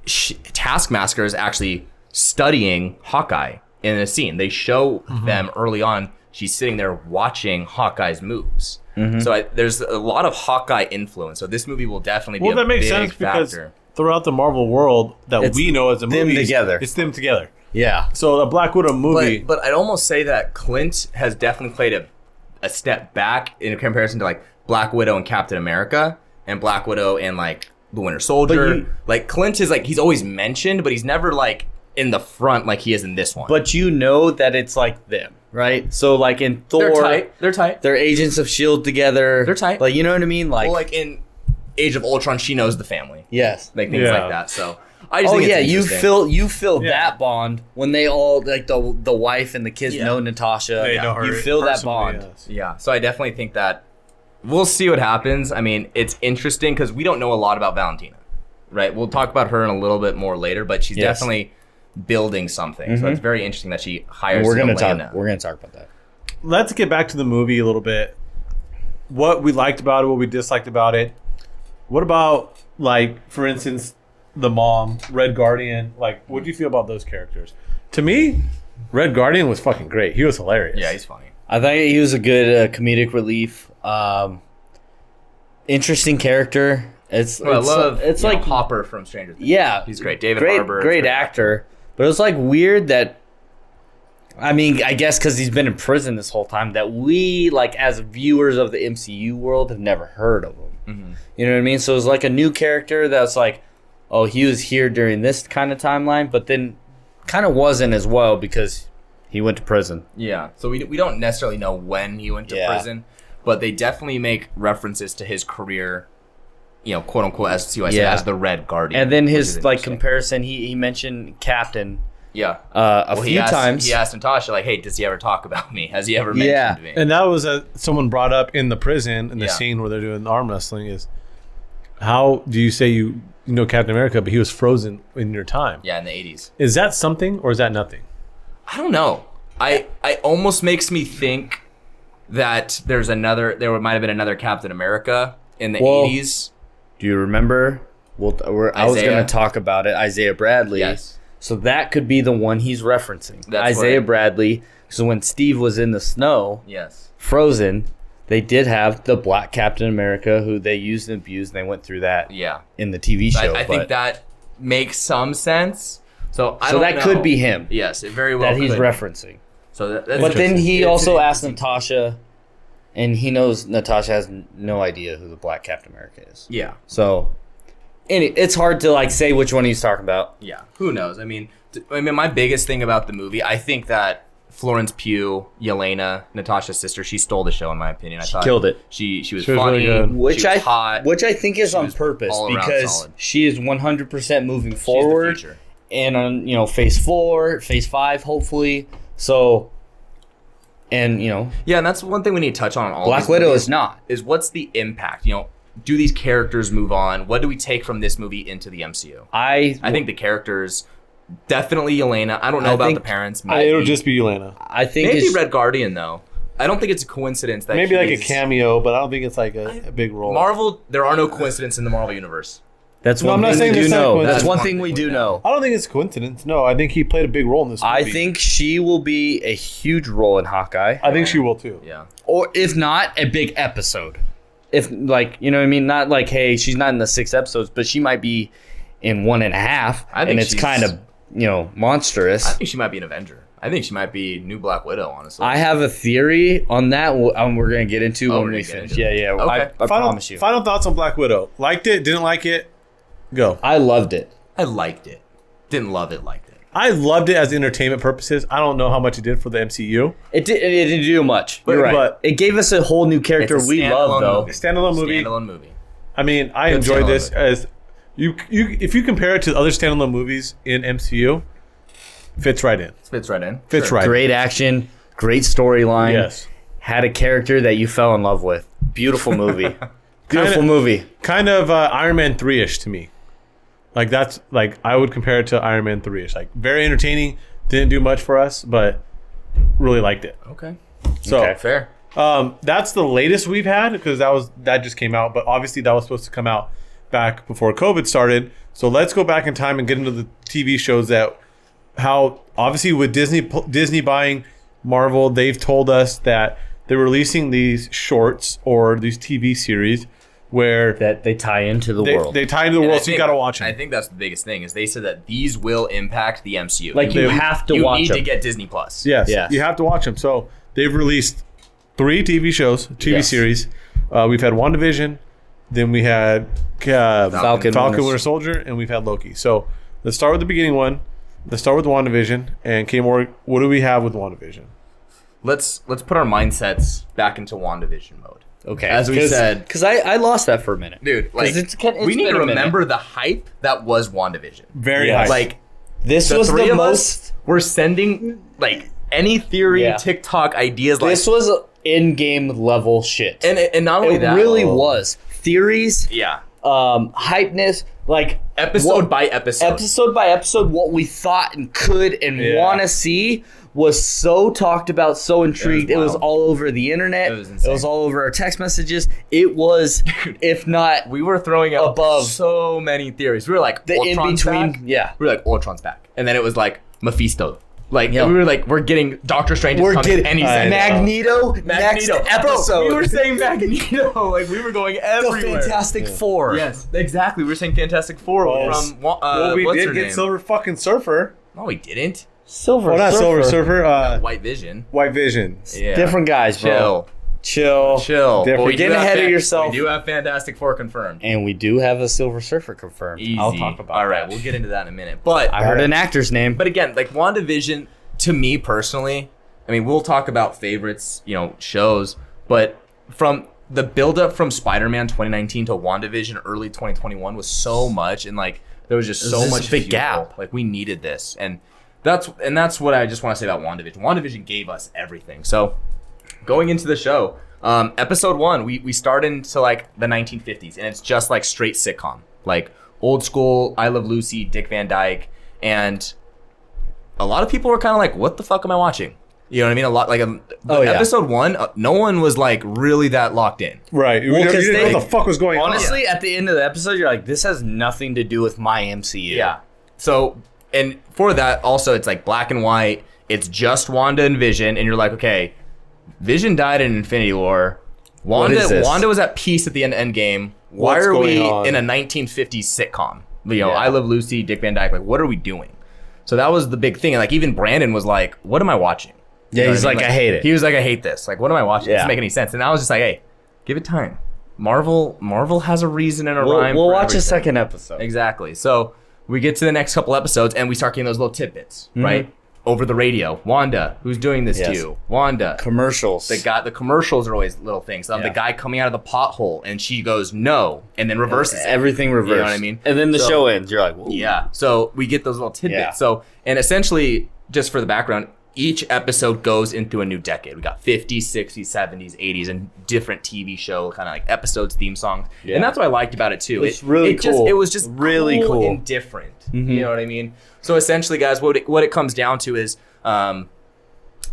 [SPEAKER 5] sh Taskmaster is actually studying Hawkeye in a scene. They show
[SPEAKER 3] Mm-hmm.
[SPEAKER 5] them early on. She's sitting there watching Hawkeye's moves.
[SPEAKER 3] Mm-hmm.
[SPEAKER 5] So I, there's a lot of Hawkeye influence. So this movie will definitely be
[SPEAKER 3] Well,
[SPEAKER 5] a
[SPEAKER 3] that makes
[SPEAKER 5] big
[SPEAKER 3] sense because
[SPEAKER 5] factor.
[SPEAKER 3] throughout the Marvel world that
[SPEAKER 2] It's
[SPEAKER 3] we know as a
[SPEAKER 2] them
[SPEAKER 3] movie,
[SPEAKER 2] together.
[SPEAKER 3] it's them together.
[SPEAKER 2] Yeah.
[SPEAKER 3] So a Black Widow movie,
[SPEAKER 5] But, but I'd almost say that Clint has definitely played a, a step back in comparison to like Black Widow and Captain America and Black Widow and like the Winter Soldier.
[SPEAKER 2] you-
[SPEAKER 5] like Clint is like he's always mentioned, but he's never like in the front like he is in this one.
[SPEAKER 2] But you know that it's like them, right? So like in Thor,
[SPEAKER 5] they're tight. They're tight.
[SPEAKER 2] they're agents of Shield E together.
[SPEAKER 5] They're tight.
[SPEAKER 2] Like you know what I mean? Like,
[SPEAKER 5] well, like in Age of Ultron, she knows the family.
[SPEAKER 2] yes.
[SPEAKER 5] Like things
[SPEAKER 3] Yeah.
[SPEAKER 5] like that. So I just
[SPEAKER 2] oh
[SPEAKER 5] think it's
[SPEAKER 2] yeah, you
[SPEAKER 5] interesting.
[SPEAKER 2] feel you feel
[SPEAKER 3] Yeah.
[SPEAKER 2] that bond when they all like the the wife and the kids
[SPEAKER 5] Yeah.
[SPEAKER 2] know Natasha.
[SPEAKER 3] They
[SPEAKER 2] Yeah.
[SPEAKER 3] know her
[SPEAKER 2] you feel that
[SPEAKER 3] personally,
[SPEAKER 2] bond.
[SPEAKER 3] yes.
[SPEAKER 5] Yeah. So I definitely think that we'll see what happens. I mean, it's interesting because we don't know a lot about Valentina, right? We'll talk about her in a little bit more later, but she's
[SPEAKER 2] Yes. Mm-hmm.
[SPEAKER 5] definitely building something. So it's very interesting that she hires.
[SPEAKER 2] We're gonna
[SPEAKER 5] Elena.
[SPEAKER 2] talk. We're gonna talk about that.
[SPEAKER 3] let's get back to the movie a little bit. What we liked about it, what we disliked about it. What about like, for instance, the mom, Red Guardian? Like, what do you feel about those characters? To me, Red Guardian was fucking great. He was hilarious.
[SPEAKER 5] yeah, he's funny.
[SPEAKER 2] I think he was a good uh, comedic relief. Um, interesting character. It's
[SPEAKER 5] Well, I
[SPEAKER 2] it's,
[SPEAKER 5] love.
[SPEAKER 2] it's
[SPEAKER 5] you know,
[SPEAKER 2] like
[SPEAKER 5] Hopper from Stranger Things.
[SPEAKER 2] yeah,
[SPEAKER 5] He's great. David
[SPEAKER 2] great,
[SPEAKER 5] Harbour is
[SPEAKER 2] great
[SPEAKER 5] great.
[SPEAKER 2] actor. But it's like weird that. I mean, I guess because he's been in prison this whole time, that we like as viewers of the MCU world have never heard of him.
[SPEAKER 5] Mm-hmm.
[SPEAKER 2] You know what I mean? So it's like a new character that's like, oh, he was here during this kind of timeline, but then kind of wasn't as well because he went to prison.
[SPEAKER 5] Yeah. So we, we don't necessarily know when he went to
[SPEAKER 2] Yeah.
[SPEAKER 5] prison, but they definitely make references to his career, you know, quote unquote, as see what I said,
[SPEAKER 2] Yeah.
[SPEAKER 5] as the Red Guardian.
[SPEAKER 2] And then
[SPEAKER 5] which
[SPEAKER 2] his
[SPEAKER 5] is
[SPEAKER 2] like
[SPEAKER 5] interesting.
[SPEAKER 2] comparison, he, he mentioned Captain
[SPEAKER 5] yeah.
[SPEAKER 2] uh, a
[SPEAKER 5] Well,
[SPEAKER 2] few
[SPEAKER 5] he asked,
[SPEAKER 2] times.
[SPEAKER 5] He asked Natasha, like, hey, does he ever talk about me? Has he ever
[SPEAKER 2] Yeah.
[SPEAKER 5] mentioned me?
[SPEAKER 3] And that was a, someone brought up in the prison in the
[SPEAKER 5] Yeah.
[SPEAKER 3] scene where they're doing arm wrestling is how do you say you, you know Captain America, but he was frozen in your time?
[SPEAKER 5] yeah, in the 80s.
[SPEAKER 3] Is that something or is that nothing?
[SPEAKER 5] I don't know. I, I almost makes me think that there's another, there might have been another Captain America in the
[SPEAKER 2] Well,
[SPEAKER 5] 80s.
[SPEAKER 2] Do you remember? Well, th- we're, I was
[SPEAKER 5] Isaiah.
[SPEAKER 2] going to talk about it. Isaiah Bradley.
[SPEAKER 5] Yes.
[SPEAKER 2] So that could be the one he's referencing.
[SPEAKER 5] That's
[SPEAKER 2] Isaiah
[SPEAKER 5] right.
[SPEAKER 2] Bradley. So when Steve was in the snow,
[SPEAKER 5] Yes.
[SPEAKER 2] frozen, they did have the black Captain America who they used and abused, and they went through that
[SPEAKER 5] Yeah.
[SPEAKER 2] in the TV show.
[SPEAKER 5] I, I think
[SPEAKER 2] but-
[SPEAKER 5] that makes some sense. So I
[SPEAKER 2] So
[SPEAKER 5] don't
[SPEAKER 2] that could
[SPEAKER 5] know.
[SPEAKER 2] be him.
[SPEAKER 5] Yes, it very well
[SPEAKER 2] that he's
[SPEAKER 5] could.
[SPEAKER 2] referencing.
[SPEAKER 5] So that, that's
[SPEAKER 2] But then
[SPEAKER 5] interesting.
[SPEAKER 2] he
[SPEAKER 5] It's
[SPEAKER 2] also
[SPEAKER 5] an
[SPEAKER 2] asked
[SPEAKER 5] interesting-
[SPEAKER 2] Natasha, and he knows Natasha has n- no idea who the black Captain America is.
[SPEAKER 5] Yeah.
[SPEAKER 2] So any, it's hard to like say which one he's talking about.
[SPEAKER 5] yeah who knows i mean t- i mean my biggest thing about the movie i think that florence pugh yelena natasha's sister she stole the show in my opinion i she thought
[SPEAKER 2] killed it.
[SPEAKER 5] she she was
[SPEAKER 3] She was
[SPEAKER 5] funny
[SPEAKER 3] really good.
[SPEAKER 5] which
[SPEAKER 2] which
[SPEAKER 5] she
[SPEAKER 2] I
[SPEAKER 5] was hot
[SPEAKER 2] which I think is on
[SPEAKER 5] was
[SPEAKER 2] purpose
[SPEAKER 5] all around
[SPEAKER 2] because
[SPEAKER 5] solid.
[SPEAKER 2] she is 100% moving
[SPEAKER 5] She's the
[SPEAKER 2] forward
[SPEAKER 5] future.
[SPEAKER 2] and on you know phase 4, phase 5 hopefully. So and you know
[SPEAKER 5] yeah and that's one thing we need to touch on in all
[SPEAKER 2] Black
[SPEAKER 5] these
[SPEAKER 2] Widow
[SPEAKER 5] movies,
[SPEAKER 2] is not.
[SPEAKER 5] is what's the impact you know do these characters move on what do we take from this movie into the mcu
[SPEAKER 2] I
[SPEAKER 5] i think the characters definitely yelena i don't know
[SPEAKER 2] I
[SPEAKER 5] about
[SPEAKER 2] think-
[SPEAKER 5] the parents
[SPEAKER 3] It'll
[SPEAKER 5] maybe.
[SPEAKER 3] just be Elena.
[SPEAKER 2] I think
[SPEAKER 5] maybe
[SPEAKER 2] it's
[SPEAKER 5] red guardian though i don't think it's a coincidence that
[SPEAKER 6] Maybe like a
[SPEAKER 5] he's-
[SPEAKER 6] cameo, but I don't think it's like a, a big role.
[SPEAKER 5] marvel there are no coincidences in the marvel universe
[SPEAKER 2] that's
[SPEAKER 6] No,
[SPEAKER 2] one
[SPEAKER 6] I'm not
[SPEAKER 2] thing
[SPEAKER 6] saying
[SPEAKER 2] we do
[SPEAKER 6] it's not
[SPEAKER 2] know.
[SPEAKER 6] coincidence.
[SPEAKER 2] That's one thing we do know.
[SPEAKER 6] I don't think it's a coincidence. No, I think he played a big role in this. Movie.
[SPEAKER 2] I think she will be a huge role in Hawkeye
[SPEAKER 6] I think she will too.
[SPEAKER 5] yeah
[SPEAKER 2] or if not a big episode. If like, you know what I mean, not like hey, she's not in the 6 episodes, but she might be in one and a half
[SPEAKER 5] I think
[SPEAKER 2] and it's
[SPEAKER 5] she's-
[SPEAKER 2] kind of, you know, monstrous.
[SPEAKER 5] I think she might be an Avenger. I think she might be new Black Widow, honestly.
[SPEAKER 2] I have a theory on that. w- Um, we're gonna get into
[SPEAKER 5] Oh,
[SPEAKER 2] when
[SPEAKER 5] we're
[SPEAKER 2] we
[SPEAKER 5] gonna get
[SPEAKER 2] finish.
[SPEAKER 5] into
[SPEAKER 2] Yeah,
[SPEAKER 5] it.
[SPEAKER 2] yeah.
[SPEAKER 5] Okay.
[SPEAKER 2] I, I
[SPEAKER 5] Final-
[SPEAKER 2] promise you.
[SPEAKER 3] Final thoughts on Black Widow. Liked it, didn't like it. Go.
[SPEAKER 2] I loved it.
[SPEAKER 5] I liked it. Didn't love it, liked it.
[SPEAKER 3] I loved it as entertainment purposes. I don't know how much it did for the MCU.
[SPEAKER 2] It, did, it didn't do much. You're right.
[SPEAKER 3] but-
[SPEAKER 2] it gave us a whole new character
[SPEAKER 5] It's a
[SPEAKER 2] we
[SPEAKER 5] standalone
[SPEAKER 2] love, though.
[SPEAKER 5] movie.
[SPEAKER 3] Standalone movie.
[SPEAKER 5] Standalone movie.
[SPEAKER 3] I mean, I
[SPEAKER 5] Good
[SPEAKER 3] enjoyed
[SPEAKER 5] standalone
[SPEAKER 3] this
[SPEAKER 5] movie.
[SPEAKER 3] as you you if you compare it to other standalone movies in MCU, fits right in.
[SPEAKER 5] Fits right in.
[SPEAKER 3] Fits
[SPEAKER 5] Sure.
[SPEAKER 3] right.
[SPEAKER 2] Great action, great storyline.
[SPEAKER 3] Yes.
[SPEAKER 2] Had a character that you fell in love with. Beautiful
[SPEAKER 5] *laughs*
[SPEAKER 2] movie. Beautiful movie.
[SPEAKER 3] Kind of uh, Iron Man three ish to me. Like that's like I would compare it to Iron Man three ish. Like very entertaining. Didn't do much for us, but really liked it.
[SPEAKER 5] Okay.
[SPEAKER 3] So
[SPEAKER 2] Okay.
[SPEAKER 5] Fair.
[SPEAKER 3] Um, that's the latest we've had because that was that just came out, but obviously that was supposed to come out back before COVID started. So let's go back in time and get into the TV shows that how obviously with Disney Disney buying Marvel, they've told us that they're releasing these shorts or these TV series where
[SPEAKER 2] That they tie into the
[SPEAKER 3] they,
[SPEAKER 2] world.
[SPEAKER 3] they tie into the
[SPEAKER 5] And I
[SPEAKER 3] world, so you
[SPEAKER 5] think-
[SPEAKER 3] gotta watch
[SPEAKER 5] I
[SPEAKER 3] them.
[SPEAKER 5] think that's the biggest thing is they said that these will impact the MCU.
[SPEAKER 2] like you have to
[SPEAKER 5] you
[SPEAKER 2] watch
[SPEAKER 5] need
[SPEAKER 2] them.
[SPEAKER 5] to get Disney Plus.
[SPEAKER 3] Yes,
[SPEAKER 2] Yes.
[SPEAKER 3] you have to watch them. So they've released three TV shows, TV
[SPEAKER 2] Yes.
[SPEAKER 3] series. Uh, we've had WandaVision, then we had uh, Falcon,
[SPEAKER 2] Falcon,
[SPEAKER 3] Falcon Winter
[SPEAKER 2] Winter-
[SPEAKER 3] Soldier, and we've had Loki. So let's start with the beginning one. Let's start with WandaVision. And K More, what do we have with WandaVision?
[SPEAKER 5] Let's let's put our mindsets back into WandaVision mode.
[SPEAKER 2] okay.
[SPEAKER 5] As we said-
[SPEAKER 2] because I, I lost that for a minute,
[SPEAKER 5] Dude, like
[SPEAKER 2] 'Cause it's kin- it's
[SPEAKER 5] we need
[SPEAKER 2] been
[SPEAKER 5] to
[SPEAKER 2] a minute.
[SPEAKER 5] remember the hype that was WandaVision.
[SPEAKER 3] Very
[SPEAKER 2] Yes.
[SPEAKER 3] high.
[SPEAKER 5] Like
[SPEAKER 2] This
[SPEAKER 5] the
[SPEAKER 2] was
[SPEAKER 5] three
[SPEAKER 2] the
[SPEAKER 5] of
[SPEAKER 2] most.
[SPEAKER 5] us were sending like any theory,
[SPEAKER 2] Yeah.
[SPEAKER 5] TikTok ideas like
[SPEAKER 2] This was in-game level shit.
[SPEAKER 5] and and not only
[SPEAKER 2] it
[SPEAKER 5] that
[SPEAKER 2] really
[SPEAKER 5] Oh.
[SPEAKER 2] was theories,
[SPEAKER 5] Yeah.
[SPEAKER 2] um, hypeness, like
[SPEAKER 5] Episode
[SPEAKER 2] what-
[SPEAKER 5] by episode.
[SPEAKER 2] episode by episode what we thought and could and
[SPEAKER 3] Yeah.
[SPEAKER 2] want to see was so talked about so intrigued it was,
[SPEAKER 5] wild.
[SPEAKER 2] all over the internet
[SPEAKER 5] It was insane.
[SPEAKER 2] all over our text messages it was if not
[SPEAKER 5] We were throwing out
[SPEAKER 2] Above.
[SPEAKER 5] so many theories. We were like
[SPEAKER 2] the in
[SPEAKER 5] Ultron's
[SPEAKER 2] between
[SPEAKER 5] back.
[SPEAKER 2] yeah
[SPEAKER 5] We were like Ultron's back, and then it was like Mephisto. Like
[SPEAKER 2] Yeah.
[SPEAKER 5] we were like we're getting Doctor Strange.
[SPEAKER 2] we're getting
[SPEAKER 5] any second.
[SPEAKER 2] magneto, next
[SPEAKER 5] Magneto.
[SPEAKER 2] episode
[SPEAKER 5] Bro, we were saying Magneto. *laughs* Like we were going
[SPEAKER 2] the
[SPEAKER 5] everywhere.
[SPEAKER 2] fantastic four
[SPEAKER 5] Yes, exactly. We were saying Fantastic Four
[SPEAKER 3] Yes.
[SPEAKER 5] from wa- uh,
[SPEAKER 3] well, we
[SPEAKER 5] what's
[SPEAKER 3] did
[SPEAKER 5] her
[SPEAKER 3] get
[SPEAKER 5] name?
[SPEAKER 3] Silver fucking Surfer.
[SPEAKER 5] No, we didn't.
[SPEAKER 2] silver
[SPEAKER 3] Well, Oh, not
[SPEAKER 2] Surfer.
[SPEAKER 3] Silver Surfer. Uh,
[SPEAKER 5] White Vision.
[SPEAKER 3] White Vision.
[SPEAKER 5] Yeah.
[SPEAKER 2] different guys bro
[SPEAKER 5] Chill.
[SPEAKER 2] chill
[SPEAKER 5] Chill.
[SPEAKER 3] Different-
[SPEAKER 5] But we do
[SPEAKER 2] Getting
[SPEAKER 5] have
[SPEAKER 2] ahead of
[SPEAKER 5] Fan-
[SPEAKER 2] yourself.
[SPEAKER 5] We do have Fantastic Four confirmed.
[SPEAKER 2] and we do have a silver surfer confirmed
[SPEAKER 5] Easy.
[SPEAKER 2] i'll talk about
[SPEAKER 5] All right,
[SPEAKER 2] that.
[SPEAKER 5] we'll get into that in a minute. But
[SPEAKER 2] i heard an actor's name
[SPEAKER 5] But again, like WandaVision, to me personally, I mean, we'll talk about favorites, you know, shows, but from the buildup from Spider Man 2019 to WandaVision early 2021 was so much. And like, there was just so
[SPEAKER 2] just
[SPEAKER 5] much
[SPEAKER 2] a big
[SPEAKER 5] fuel.
[SPEAKER 2] gap.
[SPEAKER 5] Like, we needed this. And that's, and that's what I just want to say about WandaVision. WandaVision gave us everything. So going into the show, um, episode one, we, we start into like the 1950s, and it's just like straight sitcom, like old school I Love Lucy, Dick Van Dyke, and a lot of people were kind of like, "What the fuck am I watching?" You know what I mean? A lot like um,
[SPEAKER 2] Oh, yeah.
[SPEAKER 5] episode one, uh, no one was like really that locked in.
[SPEAKER 3] Right. We didn't-
[SPEAKER 2] 'cause
[SPEAKER 3] we didn't
[SPEAKER 2] they-
[SPEAKER 3] know what the fuck was going on.
[SPEAKER 2] Honestly, at the end of the episode, you're like, this has nothing to do with my MCU.
[SPEAKER 5] Yeah. So, and for that, also, it's like black and white. It's just Wanda and Vision, and you're like, okay, Vision died in Infinity War. Wanda,
[SPEAKER 2] is this?
[SPEAKER 5] Wanda was at peace at the end of Endgame. Why
[SPEAKER 3] What's
[SPEAKER 5] are we
[SPEAKER 3] going on?
[SPEAKER 5] in a 1950s sitcom? You know,
[SPEAKER 2] Yeah.
[SPEAKER 5] I Love Lucy, Dick Van Dyke. Like, what are we doing? So that was the big thing. And like, even Brandon was like, what am I watching?
[SPEAKER 2] Yeah,
[SPEAKER 5] You know
[SPEAKER 2] he's
[SPEAKER 5] what mean?
[SPEAKER 2] like, I hate it.
[SPEAKER 5] He was like, I hate this. Like, what am I watching? It
[SPEAKER 2] Yeah.
[SPEAKER 5] doesn't make any sense. And I was just like, hey, give it time. Marvel, Marvel has a reason and a
[SPEAKER 2] we'll
[SPEAKER 5] rhyme.
[SPEAKER 2] we'll
[SPEAKER 5] for
[SPEAKER 2] watch
[SPEAKER 5] everything.
[SPEAKER 2] a second episode.
[SPEAKER 5] Exactly. So we get to the next couple episodes and we start getting those little tidbits, right? Over the radio. Wanda, who's doing this to
[SPEAKER 2] Mm-hmm. Yes.
[SPEAKER 5] you? Wanda.
[SPEAKER 2] Commercials.
[SPEAKER 5] The guy, the commercials are always little things. Um, The
[SPEAKER 2] Yeah.
[SPEAKER 5] guy coming out of the pothole and she goes, no, and then reverses it.
[SPEAKER 2] Everything reversed.
[SPEAKER 5] what I mean?
[SPEAKER 2] And then the
[SPEAKER 5] So-
[SPEAKER 2] show ends. You're like, Whoa.
[SPEAKER 5] Yeah. So we get those little tidbits.
[SPEAKER 2] Yeah.
[SPEAKER 5] So, and essentially, just for the background, each episode goes into a new decade. We got 50s, 60s, 70s, 80s, and different TV show kind of like episodes, theme songs.
[SPEAKER 2] Yeah.
[SPEAKER 5] And that's what I liked about it too.
[SPEAKER 2] It's
[SPEAKER 5] it,
[SPEAKER 2] really
[SPEAKER 5] it Just,
[SPEAKER 2] cool.
[SPEAKER 5] it was just
[SPEAKER 2] Really cool. Mm-hmm.
[SPEAKER 5] and different. You know what I mean? So essentially, guys, what it, what it comes down to is um,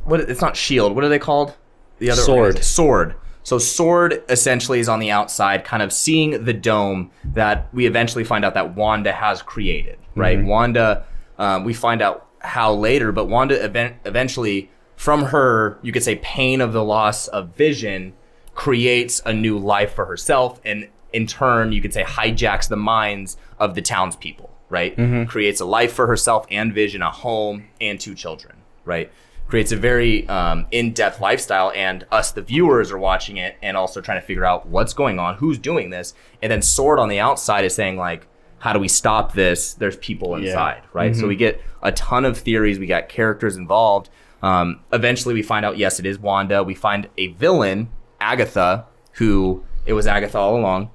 [SPEAKER 5] what it's not shield. What are they called? The other
[SPEAKER 2] Sword.
[SPEAKER 5] organization- sword. So sword essentially is on the outside, kind of seeing the dome that we eventually find out that Wanda has created. Right, Wanda. Um, we find out how later, but Wanda event- eventually, from her, you could say pain of the loss of Vision, creates a new life for herself, and in turn, you could say hijacks the minds of the townspeople. Right, creates a life for herself and Vision, a home and two children right? Creates a very um, in-depth lifestyle, and us, the viewers, are watching it and also trying to figure out what's going on, who's doing this, and then Sword on the outside is saying like, how do we stop this? There's people inside, right?
[SPEAKER 2] Mm-hmm.
[SPEAKER 5] So we get a ton of theories. We got characters involved. Um, eventually, we find out yes, it is Wanda. We find a villain, Agatha, who it was Agatha all along.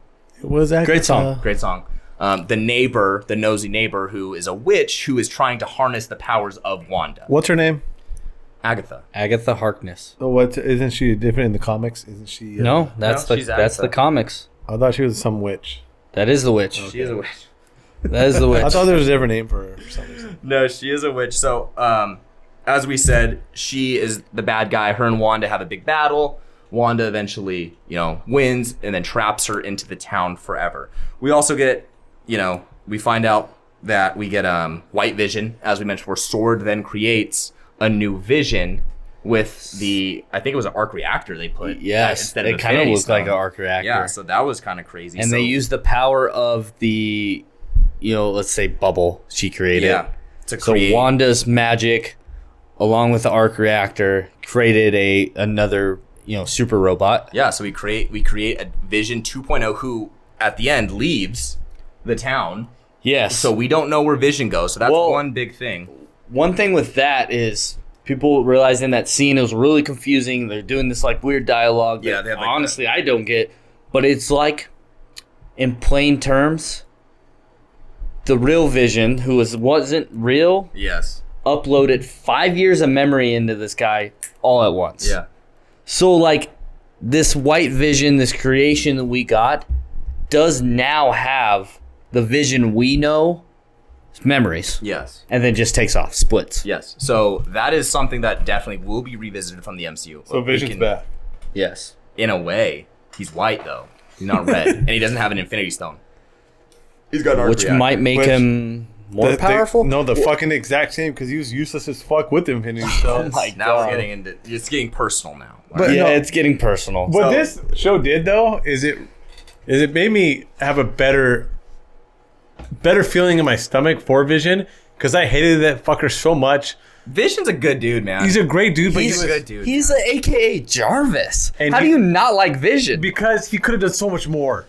[SPEAKER 5] Uh,
[SPEAKER 7] was that
[SPEAKER 2] Great song.
[SPEAKER 3] uh,
[SPEAKER 5] Great song. Um, the neighbor, the nosy neighbor, who is a witch who is trying to harness the powers of Wanda.
[SPEAKER 6] What's her name?
[SPEAKER 5] Agatha.
[SPEAKER 2] Agatha Harkness.
[SPEAKER 6] Oh, What isn't she different in the comics? Isn't she? uh,
[SPEAKER 2] No, that's
[SPEAKER 5] No,
[SPEAKER 2] the
[SPEAKER 5] she's
[SPEAKER 2] that's the
[SPEAKER 5] Agatha.
[SPEAKER 2] comics.
[SPEAKER 6] I thought she was some witch.
[SPEAKER 2] That is the witch.
[SPEAKER 5] Oh, She is a witch.
[SPEAKER 2] That is the witch.
[SPEAKER 6] I thought there was a different name for her for some reason.
[SPEAKER 5] No, she is a witch. So, um, as we said, she is the bad guy. Her and Wanda have a big battle. Wanda eventually, you know, wins and then traps her into the town forever. We also get, you know, we find out that we get um, White Vision, as we mentioned, where Sword then creates a new Vision with the, I think it was an arc reactor they put.
[SPEAKER 2] yes,
[SPEAKER 5] instead
[SPEAKER 2] it
[SPEAKER 5] the
[SPEAKER 2] kind of
[SPEAKER 5] Infinity
[SPEAKER 2] looked like an
[SPEAKER 5] Stone.
[SPEAKER 2] arc reactor.
[SPEAKER 5] Yeah, so that was kind of crazy.
[SPEAKER 2] and
[SPEAKER 5] So-
[SPEAKER 2] they use the power of the, you know, let's say bubble she created.
[SPEAKER 5] yeah to
[SPEAKER 2] So
[SPEAKER 5] create.
[SPEAKER 2] Wanda's magic, along with the arc reactor, created a another you know super robot.
[SPEAKER 5] Yeah, so we create we create a Vision 2.0 who at the end leaves the town.
[SPEAKER 2] Yes.
[SPEAKER 5] So we don't know where Vision goes. So that's
[SPEAKER 2] Well-
[SPEAKER 5] one big thing.
[SPEAKER 2] one thing with that is people realizing that scene is really confusing. They're doing this like weird dialogue.
[SPEAKER 5] Yeah,
[SPEAKER 2] that
[SPEAKER 5] they have, like,
[SPEAKER 2] honestly I don't get, but it's like in plain terms, the real Vision, who was wasn't real,
[SPEAKER 5] Yes.
[SPEAKER 2] uploaded five years of memory into this guy all at once.
[SPEAKER 5] Yeah.
[SPEAKER 2] So like this white vision, this creation that we got, does now have the vision we know, memories,
[SPEAKER 5] Yes.
[SPEAKER 2] and then just takes off, splits.
[SPEAKER 5] Yes. So that is something that definitely will be revisited from the MCU.
[SPEAKER 6] So
[SPEAKER 5] We
[SPEAKER 6] Vision's
[SPEAKER 5] can-
[SPEAKER 6] back.
[SPEAKER 2] Yes.
[SPEAKER 5] In a way, he's white though. He's not *laughs* red, and he doesn't have an Infinity Stone. He's got an
[SPEAKER 2] Which might make
[SPEAKER 6] Which-
[SPEAKER 2] him more
[SPEAKER 6] The- the-
[SPEAKER 2] powerful.
[SPEAKER 6] no, the fucking exact same because he was useless as fuck with Infinity Stones.
[SPEAKER 5] Like now we're getting into it's getting personal now.
[SPEAKER 6] But
[SPEAKER 2] yeah,
[SPEAKER 6] no,
[SPEAKER 2] it's getting personal.
[SPEAKER 6] What this show did though is it is it made me have a better better feeling in my stomach for Vision because I hated that fucker so much.
[SPEAKER 5] Vision's a good dude, man.
[SPEAKER 6] He's a great dude, but
[SPEAKER 5] He's
[SPEAKER 6] he
[SPEAKER 5] a
[SPEAKER 6] was-
[SPEAKER 5] good dude.
[SPEAKER 2] He's a AKA Jarvis.
[SPEAKER 6] And
[SPEAKER 2] How
[SPEAKER 6] he-
[SPEAKER 2] do you not like Vision?
[SPEAKER 6] because he could have done so much more.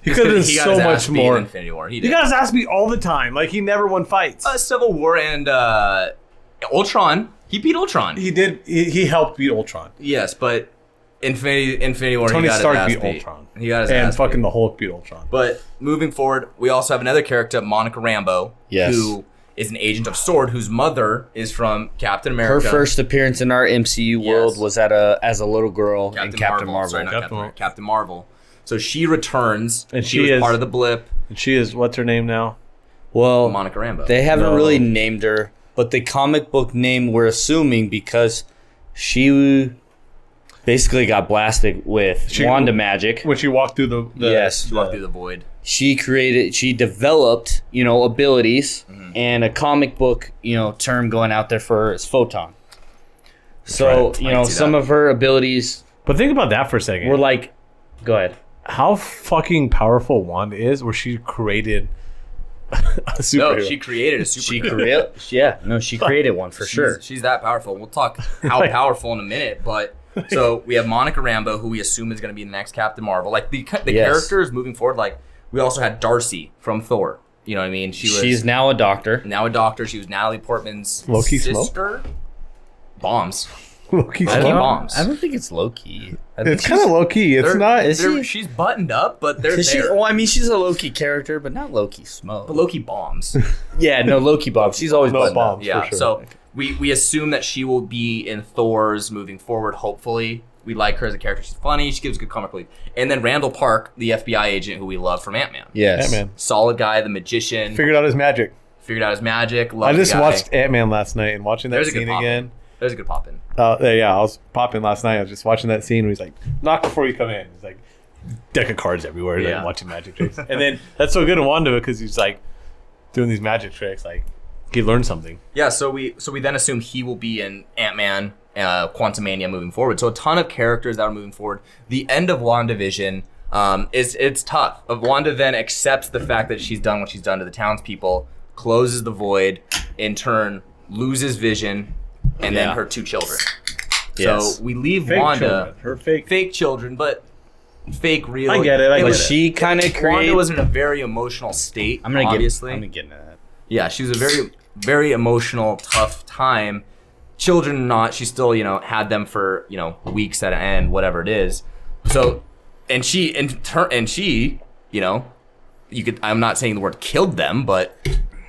[SPEAKER 6] He could have done
[SPEAKER 5] He got
[SPEAKER 6] so
[SPEAKER 5] his ass
[SPEAKER 6] much
[SPEAKER 5] beat in
[SPEAKER 6] more.
[SPEAKER 5] Infinity War. He
[SPEAKER 6] He
[SPEAKER 5] did.
[SPEAKER 6] got his ass beat all the time. Like he never won fights.
[SPEAKER 5] uh, Civil War and uh, Ultron. He beat Ultron.
[SPEAKER 6] he did. He, he helped beat Ultron.
[SPEAKER 5] yes, but Infinity Infinity War.
[SPEAKER 6] Tony
[SPEAKER 5] he got
[SPEAKER 6] Stark
[SPEAKER 5] his
[SPEAKER 6] beat
[SPEAKER 5] ass beat.
[SPEAKER 6] Ultron.
[SPEAKER 5] He got his
[SPEAKER 6] and
[SPEAKER 5] ass
[SPEAKER 6] fucking
[SPEAKER 5] beat.
[SPEAKER 6] the Hulk beat Ultron.
[SPEAKER 5] But moving forward, we also have another character, Monica Rambo,
[SPEAKER 2] Yes.
[SPEAKER 5] who is an agent of Sword, whose mother is from Captain
[SPEAKER 2] Her
[SPEAKER 5] America.
[SPEAKER 2] first appearance in our MCU world was at a as a little girl
[SPEAKER 5] Captain,
[SPEAKER 2] in Captain
[SPEAKER 5] Marvel.
[SPEAKER 2] Marvel.
[SPEAKER 5] Sorry, not
[SPEAKER 6] Captain
[SPEAKER 5] Captain,
[SPEAKER 6] Marvel.
[SPEAKER 5] Marvel. Captain Marvel. So she returns,
[SPEAKER 6] And
[SPEAKER 5] she,
[SPEAKER 6] she
[SPEAKER 5] was
[SPEAKER 6] is-
[SPEAKER 5] part of the blip.
[SPEAKER 6] And she is what's her name now?
[SPEAKER 2] well,
[SPEAKER 5] Monica Rambo.
[SPEAKER 2] They haven't
[SPEAKER 6] No.
[SPEAKER 2] really named her, but the comic book name we're assuming because she basically got blasted with
[SPEAKER 6] She-
[SPEAKER 2] Wanda magic.
[SPEAKER 6] When she walked through *laughs* the, the
[SPEAKER 2] yes,
[SPEAKER 5] she walked through the void.
[SPEAKER 2] she created, she developed, you know, abilities, and a comic book, you know, term going out there for her is photon. So
[SPEAKER 5] right. I
[SPEAKER 2] you
[SPEAKER 5] can
[SPEAKER 2] know,
[SPEAKER 5] see
[SPEAKER 2] some
[SPEAKER 5] that.
[SPEAKER 2] of her abilities
[SPEAKER 6] But think about that for a second.
[SPEAKER 2] were like, go ahead.
[SPEAKER 6] how fucking powerful Wanda is, where she created *laughs* a
[SPEAKER 5] No,
[SPEAKER 6] superhero.
[SPEAKER 5] Oh, she created a super.
[SPEAKER 2] She created, yeah, no, she created one for sure.
[SPEAKER 5] She's, she's that powerful.
[SPEAKER 2] *laughs*
[SPEAKER 5] We'll talk how powerful in a minute, but so we have Monica Rambo, who we assume is going to be the next Captain Marvel. Like the ca- the
[SPEAKER 2] Yes.
[SPEAKER 5] characters moving forward. Like we also had Darcy from Thor. You know what I mean? She was
[SPEAKER 2] She's now a doctor.
[SPEAKER 5] now a doctor. She was Natalie Portman's
[SPEAKER 6] Loki smoke?
[SPEAKER 5] sister. Bombs.
[SPEAKER 6] Loki's
[SPEAKER 5] I
[SPEAKER 2] I
[SPEAKER 5] Loki
[SPEAKER 2] don't,
[SPEAKER 5] bombs.
[SPEAKER 2] I don't think it's low key. I think
[SPEAKER 6] it's kind of low key. It's
[SPEAKER 5] They're-
[SPEAKER 6] not.
[SPEAKER 2] is
[SPEAKER 5] they're-
[SPEAKER 2] she?
[SPEAKER 5] She's buttoned up, but they're there.
[SPEAKER 2] She, well, I mean, she's a Loki character, but not Loki smoke.
[SPEAKER 5] but Loki bombs.
[SPEAKER 2] yeah, no Loki Bob. She's always
[SPEAKER 6] No
[SPEAKER 2] buttoned up.
[SPEAKER 6] bombs.
[SPEAKER 5] yeah.
[SPEAKER 6] for sure.
[SPEAKER 5] So we we assume that she will be in Thor's moving forward. Hopefully, we like her as a character. She's funny. She gives good comic relief. And then Randall Park, the FBI agent who we love from Ant Man.
[SPEAKER 2] Yes.
[SPEAKER 6] Ant-Man
[SPEAKER 5] Solid guy, the magician.
[SPEAKER 6] figured out his magic.
[SPEAKER 5] figured out his magic.
[SPEAKER 6] I
[SPEAKER 5] Loved
[SPEAKER 6] just
[SPEAKER 5] guy.
[SPEAKER 6] watched Ant Man last night, and watching that
[SPEAKER 5] There's a good
[SPEAKER 6] scene
[SPEAKER 5] pop-in.
[SPEAKER 6] again.
[SPEAKER 5] There's a good pop in.
[SPEAKER 6] Uh, yeah, I was popping last night. I was just watching that scene where he's like, "Knock before you come in." He's like, deck of cards everywhere. Yeah.
[SPEAKER 5] Yeah.
[SPEAKER 6] Like watching magic tricks, and then that's so good in Wanda because he's like doing these magic tricks. Like he learned something.
[SPEAKER 5] Yeah, so we so we then assume he will be in Ant Man, uh, Quantumania moving forward. So a ton of characters that are moving forward. The end of WandaVision um, is it's tough. Of Wanda then accepts the fact that she's done what she's done to the townspeople, closes the void, in turn loses vision, and
[SPEAKER 2] Yeah.
[SPEAKER 5] then her two children.
[SPEAKER 2] Yes.
[SPEAKER 5] So we leave
[SPEAKER 7] Fake
[SPEAKER 5] Wanda
[SPEAKER 7] children. Her fake.
[SPEAKER 5] fake children, but fake real.
[SPEAKER 7] I get it, I
[SPEAKER 5] was-
[SPEAKER 2] But
[SPEAKER 7] get it.
[SPEAKER 2] she kind of created.
[SPEAKER 5] Wanda was in a very emotional state.
[SPEAKER 2] I'm gonna get.
[SPEAKER 5] obviously.
[SPEAKER 2] I'm gonna get into that.
[SPEAKER 5] yeah, she was a very very emotional, tough time. Children or not, she still you know had them for you know weeks at an end, whatever it is. So, and she and her and she you know you could I'm not saying the word killed them, but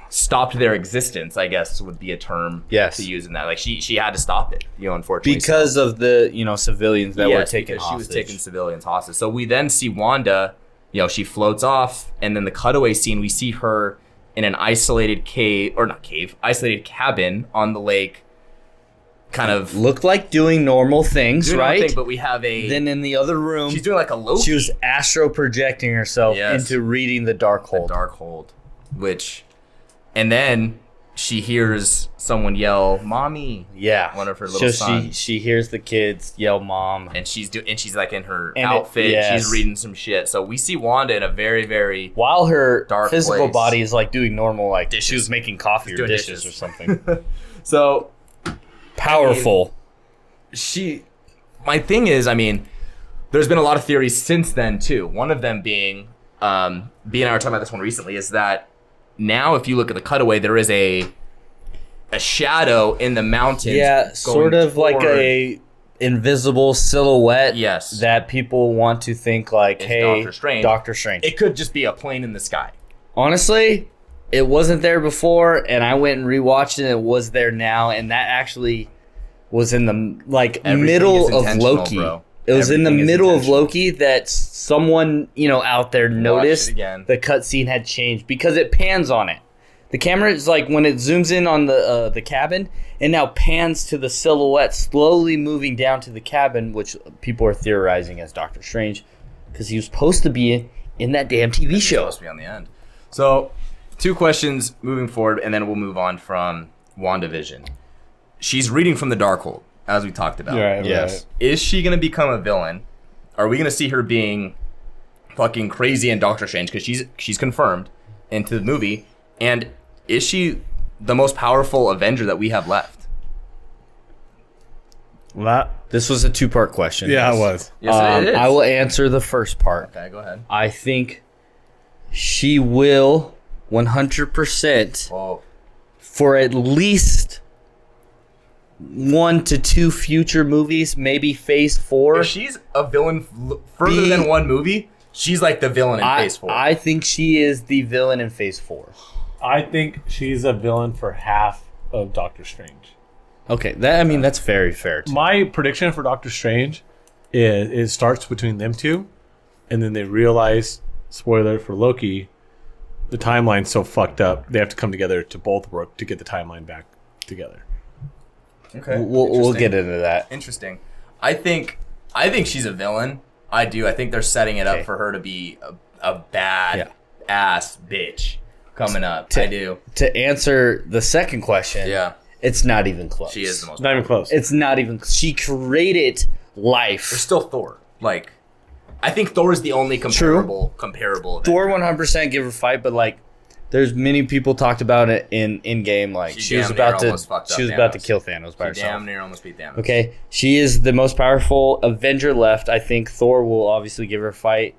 [SPEAKER 5] stopped their existence. I guess would be a term
[SPEAKER 2] Yes.
[SPEAKER 5] to use in that. Like she she had to stop it. You know, unfortunately, So-
[SPEAKER 2] because of the you know civilians that were
[SPEAKER 5] Yes,
[SPEAKER 2] taken
[SPEAKER 5] because
[SPEAKER 2] hostage.
[SPEAKER 5] She was taking civilians hostage. So we then see Wanda. You know, she floats off, and then the cutaway scene, we see her in an isolated cave, or not cave, isolated cabin on the lake, kind of
[SPEAKER 2] Looked like doing normal things,
[SPEAKER 5] doing her
[SPEAKER 2] right?
[SPEAKER 5] thing, but we have a.
[SPEAKER 2] then in the other room,
[SPEAKER 5] she's doing like a Loki
[SPEAKER 2] she was astro projecting herself
[SPEAKER 5] Yes.
[SPEAKER 2] into reading the dark
[SPEAKER 5] the
[SPEAKER 2] hole.
[SPEAKER 5] dark hold, which, and then she hears someone yell, "Mommy!"
[SPEAKER 2] yeah,
[SPEAKER 5] One of her
[SPEAKER 2] so
[SPEAKER 5] little
[SPEAKER 2] She
[SPEAKER 5] sons.
[SPEAKER 2] she hears the kids yell, "Mom."
[SPEAKER 5] And she's do, and she's like in her
[SPEAKER 2] And it-
[SPEAKER 5] outfit.
[SPEAKER 2] yes.
[SPEAKER 5] She's reading some shit. So we see Wanda in a very, very
[SPEAKER 2] while her
[SPEAKER 5] Dark
[SPEAKER 2] physical
[SPEAKER 5] place.
[SPEAKER 2] body is like doing normal, like she
[SPEAKER 5] Dishes.
[SPEAKER 2] was making coffee or
[SPEAKER 5] doing
[SPEAKER 2] dishes,
[SPEAKER 5] dishes.
[SPEAKER 2] or something.
[SPEAKER 5] *laughs* so
[SPEAKER 2] Powerful.
[SPEAKER 5] she my thing is i mean there's been a lot of theories since then too one of them being um b and i were talking about this one recently is that now if you look at the cutaway there is a a shadow in the mountains
[SPEAKER 2] yeah,
[SPEAKER 5] going
[SPEAKER 2] sort of like
[SPEAKER 5] toward-
[SPEAKER 2] a invisible silhouette.
[SPEAKER 5] Yes.
[SPEAKER 2] that people want to think like,
[SPEAKER 5] It's
[SPEAKER 2] hey,
[SPEAKER 5] Doctor Strange."
[SPEAKER 2] Doctor Strange.
[SPEAKER 5] it could just be a plane in the sky
[SPEAKER 2] Honestly, it wasn't there before, and I went and rewatched it. And it was there now, and that actually was in the like
[SPEAKER 5] Everything is
[SPEAKER 2] middle of
[SPEAKER 5] intentional,
[SPEAKER 2] Loki.
[SPEAKER 5] bro.
[SPEAKER 2] It was in the
[SPEAKER 5] Everything is
[SPEAKER 2] middle of
[SPEAKER 5] intentional.
[SPEAKER 2] Loki that someone you know out there noticed
[SPEAKER 5] again.
[SPEAKER 2] the cutscene had changed because it pans on it. The camera is like when it zooms in on the uh, the cabin, and now pans to the silhouette slowly moving down to the cabin, which people are theorizing as Doctor Strange, because he was supposed to be in that damn TV
[SPEAKER 5] It's
[SPEAKER 2] show.
[SPEAKER 5] supposed to be on the end so two questions moving forward and then we'll move on from wandavision she's reading from the Darkhold, as we talked about
[SPEAKER 2] Yes.
[SPEAKER 5] is she gonna become a villain? Are we gonna see her being fucking crazy in Doctor Strange because she's she's confirmed into the movie? And is she the most powerful Avenger that we have left?
[SPEAKER 2] This was a two part question.
[SPEAKER 3] Yeah, it was.
[SPEAKER 5] Yes,
[SPEAKER 2] Um, I will answer the first part.
[SPEAKER 5] Okay, go ahead.
[SPEAKER 2] I think she will 100%
[SPEAKER 5] Oh,
[SPEAKER 2] for at least one to two future movies, maybe phase four.
[SPEAKER 5] if she's a villain f- further
[SPEAKER 2] Be-
[SPEAKER 5] than one movie, she's like the villain in
[SPEAKER 2] I,
[SPEAKER 5] Phase Four.
[SPEAKER 2] I think she is the villain in phase four.
[SPEAKER 1] I think she's a villain for half of Doctor Strange.
[SPEAKER 2] Okay, that I mean that's very fair. too.
[SPEAKER 3] My prediction for Doctor Strange is it starts between them two, and then they realize, spoiler for Loki, the timeline's so fucked up, they have to come together to both work to get the timeline back together.
[SPEAKER 5] okay,
[SPEAKER 2] We'll, we'll
[SPEAKER 5] interesting.
[SPEAKER 2] get into that.
[SPEAKER 5] Interesting. I think I think she's a villain. I do. I think they're setting it
[SPEAKER 2] Okay.
[SPEAKER 5] up for her to be a, a bad
[SPEAKER 2] Yeah.
[SPEAKER 5] ass bitch coming up. I do.
[SPEAKER 2] To answer the second question,
[SPEAKER 5] Yeah.
[SPEAKER 2] it's not even close.
[SPEAKER 5] She is the most.
[SPEAKER 3] Not even close.
[SPEAKER 2] It's not even. She created
[SPEAKER 5] There's
[SPEAKER 2] life.
[SPEAKER 5] still Thor. Like, I think Thor is the only comparable comparable.
[SPEAKER 2] Thor 100% give her fight, but like, there's many people talked about it in in game. Like she,
[SPEAKER 5] She
[SPEAKER 2] was
[SPEAKER 5] damn near
[SPEAKER 2] about to
[SPEAKER 5] almost fucked up
[SPEAKER 2] she was about to
[SPEAKER 5] Thanos.
[SPEAKER 2] kill Thanos by
[SPEAKER 5] event. She
[SPEAKER 2] herself.
[SPEAKER 5] damn near almost beat Thanos.
[SPEAKER 2] Okay, she is the most powerful Avenger left. I think Thor will obviously give her a fight,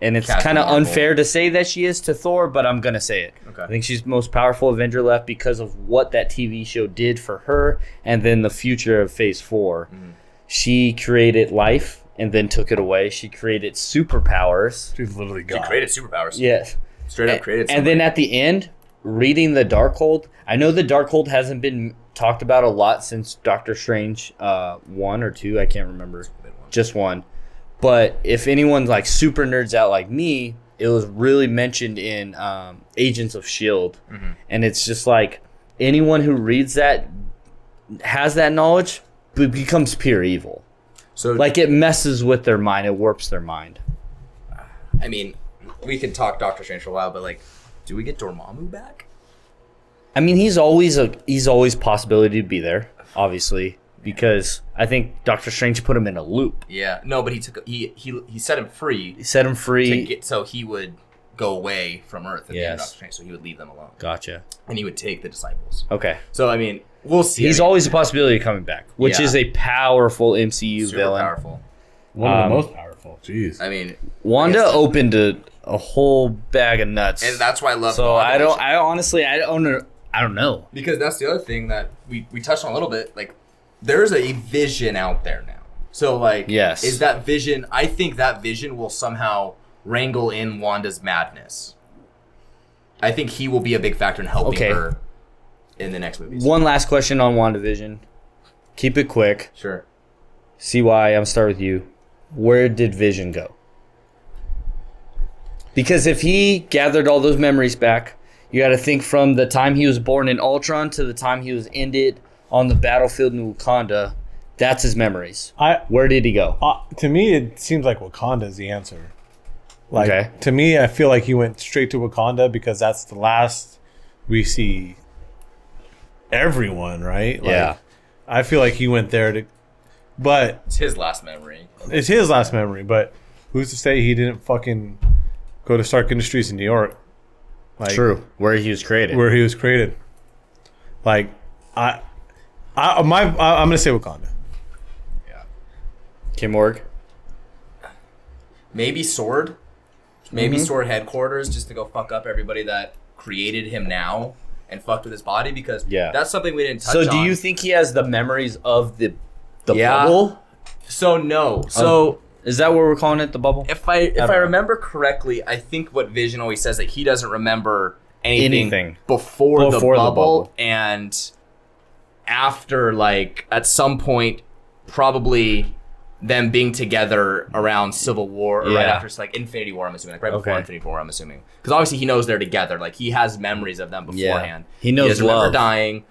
[SPEAKER 2] and it's
[SPEAKER 5] Captain
[SPEAKER 2] kind of
[SPEAKER 5] Marvel.
[SPEAKER 2] unfair to say that she is to Thor, but I'm gonna say it.
[SPEAKER 5] Okay.
[SPEAKER 2] I think she's the most powerful Avenger left because of what that TV show did for her, and then the future of Phase 4
[SPEAKER 5] Mm-hmm.
[SPEAKER 2] She created life and then took it away. She created superpowers.
[SPEAKER 3] She's literally
[SPEAKER 5] She
[SPEAKER 3] gone.
[SPEAKER 5] created superpowers.
[SPEAKER 2] Yes.
[SPEAKER 5] Straight up created.
[SPEAKER 2] And then at the end, reading the Darkhold. I know the Darkhold hasn't been talked about a lot since Doctor Strange uh, one or two. I can't remember. Just one. But if anyone's like super nerds out like me, it was really mentioned in um, Agents of Shield, and it's just like anyone who reads that has that knowledge be- becomes pure evil.
[SPEAKER 5] so
[SPEAKER 2] Like it messes with their mind. It warps their mind.
[SPEAKER 5] I mean, we can talk Doctor Strange for a while, but like, do we get Dormammu back?
[SPEAKER 2] I mean, he's always a he's always possibility to be there, obviously, because I think Doctor Strange put him in a loop.
[SPEAKER 5] Yeah. No, but he took he he he set him free
[SPEAKER 2] He set him
[SPEAKER 5] to
[SPEAKER 2] free.
[SPEAKER 5] get so he would go away from Earth at the end
[SPEAKER 2] Yes.
[SPEAKER 5] of Doctor Strange, so he would leave them alone,
[SPEAKER 2] Gotcha.
[SPEAKER 5] and he would take the disciples.
[SPEAKER 2] Okay.
[SPEAKER 5] So I mean, we'll see.
[SPEAKER 2] He's
[SPEAKER 5] I mean,
[SPEAKER 2] always a possibility of coming back, which
[SPEAKER 5] Yeah.
[SPEAKER 2] is a powerful MCU
[SPEAKER 5] super
[SPEAKER 2] villain.
[SPEAKER 5] powerful.
[SPEAKER 1] One of
[SPEAKER 2] Um,
[SPEAKER 1] the most powerful. Jeez.
[SPEAKER 5] I mean,
[SPEAKER 2] Wanda
[SPEAKER 5] Yes.
[SPEAKER 2] opened a, a whole bag of nuts.
[SPEAKER 5] and that's why I love.
[SPEAKER 2] so I
[SPEAKER 5] WandaVision.
[SPEAKER 2] don't. I honestly, I don't. know- I don't know.
[SPEAKER 5] because that's the other thing that we, we touched on a little bit like there's a vision out there now so like
[SPEAKER 2] Yes.
[SPEAKER 5] is that vision i think that vision will somehow wrangle in wanda's madness i think he will be a big factor in helping
[SPEAKER 2] Okay.
[SPEAKER 5] her in the next movie
[SPEAKER 2] One last question on WandaVision. Keep it quick.
[SPEAKER 5] sure
[SPEAKER 2] CY, I'm gonna start with you. Where did Vision go? Because if he gathered all those memories back, you got to think from the time he was born in Ultron to the time he was ended on the battlefield in Wakanda. That's his memories.
[SPEAKER 1] I,
[SPEAKER 2] Where did he go?
[SPEAKER 1] uh, to me, it seems like Wakanda is the answer. Like
[SPEAKER 2] Okay.
[SPEAKER 1] to me, I feel like he went straight to Wakanda because that's the last we see everyone. Right? Like,
[SPEAKER 2] yeah.
[SPEAKER 1] I feel like he went there to, but
[SPEAKER 5] it's his last memory
[SPEAKER 1] it's his last memory. But
[SPEAKER 6] Who's to say he didn't fucking go to Stark Industries in New York
[SPEAKER 2] True. Where he was created.
[SPEAKER 6] where he was created? Like, I, I my I, I'm gonna say Wakanda.
[SPEAKER 2] Kim Org.
[SPEAKER 5] maybe sword maybe
[SPEAKER 2] Mm-hmm.
[SPEAKER 5] sword headquarters just to go fuck up everybody that created him now and fucked with his body because
[SPEAKER 2] Yeah.
[SPEAKER 5] that's something we didn't touch
[SPEAKER 2] So do
[SPEAKER 5] on.
[SPEAKER 2] you think he has the memories of the the
[SPEAKER 5] Yeah.
[SPEAKER 2] bubble?
[SPEAKER 5] so no so
[SPEAKER 2] Is that what we're calling it? The bubble?
[SPEAKER 5] if I if
[SPEAKER 2] don't
[SPEAKER 5] I,
[SPEAKER 2] know.
[SPEAKER 5] remember correctly, I think what Vision always says that he doesn't remember anything,
[SPEAKER 2] Anything.
[SPEAKER 5] before, the,
[SPEAKER 2] Before the
[SPEAKER 5] bubble,
[SPEAKER 2] bubble.
[SPEAKER 5] and after like at some point probably them being together around Civil War or right
[SPEAKER 2] Yeah.
[SPEAKER 5] after it's like Infinity War I'm assuming like right before
[SPEAKER 2] Okay.
[SPEAKER 5] Infinity War I'm assuming because obviously he knows they're together like he has memories of them
[SPEAKER 2] Yeah.
[SPEAKER 5] beforehand
[SPEAKER 2] He knows
[SPEAKER 5] doesn't remember
[SPEAKER 2] love.
[SPEAKER 5] dying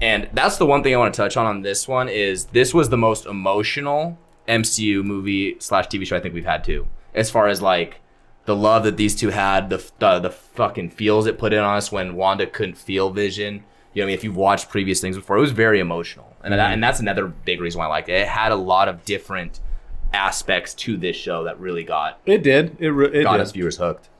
[SPEAKER 5] and that's the one thing I want to touch on on this one is this was the most emotional MCU movie slash TV show I think we've had too. As far as like the love that these two had, the the, the fucking feels it put in on us when Wanda couldn't feel Vision. You know, what I mean, if you've watched previous things before, it was very emotional, and
[SPEAKER 2] Mm-hmm.
[SPEAKER 5] that, and that's another big reason why I liked it. It had a lot of different aspects to this show that really got
[SPEAKER 6] It did. It re- it
[SPEAKER 5] got
[SPEAKER 6] did.
[SPEAKER 5] us viewers hooked.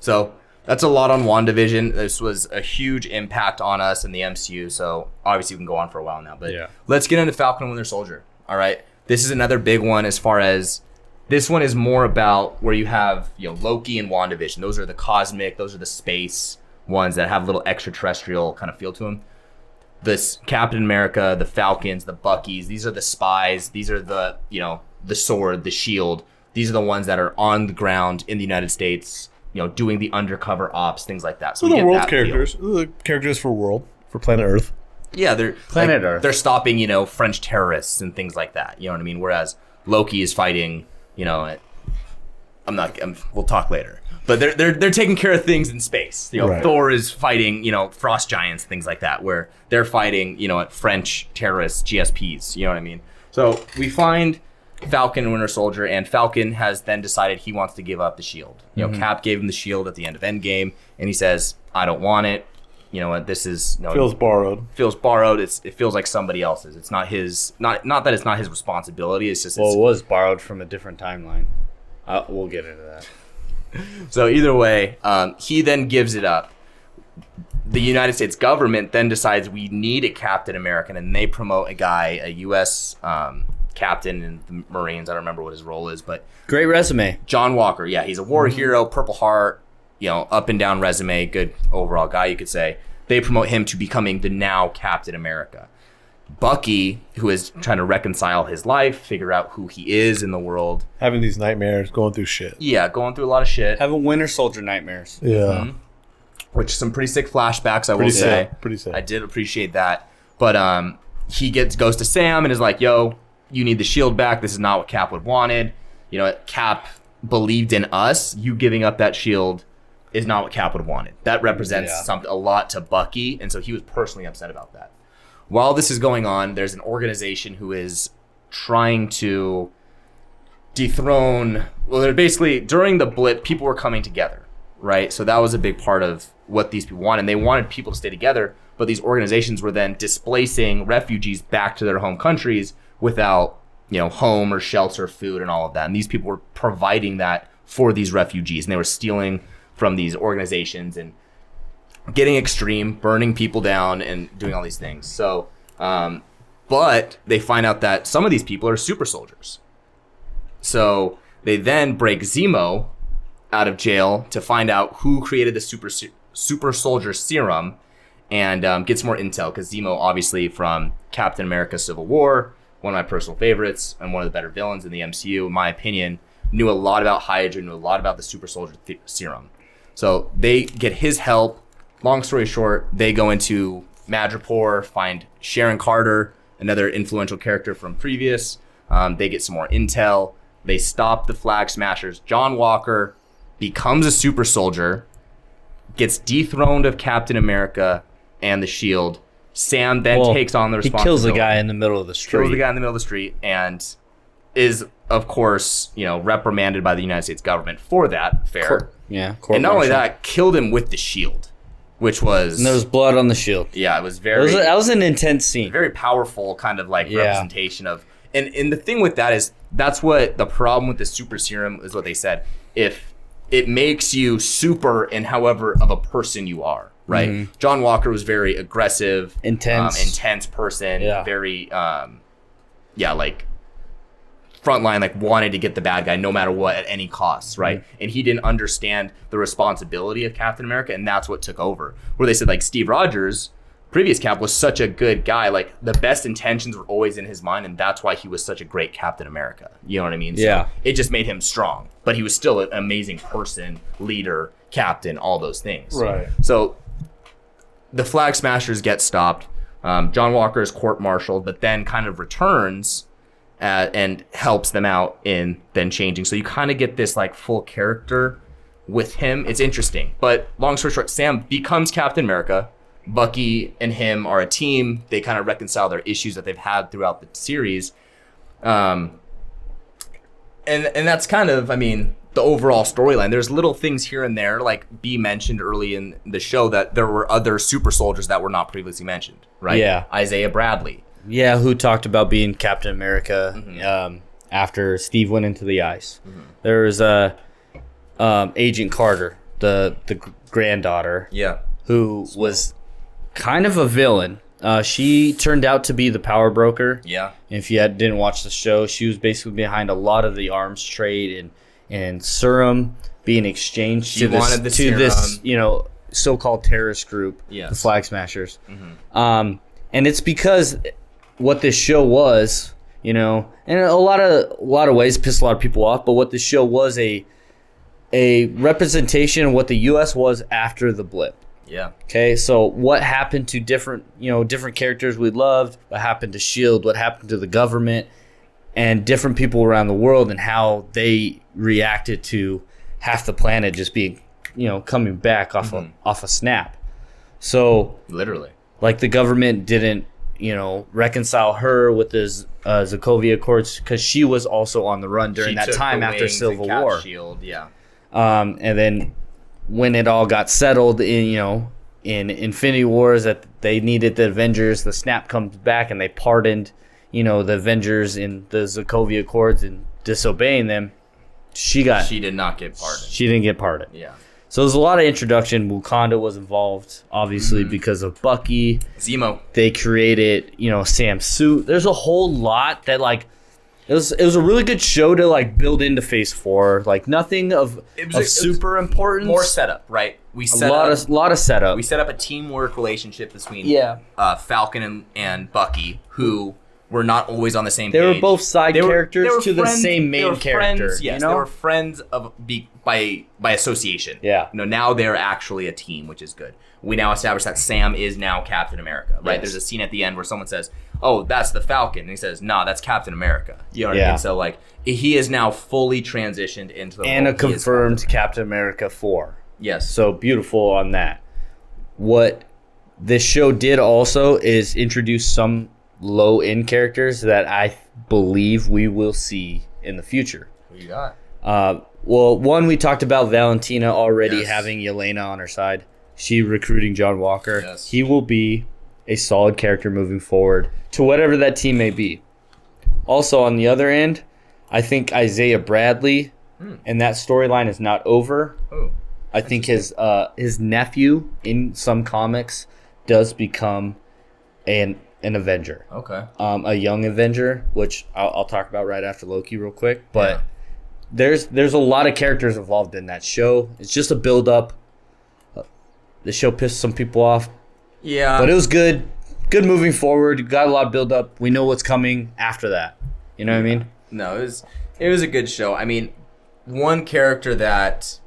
[SPEAKER 5] So that's a lot on WandaVision. This was a huge impact on us and the MCU. So obviously we can go on for a while now, but
[SPEAKER 2] Yeah.
[SPEAKER 5] let's get into Falcon and Winter Soldier. All right, this is another big one as far as this one is more about where you have you know Loki and WandaVision. Those are the cosmic. Those are the space ones that have a little extraterrestrial kind of feel to them this Captain America, the Falcons, the Buckies, these are the spies, these are the, you know, the sword, the shield. These are the ones that are on the ground in the United States, you know, doing the undercover ops, things like that. So we
[SPEAKER 6] the
[SPEAKER 5] get
[SPEAKER 6] world
[SPEAKER 5] that feel.
[SPEAKER 6] characters, the characters for world for planet Earth.
[SPEAKER 5] Yeah, they're
[SPEAKER 2] Planet
[SPEAKER 5] like,
[SPEAKER 2] Earth.
[SPEAKER 5] They're stopping, you know, French terrorists and things like that. You know what I mean? Whereas Loki is fighting, you know, it, I'm not. I'm, we'll talk later. But they're they're they're taking care of things in space. You know,
[SPEAKER 6] Right.
[SPEAKER 5] Thor is fighting, you know, frost giants, things like that. Where they're fighting, you know, at French terrorists, GSPs. You know what I mean? So we find Falcon, and Winter Soldier, and Falcon has then decided he wants to give up the shield. You know, Cap gave him the shield at the end of Endgame, and he says, "I don't want it." You know what? This is no
[SPEAKER 6] Feels borrowed.
[SPEAKER 5] feels borrowed. It's it feels like somebody else's. It's not his. Not not that it's not his responsibility. It's just
[SPEAKER 2] Well,
[SPEAKER 5] it's,
[SPEAKER 2] it was borrowed from a different timeline. Uh, we'll get into that.
[SPEAKER 5] so. Either way, um, he then gives it up. The United States government then decides we need a Captain American, and they promote a guy, a U.S. Um, captain in the Marines. I don't remember what his role is, but
[SPEAKER 2] Great resume.
[SPEAKER 5] John Walker. Yeah, he's a war hero, Purple Heart, you know, up and down resume, good overall guy, you could say. They promote him to becoming the now Captain America. Bucky, who is trying to reconcile his life, figure out who he is in the world.
[SPEAKER 6] Having these nightmares, going through shit.
[SPEAKER 5] Yeah, going through a lot of shit,
[SPEAKER 2] Have a Winter Soldier nightmares.
[SPEAKER 6] Yeah.
[SPEAKER 5] which is some Mm-hmm. pretty sick flashbacks, I will
[SPEAKER 6] Pretty
[SPEAKER 5] say.
[SPEAKER 6] sick. Pretty sick.
[SPEAKER 5] I did appreciate that. But um, he gets goes to Sam and is like, "Yo, you need the shield back. This is not what Cap would wanted. You know, Cap believed in us. You giving up that shield is not what Cap would wanted. That represents
[SPEAKER 2] Yeah.
[SPEAKER 5] something a lot to Bucky, and so he was personally upset about that. While this is going on, there's an organization who is trying to dethrone. Well, they're basically during the blip, people were coming together, right? So that was a big part of what these people wanted. They wanted people to stay together, but these organizations were then displacing refugees back to their home countries without, you know, home or shelter, food, and all of that. And these people were providing that for these refugees, and they were stealing from these organizations and getting extreme, burning people down, and doing all these things. So, um, but they find out that some of these people are super soldiers. So they then break Zemo out of jail to find out who created the super se- super soldier serum and um, get some more intel because Zemo, obviously from Captain America: Civil War, one of my personal favorites and one of the better villains in the MCU, in my opinion, knew a lot about Hydra, knew a lot about the super soldier th- serum. So they get his help. Long story short, they go into Madripoor, find Sharon Carter, another influential character from previous. Um, they get some more intel. They stop the Flag Smashers. John Walker becomes a super soldier, gets dethroned of Captain America and the Shield. Sam then
[SPEAKER 2] Well,
[SPEAKER 5] takes on the
[SPEAKER 2] He kills the
[SPEAKER 5] responsibility
[SPEAKER 2] guy in the middle of the street.
[SPEAKER 5] kills the guy in the middle of the street and is of course you know reprimanded by the united states government for that fair
[SPEAKER 2] Yeah.
[SPEAKER 5] and not only that killed him with the shield which was
[SPEAKER 2] and there was blood on the shield.
[SPEAKER 5] yeah it was
[SPEAKER 2] That
[SPEAKER 5] very
[SPEAKER 2] was, that was an intense scene.
[SPEAKER 5] very powerful kind of like
[SPEAKER 2] Yeah.
[SPEAKER 5] representation of and and the thing with that is that's what the problem with the super serum is what they said if it makes you super in however of a person you are right
[SPEAKER 2] Mm-hmm.
[SPEAKER 5] john walker was very aggressive
[SPEAKER 2] Intense.
[SPEAKER 5] um, intense person
[SPEAKER 2] Yeah.
[SPEAKER 5] very um yeah like frontline like wanted to get the bad guy no matter what at any
[SPEAKER 2] Mm-hmm.
[SPEAKER 5] cost right and he didn't understand the responsibility of captain america and that's what took over where they said like steve rogers previous cap was such a good guy like the best intentions were always in his mind and that's why he was such a great captain america you know what i mean So
[SPEAKER 2] Yeah.
[SPEAKER 5] it just made him strong but he was still an amazing person leader captain all those things
[SPEAKER 1] Right.
[SPEAKER 5] so the Flag Smashers get stopped. Um, John Walker is court martialed, but then kind of returns uh, and helps them out in then changing. So you kind of get this like full character with him. It's interesting. But long story short, Sam becomes Captain America. Bucky and him are a team. They kind of reconcile their issues that they've had throughout the series. Um, and and that's kind of I mean the overall storyline. There's little things here and there, like B mentioned early in the show that there were other super soldiers that were not previously mentioned, right?
[SPEAKER 2] Yeah.
[SPEAKER 5] Isaiah Bradley.
[SPEAKER 2] Yeah, who talked about being Captain America um, after Steve went into the ice? There was a um, Agent Carter, the the gr- granddaughter,
[SPEAKER 5] Yeah.
[SPEAKER 2] who was kind of a villain. Uh, she turned out to be the power broker.
[SPEAKER 5] Yeah.
[SPEAKER 2] If you had, didn't watch the show, she was basically behind a lot of the arms trade and and serum being exchanged to this
[SPEAKER 5] wanted the
[SPEAKER 2] to this
[SPEAKER 5] serum.
[SPEAKER 2] you know so-called terrorist group, the
[SPEAKER 5] Yes. Mm-hmm.
[SPEAKER 2] Flag Smashers. Um, and it's because what this show was, you know, and a lot of a lot of ways pissed a lot of people off, but what this show was a a representation of what the U.S. was after the blip.
[SPEAKER 5] Yeah.
[SPEAKER 2] Okay, so what happened to different, you know, different characters we loved? What happened to Shield? E What happened to the government, and different people around the world, and how they reacted to half the planet just being, you know, coming back off
[SPEAKER 5] Mm-hmm.
[SPEAKER 2] a off a snap. So
[SPEAKER 5] Literally.
[SPEAKER 2] like the government didn't, you know, reconcile her with the Z- uh, Sokovia Accords because she was also on the run during
[SPEAKER 5] She
[SPEAKER 2] that
[SPEAKER 5] took
[SPEAKER 2] time
[SPEAKER 5] the
[SPEAKER 2] after
[SPEAKER 5] wings
[SPEAKER 2] Civil
[SPEAKER 5] and Cap
[SPEAKER 2] War.
[SPEAKER 5] Shield. Yeah.
[SPEAKER 2] Um, and then when it all got settled in, you know, in Infinity Wars that they needed the Avengers, the snap comes back and they pardoned, you know, the Avengers in the Sokovia Accords and disobeying them. She got she,
[SPEAKER 5] She did not get pardoned.
[SPEAKER 2] didn't get pardoned.
[SPEAKER 5] Yeah.
[SPEAKER 2] So there's a lot of introduction. Wakanda was involved, obviously,
[SPEAKER 5] Mm-hmm.
[SPEAKER 2] because of Bucky
[SPEAKER 5] Zemo.
[SPEAKER 2] they created you know sam's suit there's a whole lot that like it was it was a really good show to like build into phase four like nothing of,
[SPEAKER 5] It was
[SPEAKER 2] of
[SPEAKER 5] a- it was
[SPEAKER 2] super importance
[SPEAKER 5] More setup, right? We
[SPEAKER 2] a
[SPEAKER 5] set
[SPEAKER 2] lot
[SPEAKER 5] up,
[SPEAKER 2] of lot of setup
[SPEAKER 5] we set up a teamwork relationship between
[SPEAKER 2] Yeah.
[SPEAKER 5] uh, Falcon and, and Bucky, who were not always on the same
[SPEAKER 2] They were
[SPEAKER 5] page.
[SPEAKER 2] both side
[SPEAKER 5] They were-
[SPEAKER 2] characters
[SPEAKER 5] they were
[SPEAKER 2] to the
[SPEAKER 5] friends-
[SPEAKER 2] same
[SPEAKER 5] they
[SPEAKER 2] main
[SPEAKER 5] were
[SPEAKER 2] character,
[SPEAKER 5] Friends,
[SPEAKER 2] you
[SPEAKER 5] yes,
[SPEAKER 2] know?
[SPEAKER 5] they were friends of be, by by association.
[SPEAKER 2] Yeah.
[SPEAKER 5] You know, now they're actually a team, which is good. We now establish that Sam is now Captain America,
[SPEAKER 2] Yes.
[SPEAKER 5] right? There's a scene at the end where someone says, "Oh, that's the Falcon," and he says, "Nah, that's Captain America." You know what I
[SPEAKER 2] Yeah.
[SPEAKER 5] mean? So like, he is now fully transitioned into the
[SPEAKER 2] and a
[SPEAKER 5] role oh, he is-
[SPEAKER 2] confirmed captain america 4
[SPEAKER 5] Yes.
[SPEAKER 2] so beautiful on that what this show did also is introduce some low end characters that i believe we will see in the future
[SPEAKER 5] Who you got?
[SPEAKER 2] Uh, well, one we talked about Valentina already
[SPEAKER 5] Yes.
[SPEAKER 2] having Yelena on her side. She recruiting John Walker.
[SPEAKER 5] Yes.
[SPEAKER 2] He will be a solid character moving forward to whatever that team may be. Also on the other end,
[SPEAKER 5] Hmm.
[SPEAKER 2] I think Isaiah Bradley and that storyline is not over.
[SPEAKER 5] Oh,
[SPEAKER 2] I think his uh, his nephew in some comics does become an an Avenger,
[SPEAKER 5] Okay.
[SPEAKER 2] um, a young Avenger, which I'll, I'll talk about right after Loki, real quick. But there's there's a lot of characters involved in that show. It's just a build up. The show pissed some people off,
[SPEAKER 5] Yeah.
[SPEAKER 2] but it was good. Good moving forward. Got a lot of build up. We know what's coming after that. You know what I mean?
[SPEAKER 5] No, it was it was a good show. I mean, one character that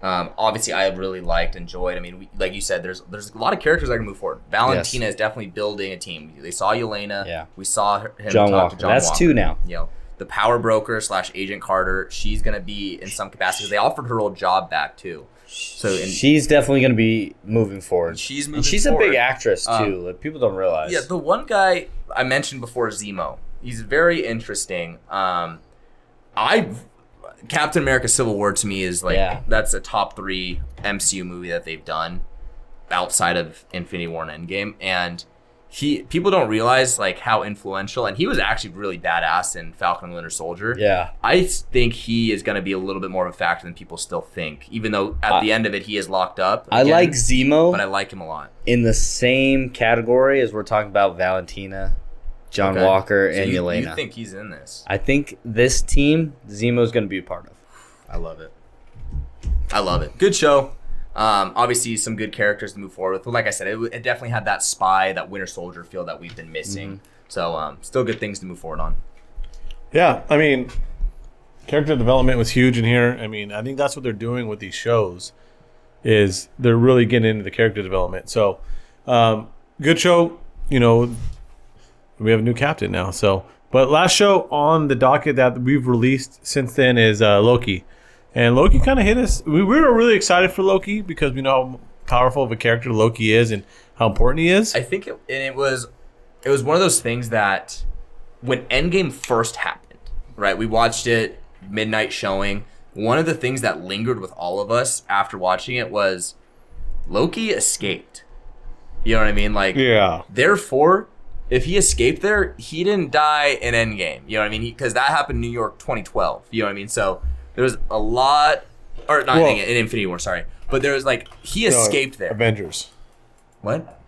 [SPEAKER 5] um, obviously I really liked, enjoyed. I mean, we, like you said, there's there's a lot of characters that can move forward. Valentina is definitely building a team. They saw Yelena.
[SPEAKER 2] Yeah.
[SPEAKER 5] We saw her, him
[SPEAKER 2] John
[SPEAKER 5] talk
[SPEAKER 2] Walker.
[SPEAKER 5] to John
[SPEAKER 2] That's
[SPEAKER 5] Walker.
[SPEAKER 2] two now.
[SPEAKER 5] You know, the power broker slash Agent Carter. She's gonna be in some capacity. 'cause They offered her old job back too. So and
[SPEAKER 2] she's definitely going to be moving forward.
[SPEAKER 5] she's moving.
[SPEAKER 2] and she's a
[SPEAKER 5] forward.
[SPEAKER 2] big actress too.
[SPEAKER 5] Um,
[SPEAKER 2] like, people don't realize.
[SPEAKER 5] Yeah, the one guy I mentioned before, Zemo. He's very interesting. Um, I Captain America: Civil War to me is like
[SPEAKER 2] Yeah.
[SPEAKER 5] that's a top three MCU movie that they've done outside of Infinity War and Endgame, and he people don't realize like how influential. And he was actually really badass in Falcon and the Winter Soldier.
[SPEAKER 2] yeah.
[SPEAKER 5] I think he is going to be a little bit more of a factor than people still think, even though at
[SPEAKER 2] I-
[SPEAKER 5] the end of it he is locked up.
[SPEAKER 2] I
[SPEAKER 5] again,
[SPEAKER 2] like
[SPEAKER 5] but I
[SPEAKER 2] Zemo
[SPEAKER 5] like him a lot.
[SPEAKER 2] in the same category as we're talking about Valentina, John
[SPEAKER 5] Okay.
[SPEAKER 2] Walker,
[SPEAKER 5] So
[SPEAKER 2] and
[SPEAKER 5] you,
[SPEAKER 2] Yelena.
[SPEAKER 5] you think he's in this?
[SPEAKER 2] I think this team Zemo's going to be a part of.
[SPEAKER 5] I love it. I love it. Good show. Um, obviously, some good characters to move forward with. But like I said, it, w- it definitely had that spy, that Winter Soldier feel that we've been missing. So, um, still good things to move forward on.
[SPEAKER 1] Yeah, I mean, character development was huge in here. I mean, I think that's what they're doing with these shows is they're really getting into the character development. So, um, good show. You know, we have a new captain now. So, but last show on the docket that we've released since then is uh, Loki, and Loki kind of hit us. We, we were really excited for Loki because we know how powerful of a character Loki is and how important he is.
[SPEAKER 5] I think it, and it was it was one of those things that when Endgame first happened, right? We watched it midnight showing. One of the things that lingered with all of us after watching it was Loki escaped. You know what I mean? Like
[SPEAKER 1] yeah,
[SPEAKER 5] Therefore, if he escaped there, he didn't die in Endgame. You know what I mean? Because that happened in New York 2012. You know what I mean? So there was a lot, or not
[SPEAKER 1] Well-
[SPEAKER 5] Endgame, in Infinity War, sorry. But there was like,
[SPEAKER 1] No,
[SPEAKER 5] he escaped there.
[SPEAKER 1] Avengers
[SPEAKER 5] What?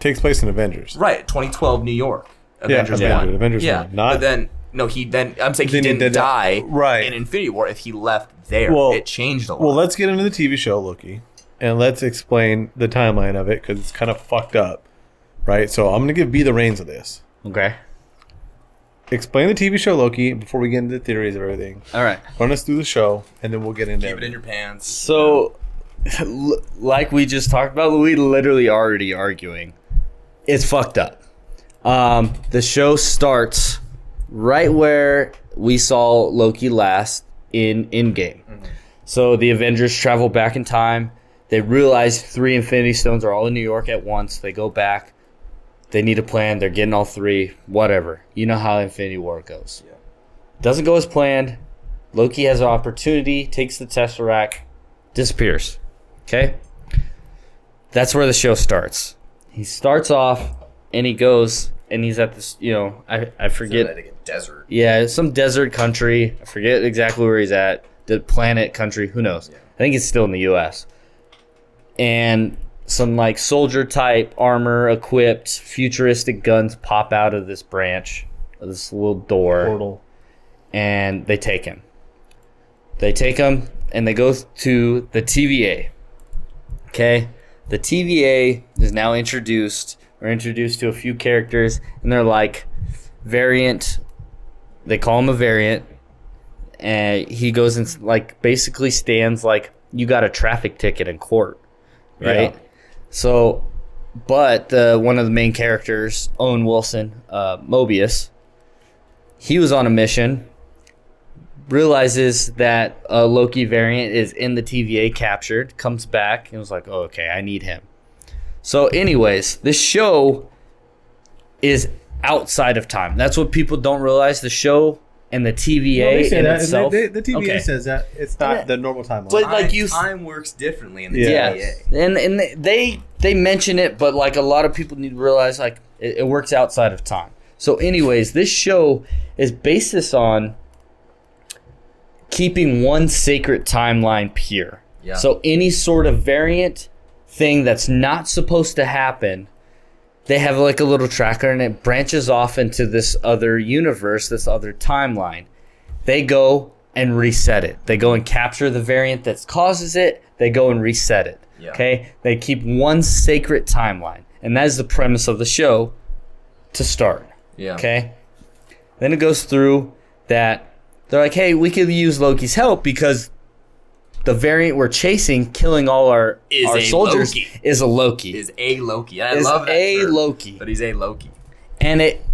[SPEAKER 1] takes place in Avengers.
[SPEAKER 5] Right, 2012 New York. Avengers
[SPEAKER 1] Avengers,
[SPEAKER 5] 1.
[SPEAKER 1] Avengers
[SPEAKER 5] yeah,
[SPEAKER 1] 1, not-
[SPEAKER 5] but then, no, he then, I'm saying he
[SPEAKER 1] Then he
[SPEAKER 5] didn't
[SPEAKER 1] did that-
[SPEAKER 5] die
[SPEAKER 1] right.
[SPEAKER 5] in Infinity War if he left there.
[SPEAKER 1] Well-
[SPEAKER 5] it changed a lot.
[SPEAKER 1] Well, let's get into the TV show Loki, and let's explain the timeline of it because it's kind of fucked up, right? So I'm gonna give B the reins of this.
[SPEAKER 2] Okay.
[SPEAKER 1] Explain the TV show Loki before we get into the theories of everything.
[SPEAKER 2] All right.
[SPEAKER 1] Run us through the show, and then we'll get into
[SPEAKER 5] Keep it
[SPEAKER 1] it.
[SPEAKER 5] in your pants.
[SPEAKER 2] So, *laughs* l- like we just talked about, we literally already arguing. It's fucked up. Um, the show starts right where we saw Loki last in Endgame.
[SPEAKER 5] Mm-hmm.
[SPEAKER 2] So the Avengers travel back in time. They realize three Infinity Stones are all in New York at once. They go back. They need a plan. They're getting all three. Whatever. You know how Infinity War goes. Doesn't go as planned. Loki has an opportunity, takes the Tesseract, disappears. Okay? That's where the show starts. He starts off and he goes and he's at this, you know, I, I forget.
[SPEAKER 5] Desert.
[SPEAKER 2] Yeah, some desert country. I forget exactly where he's at. The planet country, who knows? I think it's still in the US. And some like soldier type armor equipped futuristic guns pop out of this branch, of this little door
[SPEAKER 1] Portal.
[SPEAKER 2] and they take him. They take him and they go to the TVA. Okay? The TVA is now introduced or introduced to a few characters and they're like variant they call him a variant and he goes and like basically stands like you got a traffic ticket in court, right?
[SPEAKER 1] Yeah.
[SPEAKER 2] So but the one of the main characters, Owen Wilson, uh, Mobius, he was on a mission realizes that a Loki variant is in the TVA captured, comes back, and was like, oh, okay, I need him. So, anyways, this show is outside of time. That's what people don't realize. The show and the TVA in itself.
[SPEAKER 1] the TVA
[SPEAKER 2] Okay.
[SPEAKER 1] says that it's not the normal timeline.
[SPEAKER 2] But- Like you-
[SPEAKER 5] time works differently in the
[SPEAKER 1] Yeah.
[SPEAKER 2] yeah,
[SPEAKER 5] TVA.
[SPEAKER 2] and and they they mention it, but like a lot of people need to realize like it, it works outside of time. So, anyways, this show is based this on keeping one sacred timeline pure.
[SPEAKER 5] Yeah.
[SPEAKER 2] So any sort of variant thing that's not supposed to happen, they have like a little tracker and it branches off into this other universe, this other timeline. They go and reset it. They go and capture the variant that causes it. They go and reset it.
[SPEAKER 5] Yeah.
[SPEAKER 2] Okay? They keep one sacred timeline. And that is the premise of the show to start.
[SPEAKER 5] yeah.
[SPEAKER 2] Okay. Then it goes through that they're like, hey, we could use Loki's help because the variant we're chasing, killing all our,
[SPEAKER 5] Is
[SPEAKER 2] our
[SPEAKER 5] a
[SPEAKER 2] soldiers,
[SPEAKER 5] Loki.
[SPEAKER 2] is a Loki.
[SPEAKER 5] Is a Loki. And I
[SPEAKER 2] Is
[SPEAKER 5] love that
[SPEAKER 2] a
[SPEAKER 5] term,
[SPEAKER 2] Loki.
[SPEAKER 5] But he's a Loki.
[SPEAKER 2] and it,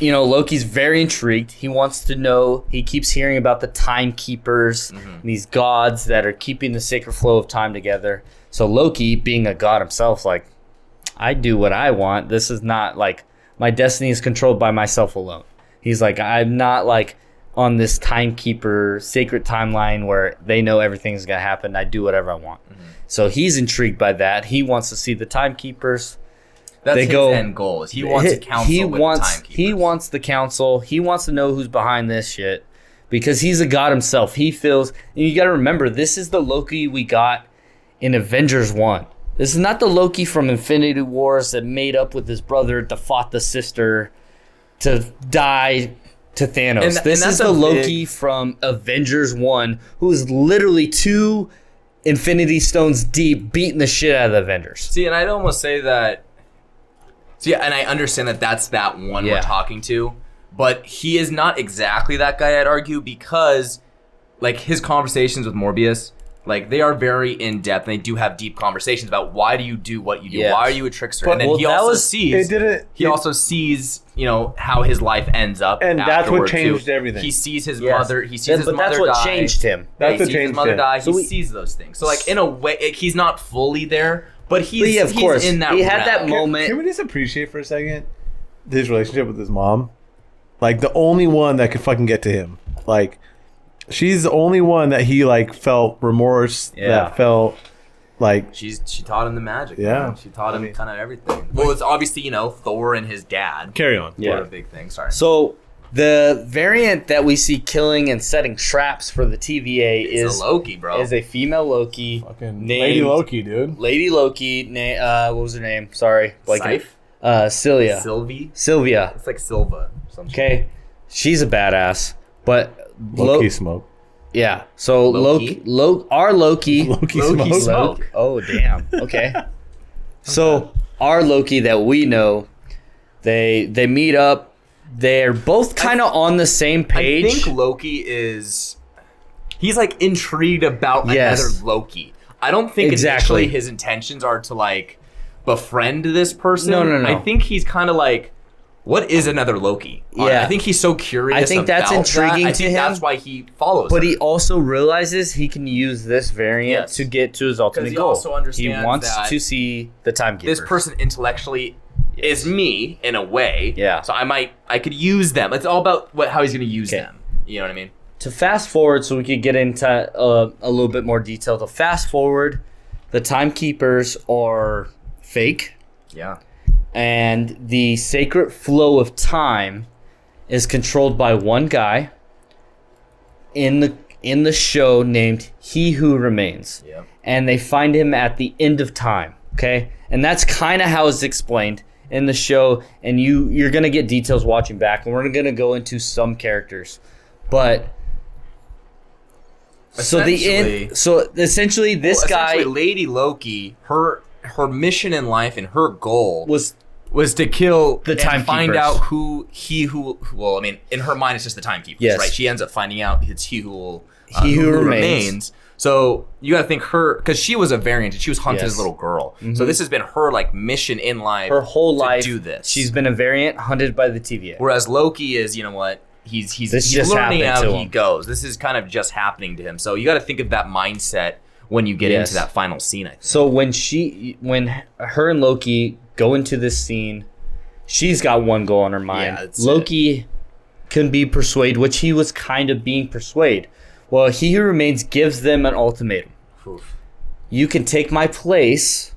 [SPEAKER 2] you know, Loki's very intrigued. He wants to know, he keeps hearing about the timekeepers, these gods that are keeping the sacred flow of time together. So Loki, being a god himself, like, I do what I want. This is not like my destiny is controlled by myself alone. He's like, I'm not like on this timekeeper sacred timeline where they know everything's gonna happen. I do whatever I want. So he's intrigued by that. He wants to see the timekeepers.
[SPEAKER 5] That's
[SPEAKER 2] They
[SPEAKER 5] his
[SPEAKER 2] go-
[SPEAKER 5] end goal. Is he wants a council
[SPEAKER 2] He
[SPEAKER 5] with
[SPEAKER 2] wants
[SPEAKER 5] timekeepers.
[SPEAKER 2] he wants the council. He wants to know who's behind this shit because he's a god himself. He feels, and you got to remember, this is the Loki we got in Avengers One. This is not the Loki from Infinity Wars that made up with his brother to fought the sister to die to Thanos. this
[SPEAKER 5] And- and
[SPEAKER 2] is
[SPEAKER 5] that's
[SPEAKER 2] the
[SPEAKER 5] a
[SPEAKER 2] Loki from Avengers One, who is literally two Infinity Stones deep, beating the shit out of the Avengers.
[SPEAKER 5] See, and I'd almost say that. See, and I understand that that's that one
[SPEAKER 2] Yeah.
[SPEAKER 5] we're talking to, but he is not exactly that guy. I'd argue because, like, his conversations with Morbius, like they are very in depth. and They do have deep conversations about why do you do what you do?
[SPEAKER 2] Yes.
[SPEAKER 5] Why are you a trickster?
[SPEAKER 2] But-
[SPEAKER 5] and then
[SPEAKER 2] well,
[SPEAKER 5] he
[SPEAKER 2] that
[SPEAKER 5] also
[SPEAKER 2] was-
[SPEAKER 5] sees
[SPEAKER 6] it didn't-
[SPEAKER 5] He
[SPEAKER 6] it-
[SPEAKER 5] also sees you know how his life ends up,
[SPEAKER 6] And that's what
[SPEAKER 5] afterward, too.
[SPEAKER 6] changed everything.
[SPEAKER 5] He sees his
[SPEAKER 2] Yes.
[SPEAKER 5] mother. He sees
[SPEAKER 2] That-
[SPEAKER 5] his
[SPEAKER 2] but
[SPEAKER 5] mother
[SPEAKER 2] that's what
[SPEAKER 5] die.
[SPEAKER 2] changed him.
[SPEAKER 6] That's
[SPEAKER 5] he
[SPEAKER 6] what
[SPEAKER 5] sees his
[SPEAKER 6] changed
[SPEAKER 5] mother
[SPEAKER 6] him.
[SPEAKER 5] die.
[SPEAKER 2] So
[SPEAKER 5] he
[SPEAKER 2] we-
[SPEAKER 5] sees those things. So like in a way, it- he's not fully there, but he's
[SPEAKER 2] yeah, of
[SPEAKER 5] he's
[SPEAKER 2] course.
[SPEAKER 5] in that.
[SPEAKER 2] He had that
[SPEAKER 5] realm.
[SPEAKER 2] mo- moment-
[SPEAKER 6] Can we just appreciate for a second his relationship with his mom? Like the only one that could fucking get to him. Like she's the only one that he like felt remorse.
[SPEAKER 2] Yeah.
[SPEAKER 6] That felt like
[SPEAKER 5] She's she taught him the magic.
[SPEAKER 6] Yeah.
[SPEAKER 5] man. she taught him kind of everything. Well, it's obviously you know Thor and his dad
[SPEAKER 1] Carry on.
[SPEAKER 5] were a big thing. Sorry,
[SPEAKER 2] So the variant that we see killing and setting traps for the TVA
[SPEAKER 5] it's
[SPEAKER 2] is
[SPEAKER 5] a Loki, bro.
[SPEAKER 2] is a female Loki,
[SPEAKER 1] Fucking
[SPEAKER 2] named-
[SPEAKER 1] Lady Loki, dude.
[SPEAKER 2] Lady Loki. Na- uh, what was her name? Sorry,
[SPEAKER 5] Scythe?
[SPEAKER 2] Uh, Celia,
[SPEAKER 5] Sylvie.
[SPEAKER 2] Sylvia.
[SPEAKER 5] It's like Silva. or some shit.
[SPEAKER 2] Okay, she's a badass, but Lo-
[SPEAKER 6] Loki smoke.
[SPEAKER 2] yeah. So Loki,
[SPEAKER 5] Loki?
[SPEAKER 2] Lo- our Loki,
[SPEAKER 6] Loki,
[SPEAKER 5] Loki
[SPEAKER 6] smoke.
[SPEAKER 5] smoke.
[SPEAKER 2] Oh damn. Okay.
[SPEAKER 5] *laughs*
[SPEAKER 2] so our Loki that we know, they they meet up. They're both kind of on the same page.
[SPEAKER 5] I think Loki is he's like intrigued about
[SPEAKER 2] Yes.
[SPEAKER 5] another Loki. I don't think
[SPEAKER 2] Exactly.
[SPEAKER 5] initially his intentions are to like befriend this person.
[SPEAKER 2] No, no, no.
[SPEAKER 5] I think he's kind of like, what is another Loki? I-
[SPEAKER 2] Yeah.
[SPEAKER 5] I think he's so curious.
[SPEAKER 2] I think that's
[SPEAKER 5] about that.
[SPEAKER 2] intriguing
[SPEAKER 5] I
[SPEAKER 2] to
[SPEAKER 5] think
[SPEAKER 2] him,
[SPEAKER 5] That's why he follows.
[SPEAKER 2] But
[SPEAKER 5] her.
[SPEAKER 2] he also realizes he can use this variant
[SPEAKER 5] Yes.
[SPEAKER 2] to get to his ultimate
[SPEAKER 5] 'Cause he
[SPEAKER 2] goal.
[SPEAKER 5] also understands
[SPEAKER 2] he wants
[SPEAKER 5] that
[SPEAKER 2] to see the timekeeper.
[SPEAKER 5] this person intellectually is me in a way.
[SPEAKER 2] Yeah.
[SPEAKER 5] So I might I could use them. It's all about what how he's gonna use
[SPEAKER 2] Okay.
[SPEAKER 5] them. You know what I mean?
[SPEAKER 2] To fast forward, so we could get into uh, a little bit more detail. To fast forward, the timekeepers are fake,
[SPEAKER 5] Yeah.
[SPEAKER 2] and the sacred flow of time is controlled by one guy in the in the show named He Who Remains.
[SPEAKER 5] Yeah.
[SPEAKER 2] and they find him at the end of time. Okay, and that's kind of how it's explained in the show. And you you're gonna get details watching back, and we're gonna go into some characters, but so the
[SPEAKER 5] Essentially-
[SPEAKER 2] end. So essentially, this
[SPEAKER 5] Well,
[SPEAKER 2] guy
[SPEAKER 5] essentially, Lady Loki, her her mission in life and her goal was,
[SPEAKER 2] was
[SPEAKER 5] to kill
[SPEAKER 2] The
[SPEAKER 5] and find
[SPEAKER 2] timekeepers.
[SPEAKER 5] out who he who well, I mean, in her mind, it's just the timekeepers,
[SPEAKER 2] Yes.
[SPEAKER 5] right? She ends up finding out it's he who will, uh,
[SPEAKER 2] He who remains.
[SPEAKER 5] So you got to think her because she was a variant and she was hunted
[SPEAKER 2] Yes.
[SPEAKER 5] as
[SPEAKER 2] Mm-hmm.
[SPEAKER 5] a little girl. So this has been her like mission in life.
[SPEAKER 2] her whole
[SPEAKER 5] to
[SPEAKER 2] life.
[SPEAKER 5] do this.
[SPEAKER 2] She's been a variant hunted by the TVA.
[SPEAKER 5] Whereas Loki is, you know what? He's he's,
[SPEAKER 2] This
[SPEAKER 5] he's
[SPEAKER 2] just
[SPEAKER 5] learning
[SPEAKER 2] happened
[SPEAKER 5] how
[SPEAKER 2] to
[SPEAKER 5] he
[SPEAKER 2] him.
[SPEAKER 5] goes. This is kind of just happening to him. So you got to think of that mindset when you get
[SPEAKER 2] Yes.
[SPEAKER 5] into that final scene. I think.
[SPEAKER 2] So when she, when her and Loki go into this scene, she's got one goal on her mind.
[SPEAKER 5] Yeah, that's
[SPEAKER 2] Loki can be persuaded, which he was kind of being persuaded. Well, he who remains gives them an ultimatum.
[SPEAKER 5] Oof.
[SPEAKER 2] You can take my place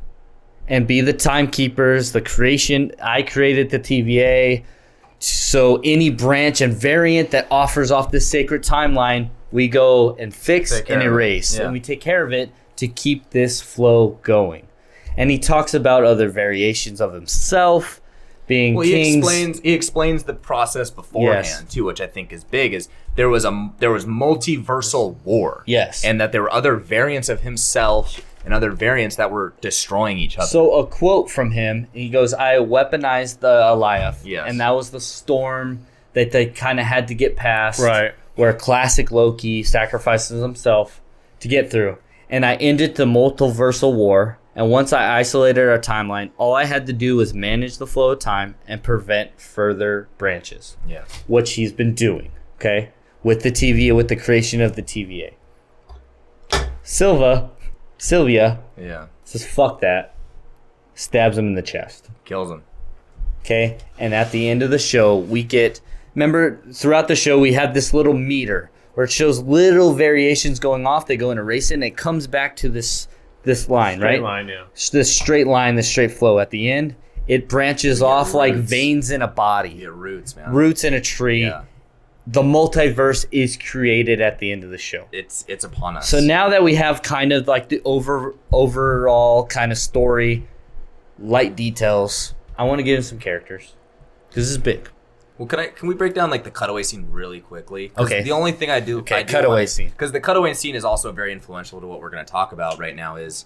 [SPEAKER 2] and be the timekeepers, the creation. I created the TVA. So any branch and variant that offers off this sacred timeline, we go and fix
[SPEAKER 5] Take care
[SPEAKER 2] and
[SPEAKER 5] of it.
[SPEAKER 2] erase.
[SPEAKER 5] Yeah.
[SPEAKER 2] And we take care of it to keep this flow going. And he talks about other variations of himself being
[SPEAKER 5] Well,
[SPEAKER 2] kings.
[SPEAKER 5] he explains he explains the process beforehand too, which I think is big. Is there was a there was multiversal war,
[SPEAKER 2] Yes.
[SPEAKER 5] and that there were other variants of himself and other variants that were destroying each other.
[SPEAKER 2] So a quote from him, he goes, "I weaponized the Eliath,
[SPEAKER 5] Yes.
[SPEAKER 2] and that was the storm that they kind of had to get past,
[SPEAKER 1] Right.
[SPEAKER 2] Where classic Loki sacrifices himself to get through, and I ended the multiversal war. And once I isolated our timeline, all I had to do was manage the flow of time and prevent further branches,
[SPEAKER 5] yeah,
[SPEAKER 2] which he's been doing, okay, with the TVA, with the creation of the TVA. Silva, Sylvia,
[SPEAKER 5] yeah,
[SPEAKER 2] says fuck that stabs him in the chest
[SPEAKER 5] kills him.
[SPEAKER 2] okay and at the end of the show we get remember throughout the show we have this little meter where it shows little variations going off they go in a race and it comes back to this this line right
[SPEAKER 1] line, yeah.
[SPEAKER 2] S- this straight line this straight flow at the end it branches off like
[SPEAKER 5] roots.
[SPEAKER 2] veins in a body
[SPEAKER 5] Yeah, roots, man.
[SPEAKER 2] roots in a tree
[SPEAKER 5] Yeah,
[SPEAKER 2] the multiverse is created at the end of the show
[SPEAKER 5] it's it's upon us.
[SPEAKER 2] so now that we have kind of like the over overall kind of story, light details, I want to give him some characters. This is big.
[SPEAKER 5] Well, can I can we break down like the cutaway scene really quickly? 'Cause
[SPEAKER 2] Okay.
[SPEAKER 5] The only thing I do
[SPEAKER 2] Okay, cutaway scene.
[SPEAKER 5] because the cutaway scene is also very influential to what we're going to talk about right now. Is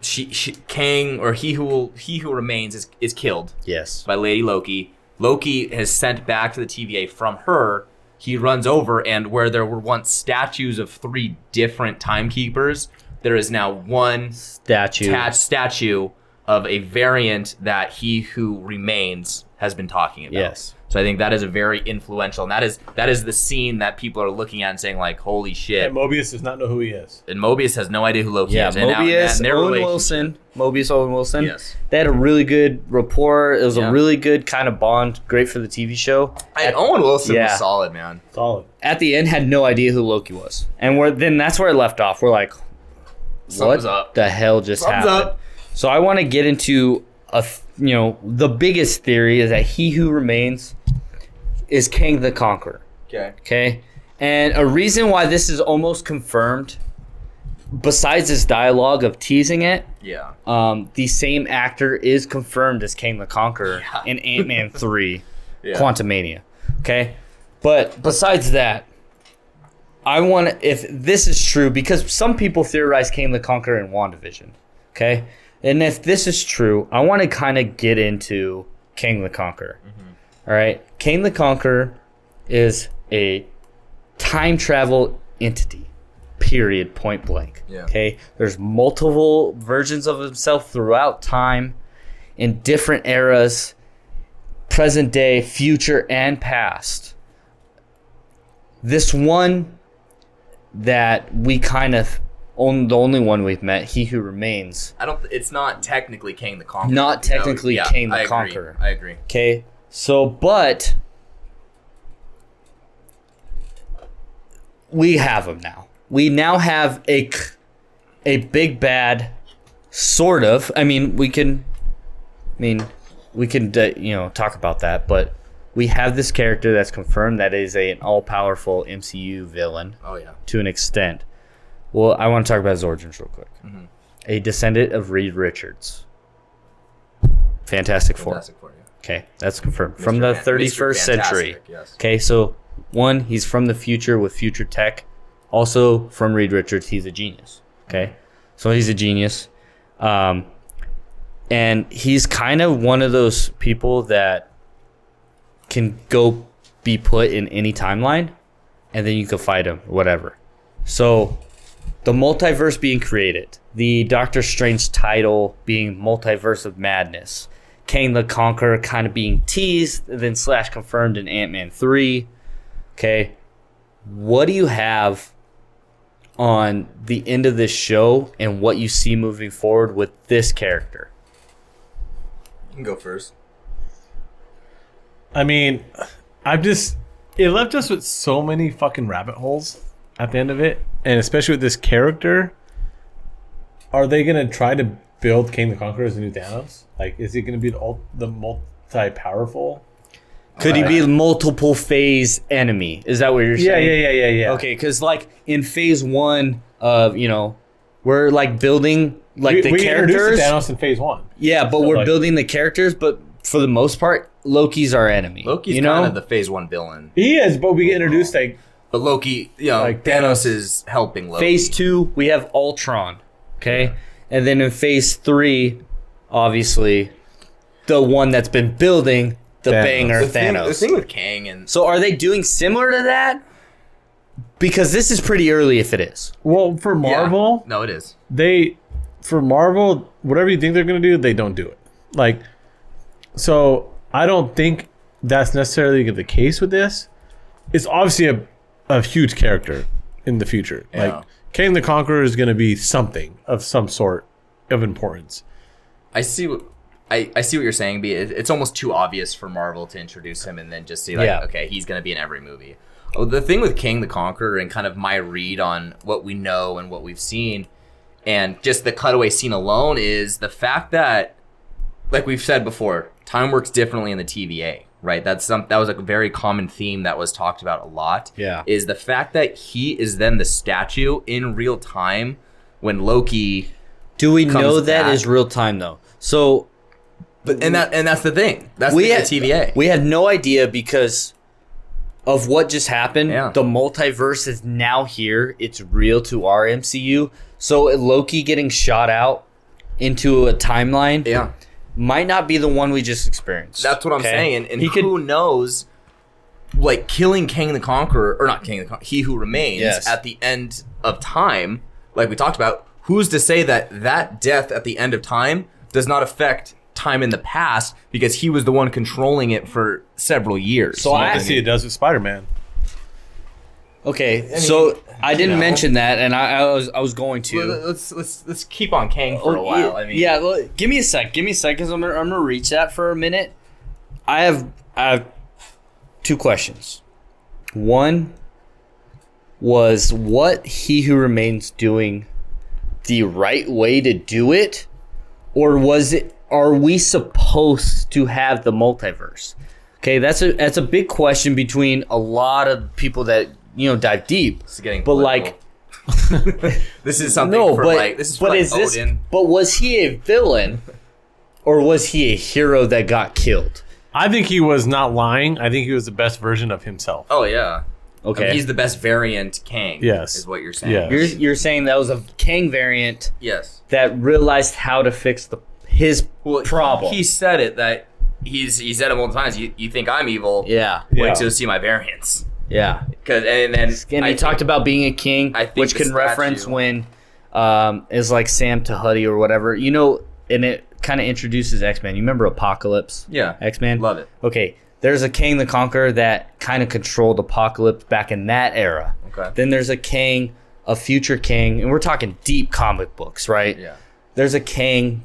[SPEAKER 5] she, she Kang or he who will, he who remains is is killed
[SPEAKER 2] Yes.
[SPEAKER 5] by Lady Loki. Loki is sent back to the TVA from her. He runs over, and where there were once statues of three different timekeepers, there is now one
[SPEAKER 2] Statue.
[SPEAKER 5] attached statue of a variant that he who remains has been talking about.
[SPEAKER 2] Yes.
[SPEAKER 5] So I think that is a very influential, and that is that is the scene that people are looking at and saying like, "Holy shit!"
[SPEAKER 1] And Mobius does not know who he is.
[SPEAKER 5] And Mobius has no idea who Loki
[SPEAKER 2] Yeah,
[SPEAKER 5] is. And now-
[SPEAKER 2] Mobius,
[SPEAKER 5] and their
[SPEAKER 2] Owen
[SPEAKER 5] relation-
[SPEAKER 2] Wilson. Mobius, Owen Wilson.
[SPEAKER 5] Yes.
[SPEAKER 2] They had a really good rapport. It was
[SPEAKER 5] Yeah.
[SPEAKER 2] a really good kind of bond. Great for the TV show.
[SPEAKER 5] I, Owen Wilson
[SPEAKER 2] Yeah.
[SPEAKER 5] was solid, man.
[SPEAKER 1] Solid.
[SPEAKER 2] At the end, had no idea who Loki was. And we're, then that's where it left off. We're like,
[SPEAKER 5] Thumbs
[SPEAKER 2] what
[SPEAKER 5] up.
[SPEAKER 2] the hell just
[SPEAKER 5] Thumbs
[SPEAKER 2] happened?
[SPEAKER 5] up.
[SPEAKER 2] So I want to get into a th- you know the biggest theory is that he who remains is King the Conqueror.
[SPEAKER 5] Okay.
[SPEAKER 2] Okay, and a reason why this is almost confirmed, besides this dialogue of teasing it,
[SPEAKER 5] Yeah.
[SPEAKER 2] um, the same actor is confirmed as King the Conqueror in Ant Man Three,
[SPEAKER 5] Yeah.
[SPEAKER 2] Quantumania. Okay, but besides that. I want to if this is true because some people theorize King the Conqueror in WandaVision. Okay, and if this is true, I want to kind of get into King the Conqueror. All right, King the Conqueror is a time travel entity. Period. Point blank.
[SPEAKER 5] Yeah.
[SPEAKER 2] Okay. There's multiple versions of himself throughout time, in different eras, present day, future, and past. This one that we kind of on the only one we've met, he who remains.
[SPEAKER 5] I don't. It's not technically Kang the Conqueror.
[SPEAKER 2] Not
[SPEAKER 5] you know?
[SPEAKER 2] technically Kang the
[SPEAKER 5] I agree.
[SPEAKER 2] Conqueror.
[SPEAKER 5] I agree.
[SPEAKER 2] Okay. So, but we have him now. We now have a c- a big bad, sort of. I mean, we can. I mean, we can uh, you know talk about that, but we have this character that's confirmed that is a, an all powerful MCU villain
[SPEAKER 5] Oh yeah.
[SPEAKER 2] to an extent. Well, I want to talk about his origins real quick. A descendant of Reed Richards. Fantastic Four.
[SPEAKER 5] Fantastic for you.
[SPEAKER 2] Okay, that's confirmed. from the
[SPEAKER 5] Fan- Mr.
[SPEAKER 2] 31st century.
[SPEAKER 5] Fantastic, yes.
[SPEAKER 2] Okay, so one, he's from the future with future tech. Also from Reed Richards, he's a genius. Okay, so he's a genius. Um, and he's kind of one of those people that can go be put in any timeline and then you can fight him, whatever. So the multiverse being created, the Doctor Strange title being Multiverse of Madness, Kang the Conqueror kind of being teased, then slash confirmed in Ant Man 3. Okay. What do you have on the end of this show and what you see moving forward with this character?
[SPEAKER 5] You can go first.
[SPEAKER 1] I mean, I've just it left us with so many fucking rabbit holes at the end of it, and especially with this character. Are they gonna try to build King the Conqueror as the new Thanos? Like, is he gonna be the, ult- the multi-powerful?
[SPEAKER 2] Could he be multiple phase enemy? Is that what you're
[SPEAKER 1] Uh, Yeah,
[SPEAKER 2] saying?
[SPEAKER 1] yeah, yeah, yeah, yeah.
[SPEAKER 2] Okay, because like in phase one of you know We're like building like
[SPEAKER 1] we,
[SPEAKER 2] the
[SPEAKER 1] we
[SPEAKER 2] characters.
[SPEAKER 1] introduced Thanos in Phase One.
[SPEAKER 2] Yeah, but we're
[SPEAKER 1] like-
[SPEAKER 2] building the characters, but for the most part, Loki's our enemy.
[SPEAKER 5] Loki's
[SPEAKER 2] you know?
[SPEAKER 5] kind of the phase one villain.
[SPEAKER 1] He is, but we get introduced like
[SPEAKER 5] But Loki, you know,
[SPEAKER 1] Like
[SPEAKER 5] Thanos is helping Loki.
[SPEAKER 2] phase two, we have Ultron. Okay. And then in phase three, obviously, the one that's been building the banger
[SPEAKER 5] The thing, the
[SPEAKER 2] Thanos.
[SPEAKER 5] thing with Kang and
[SPEAKER 2] so are they doing similar to that? Because this is pretty early if it is.
[SPEAKER 1] well for
[SPEAKER 5] Yeah.
[SPEAKER 1] Marvel.
[SPEAKER 5] No, it is.
[SPEAKER 1] they for Marvel, whatever you think they're gonna do, they don't do it. Like, so I don't think that's necessarily the case with this. It's obviously a, a huge character in the future.
[SPEAKER 5] Yeah.
[SPEAKER 1] Like, Kane the Conqueror is gonna be something of some sort of importance.
[SPEAKER 5] I see. what I, I see what you're saying. Be it- it's almost too obvious for Marvel to introduce him and then just see like,
[SPEAKER 2] Yeah.
[SPEAKER 5] okay, he's gonna be in every movie. Oh, the thing with King the Conqueror and kind of my read on what we know and what we've seen, and just the cutaway scene alone is the fact that, like we've said before, time works differently in the TVA. Right. That's some. That was a very common theme that was talked about a lot.
[SPEAKER 2] Yeah.
[SPEAKER 5] Is the fact that he is then the statue in real time when Loki
[SPEAKER 2] Do we
[SPEAKER 5] Comes
[SPEAKER 2] know that
[SPEAKER 5] back.
[SPEAKER 2] is real time though? So
[SPEAKER 5] But and that and that's the thing. That's
[SPEAKER 2] we
[SPEAKER 5] the,
[SPEAKER 2] had
[SPEAKER 5] the TVA.
[SPEAKER 2] We had no idea because of what just happened.
[SPEAKER 5] Yeah.
[SPEAKER 2] The multiverse is now here. It's real to our MCU. So uh, Loki getting shot out into a timeline
[SPEAKER 5] yeah,
[SPEAKER 2] might not be the one we just experienced.
[SPEAKER 5] that's what I'm
[SPEAKER 2] Okay?
[SPEAKER 5] saying. And
[SPEAKER 2] He could-
[SPEAKER 5] who knows? Like killing King the Conqueror, or not King the Conqueror, he who remains
[SPEAKER 2] Yes.
[SPEAKER 5] at the end of time, like we talked about. Who's to say that that death at the end of time does not affect time in the past because he was the one controlling it for several years?
[SPEAKER 2] So I-
[SPEAKER 1] I see it does with Spider Man.
[SPEAKER 2] Okay, so I didn't mention that, and I, I was I was going to.
[SPEAKER 5] let's let's let's keep on Kang for a
[SPEAKER 2] Oh,
[SPEAKER 5] while.
[SPEAKER 2] yeah,
[SPEAKER 5] I mean,
[SPEAKER 2] yeah. well, give me a sec. Give me a sec, cause I'm gonna, I'm gonna reach that for a minute. I have I have two questions. One was what he who remains doing the right way to do it, or was it? Are we supposed to have the multiverse? Okay, that's a that's a big question between a lot of people that you know dive deep.
[SPEAKER 5] it's getting
[SPEAKER 2] But
[SPEAKER 5] political. *laughs*
[SPEAKER 2] like
[SPEAKER 5] this is something
[SPEAKER 2] no,
[SPEAKER 5] for
[SPEAKER 2] but
[SPEAKER 5] like this is for
[SPEAKER 2] but
[SPEAKER 5] like
[SPEAKER 2] is this?
[SPEAKER 5] Odin.
[SPEAKER 2] But was he a villain, or was he a hero that got killed?
[SPEAKER 1] I think he was not lying. I think he was the best version of himself.
[SPEAKER 5] Oh yeah. I mean,
[SPEAKER 2] Okay,
[SPEAKER 5] he's the best variant Kang.
[SPEAKER 1] Yes.
[SPEAKER 5] Is what you're saying.
[SPEAKER 1] Yeah.
[SPEAKER 2] you're you're saying that was a Kang variant
[SPEAKER 5] Yes.
[SPEAKER 2] that realized how to fix the his
[SPEAKER 5] Well,
[SPEAKER 2] problem.
[SPEAKER 5] He said it that he's he said it multiple times. You, you think I'm evil?
[SPEAKER 2] yeah,
[SPEAKER 5] Wait
[SPEAKER 1] Yeah.
[SPEAKER 5] till you see my variants.
[SPEAKER 2] yeah.
[SPEAKER 5] Because and then
[SPEAKER 2] And
[SPEAKER 5] I
[SPEAKER 2] he talked about being a king,
[SPEAKER 5] I think
[SPEAKER 2] which
[SPEAKER 5] the
[SPEAKER 2] can reference
[SPEAKER 5] statue-
[SPEAKER 2] when um, is like Sam Tahudi or whatever, you know, and it kind of introduces X Men. You remember Apocalypse?
[SPEAKER 5] Yeah.
[SPEAKER 2] X Men.
[SPEAKER 5] Love it.
[SPEAKER 2] Okay, there's a Kang the Conqueror that kind of controlled Apocalypse back in that era.
[SPEAKER 5] Okay.
[SPEAKER 2] Then there's a Kang, a future Kang, and we're talking deep comic books, right?
[SPEAKER 5] Yeah.
[SPEAKER 2] There's a Kang,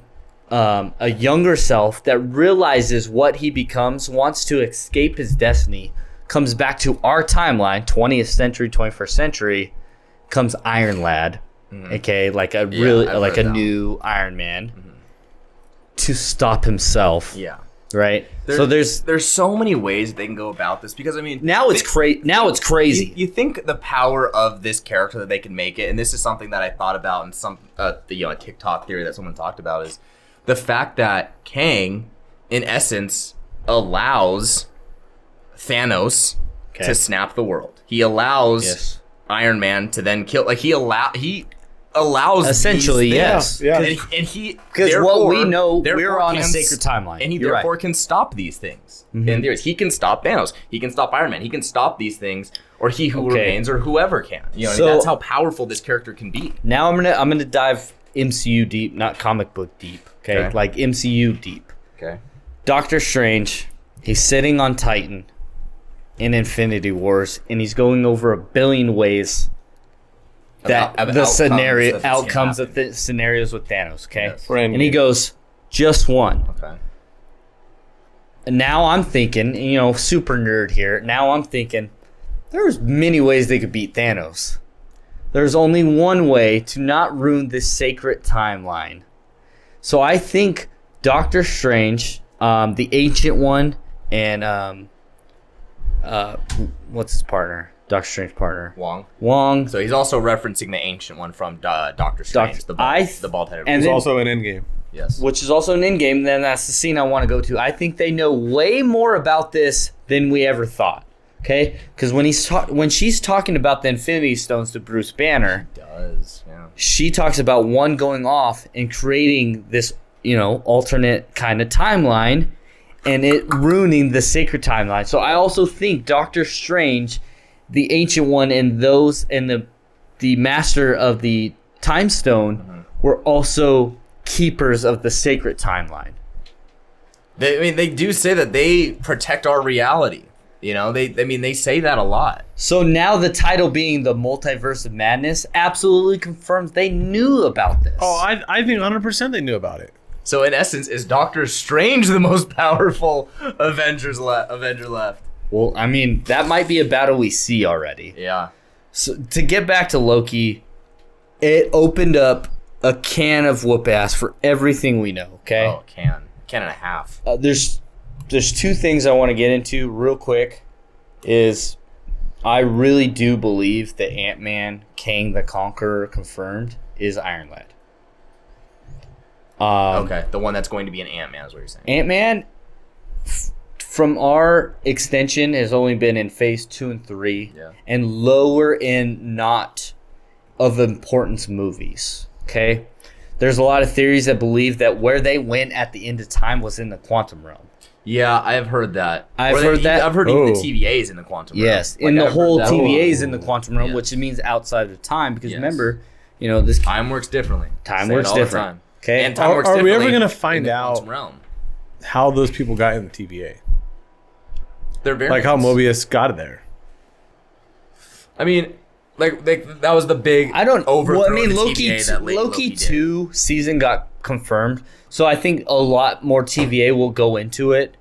[SPEAKER 2] um, a younger self that realizes what he becomes, wants to escape his destiny, comes back to our timeline, 20th century, 21st century, comes Iron Lad, okay, like a really
[SPEAKER 5] Mm-hmm. I've
[SPEAKER 2] like a
[SPEAKER 5] heard that Mm-hmm.
[SPEAKER 2] new Iron Man, to stop himself,
[SPEAKER 5] Yeah.
[SPEAKER 2] right? so there's
[SPEAKER 5] there's so many ways they can go about this because I mean
[SPEAKER 2] now it's cra- now it's crazy.
[SPEAKER 5] You, you think the power of this character that they can make it, and this is something that I thought about in some uh, the you know, TikTok theory that someone talked about is the fact that Kang, in essence, allows Thanos to snap the world. He allows
[SPEAKER 2] Yes.
[SPEAKER 5] Iron Man to then kill. Like he allow he allows these
[SPEAKER 2] Essentially, yes.
[SPEAKER 5] things.
[SPEAKER 1] Yeah.
[SPEAKER 5] And, and he
[SPEAKER 2] Because what
[SPEAKER 5] therefore-
[SPEAKER 2] we know, we're
[SPEAKER 5] therefore
[SPEAKER 2] on a
[SPEAKER 5] can
[SPEAKER 2] sacred
[SPEAKER 5] s-
[SPEAKER 2] timeline.
[SPEAKER 5] and he
[SPEAKER 2] You're right. Mm-hmm.
[SPEAKER 5] therefore can stop these things. In theories, he can stop Thanos, he can stop Iron Man, he can stop these things, or he who
[SPEAKER 2] Okay.
[SPEAKER 5] remains, or whoever can. You know, I mean,
[SPEAKER 2] So-
[SPEAKER 5] that's how powerful this character can be.
[SPEAKER 2] now I'm gonna I'm gonna dive MCU deep, not comic book deep. Okay,
[SPEAKER 5] Okay.
[SPEAKER 2] like MCU deep.
[SPEAKER 5] Okay.
[SPEAKER 2] Doctor Strange, he's sitting on Titan in Infinity Wars, and he's going over a billion ways that
[SPEAKER 5] About- about
[SPEAKER 2] the
[SPEAKER 5] outcomes
[SPEAKER 2] scenario
[SPEAKER 5] that's gonna
[SPEAKER 2] outcomes of
[SPEAKER 5] happen.
[SPEAKER 2] the scenarios with Thanos. Okay,
[SPEAKER 5] Yes. For
[SPEAKER 2] and he goes just one.
[SPEAKER 5] Okay.
[SPEAKER 2] And now I'm thinking, you know, super nerd here. Now I'm thinking there's many ways they could beat Thanos. There's only one way to not ruin this sacred timeline. So I think Doctor Strange, um, the ancient one, and um, uh, what's his partner? Doctor Strange partner.
[SPEAKER 5] Wong.
[SPEAKER 2] Wong.
[SPEAKER 5] So he's also referencing the ancient one from uh, Doctor Strange,
[SPEAKER 2] Doctor-
[SPEAKER 5] the
[SPEAKER 2] I
[SPEAKER 5] bald,
[SPEAKER 2] th-
[SPEAKER 5] the bald-headed.
[SPEAKER 2] and
[SPEAKER 5] one.
[SPEAKER 2] then-
[SPEAKER 6] also an endgame.
[SPEAKER 5] yes.
[SPEAKER 2] which is also an in game, then that's the scene I want to go to. I think they know way more about this than we ever thought. Okay, because when he's ta- when she's talking about the Infinity Stones to Bruce Banner,
[SPEAKER 5] does. Yeah.
[SPEAKER 2] she talks about one going off and creating this, you know, alternate kind of timeline, and it ruining the sacred timeline. So I also think Doctor Strange, the Ancient One, and those and the the Master of the Time Stone
[SPEAKER 1] Mm-hmm.
[SPEAKER 2] were also keepers of the sacred timeline.
[SPEAKER 5] They, I mean, they do say that they protect our reality. You know, they. I mean, they say that a lot.
[SPEAKER 2] So now the title being the Multiverse of Madness absolutely confirms they knew about this.
[SPEAKER 1] Oh, I, I think 100% they knew about it.
[SPEAKER 5] So in essence, is Doctor Strange the most *laughs* powerful Avengers le- Avenger left?
[SPEAKER 2] well, I mean that might be a battle we see already.
[SPEAKER 5] Yeah.
[SPEAKER 2] So to get back to Loki, it opened up a can of whoop ass for everything we know. Okay,
[SPEAKER 5] Oh, can can and a half.
[SPEAKER 2] uh, there's there's two things I want to get into real quick. Is I really do believe that Ant Man, Kang the Conqueror, confirmed is Iron Lad. Um,
[SPEAKER 5] Okay, the one that's going to be an Ant Man is what you're saying.
[SPEAKER 2] Ant Man, from our extension, has only been in phase two and three,
[SPEAKER 5] Yeah.
[SPEAKER 2] and lower in not of importance movies. Okay, there's a lot of theories that believe that where they went at the end of time was in the quantum realm.
[SPEAKER 5] Yeah, I have heard that.
[SPEAKER 2] I've
[SPEAKER 5] they-
[SPEAKER 2] heard that.
[SPEAKER 5] I've heard even
[SPEAKER 1] Oh.
[SPEAKER 5] the TVA is in the quantum. realm.
[SPEAKER 2] Yes,
[SPEAKER 5] Like,
[SPEAKER 2] in the
[SPEAKER 5] I've heard
[SPEAKER 2] whole
[SPEAKER 5] that.
[SPEAKER 2] TVA is in the quantum realm,
[SPEAKER 5] Yeah.
[SPEAKER 2] which means outside of time. Because
[SPEAKER 5] Yes.
[SPEAKER 2] remember, you know this
[SPEAKER 5] Time works differently.
[SPEAKER 2] Time
[SPEAKER 5] Say it
[SPEAKER 2] works
[SPEAKER 5] all the
[SPEAKER 2] different.
[SPEAKER 5] time.
[SPEAKER 2] Okay.
[SPEAKER 5] And time
[SPEAKER 1] Are-
[SPEAKER 5] works
[SPEAKER 1] are we ever
[SPEAKER 5] differently
[SPEAKER 1] gonna
[SPEAKER 5] in
[SPEAKER 1] find
[SPEAKER 5] the
[SPEAKER 1] out-
[SPEAKER 5] quantum realm?
[SPEAKER 1] How those people got in the TVA.
[SPEAKER 5] They're very
[SPEAKER 1] Like how Mobius got there.
[SPEAKER 5] I mean, like, they, that was the big.
[SPEAKER 2] I don't
[SPEAKER 5] over.
[SPEAKER 2] Well, I mean, Loki,
[SPEAKER 5] TVA
[SPEAKER 2] t-
[SPEAKER 5] that late
[SPEAKER 2] Loki,
[SPEAKER 5] did.
[SPEAKER 2] two season got confirmed, so I think a lot more TVA will go into it.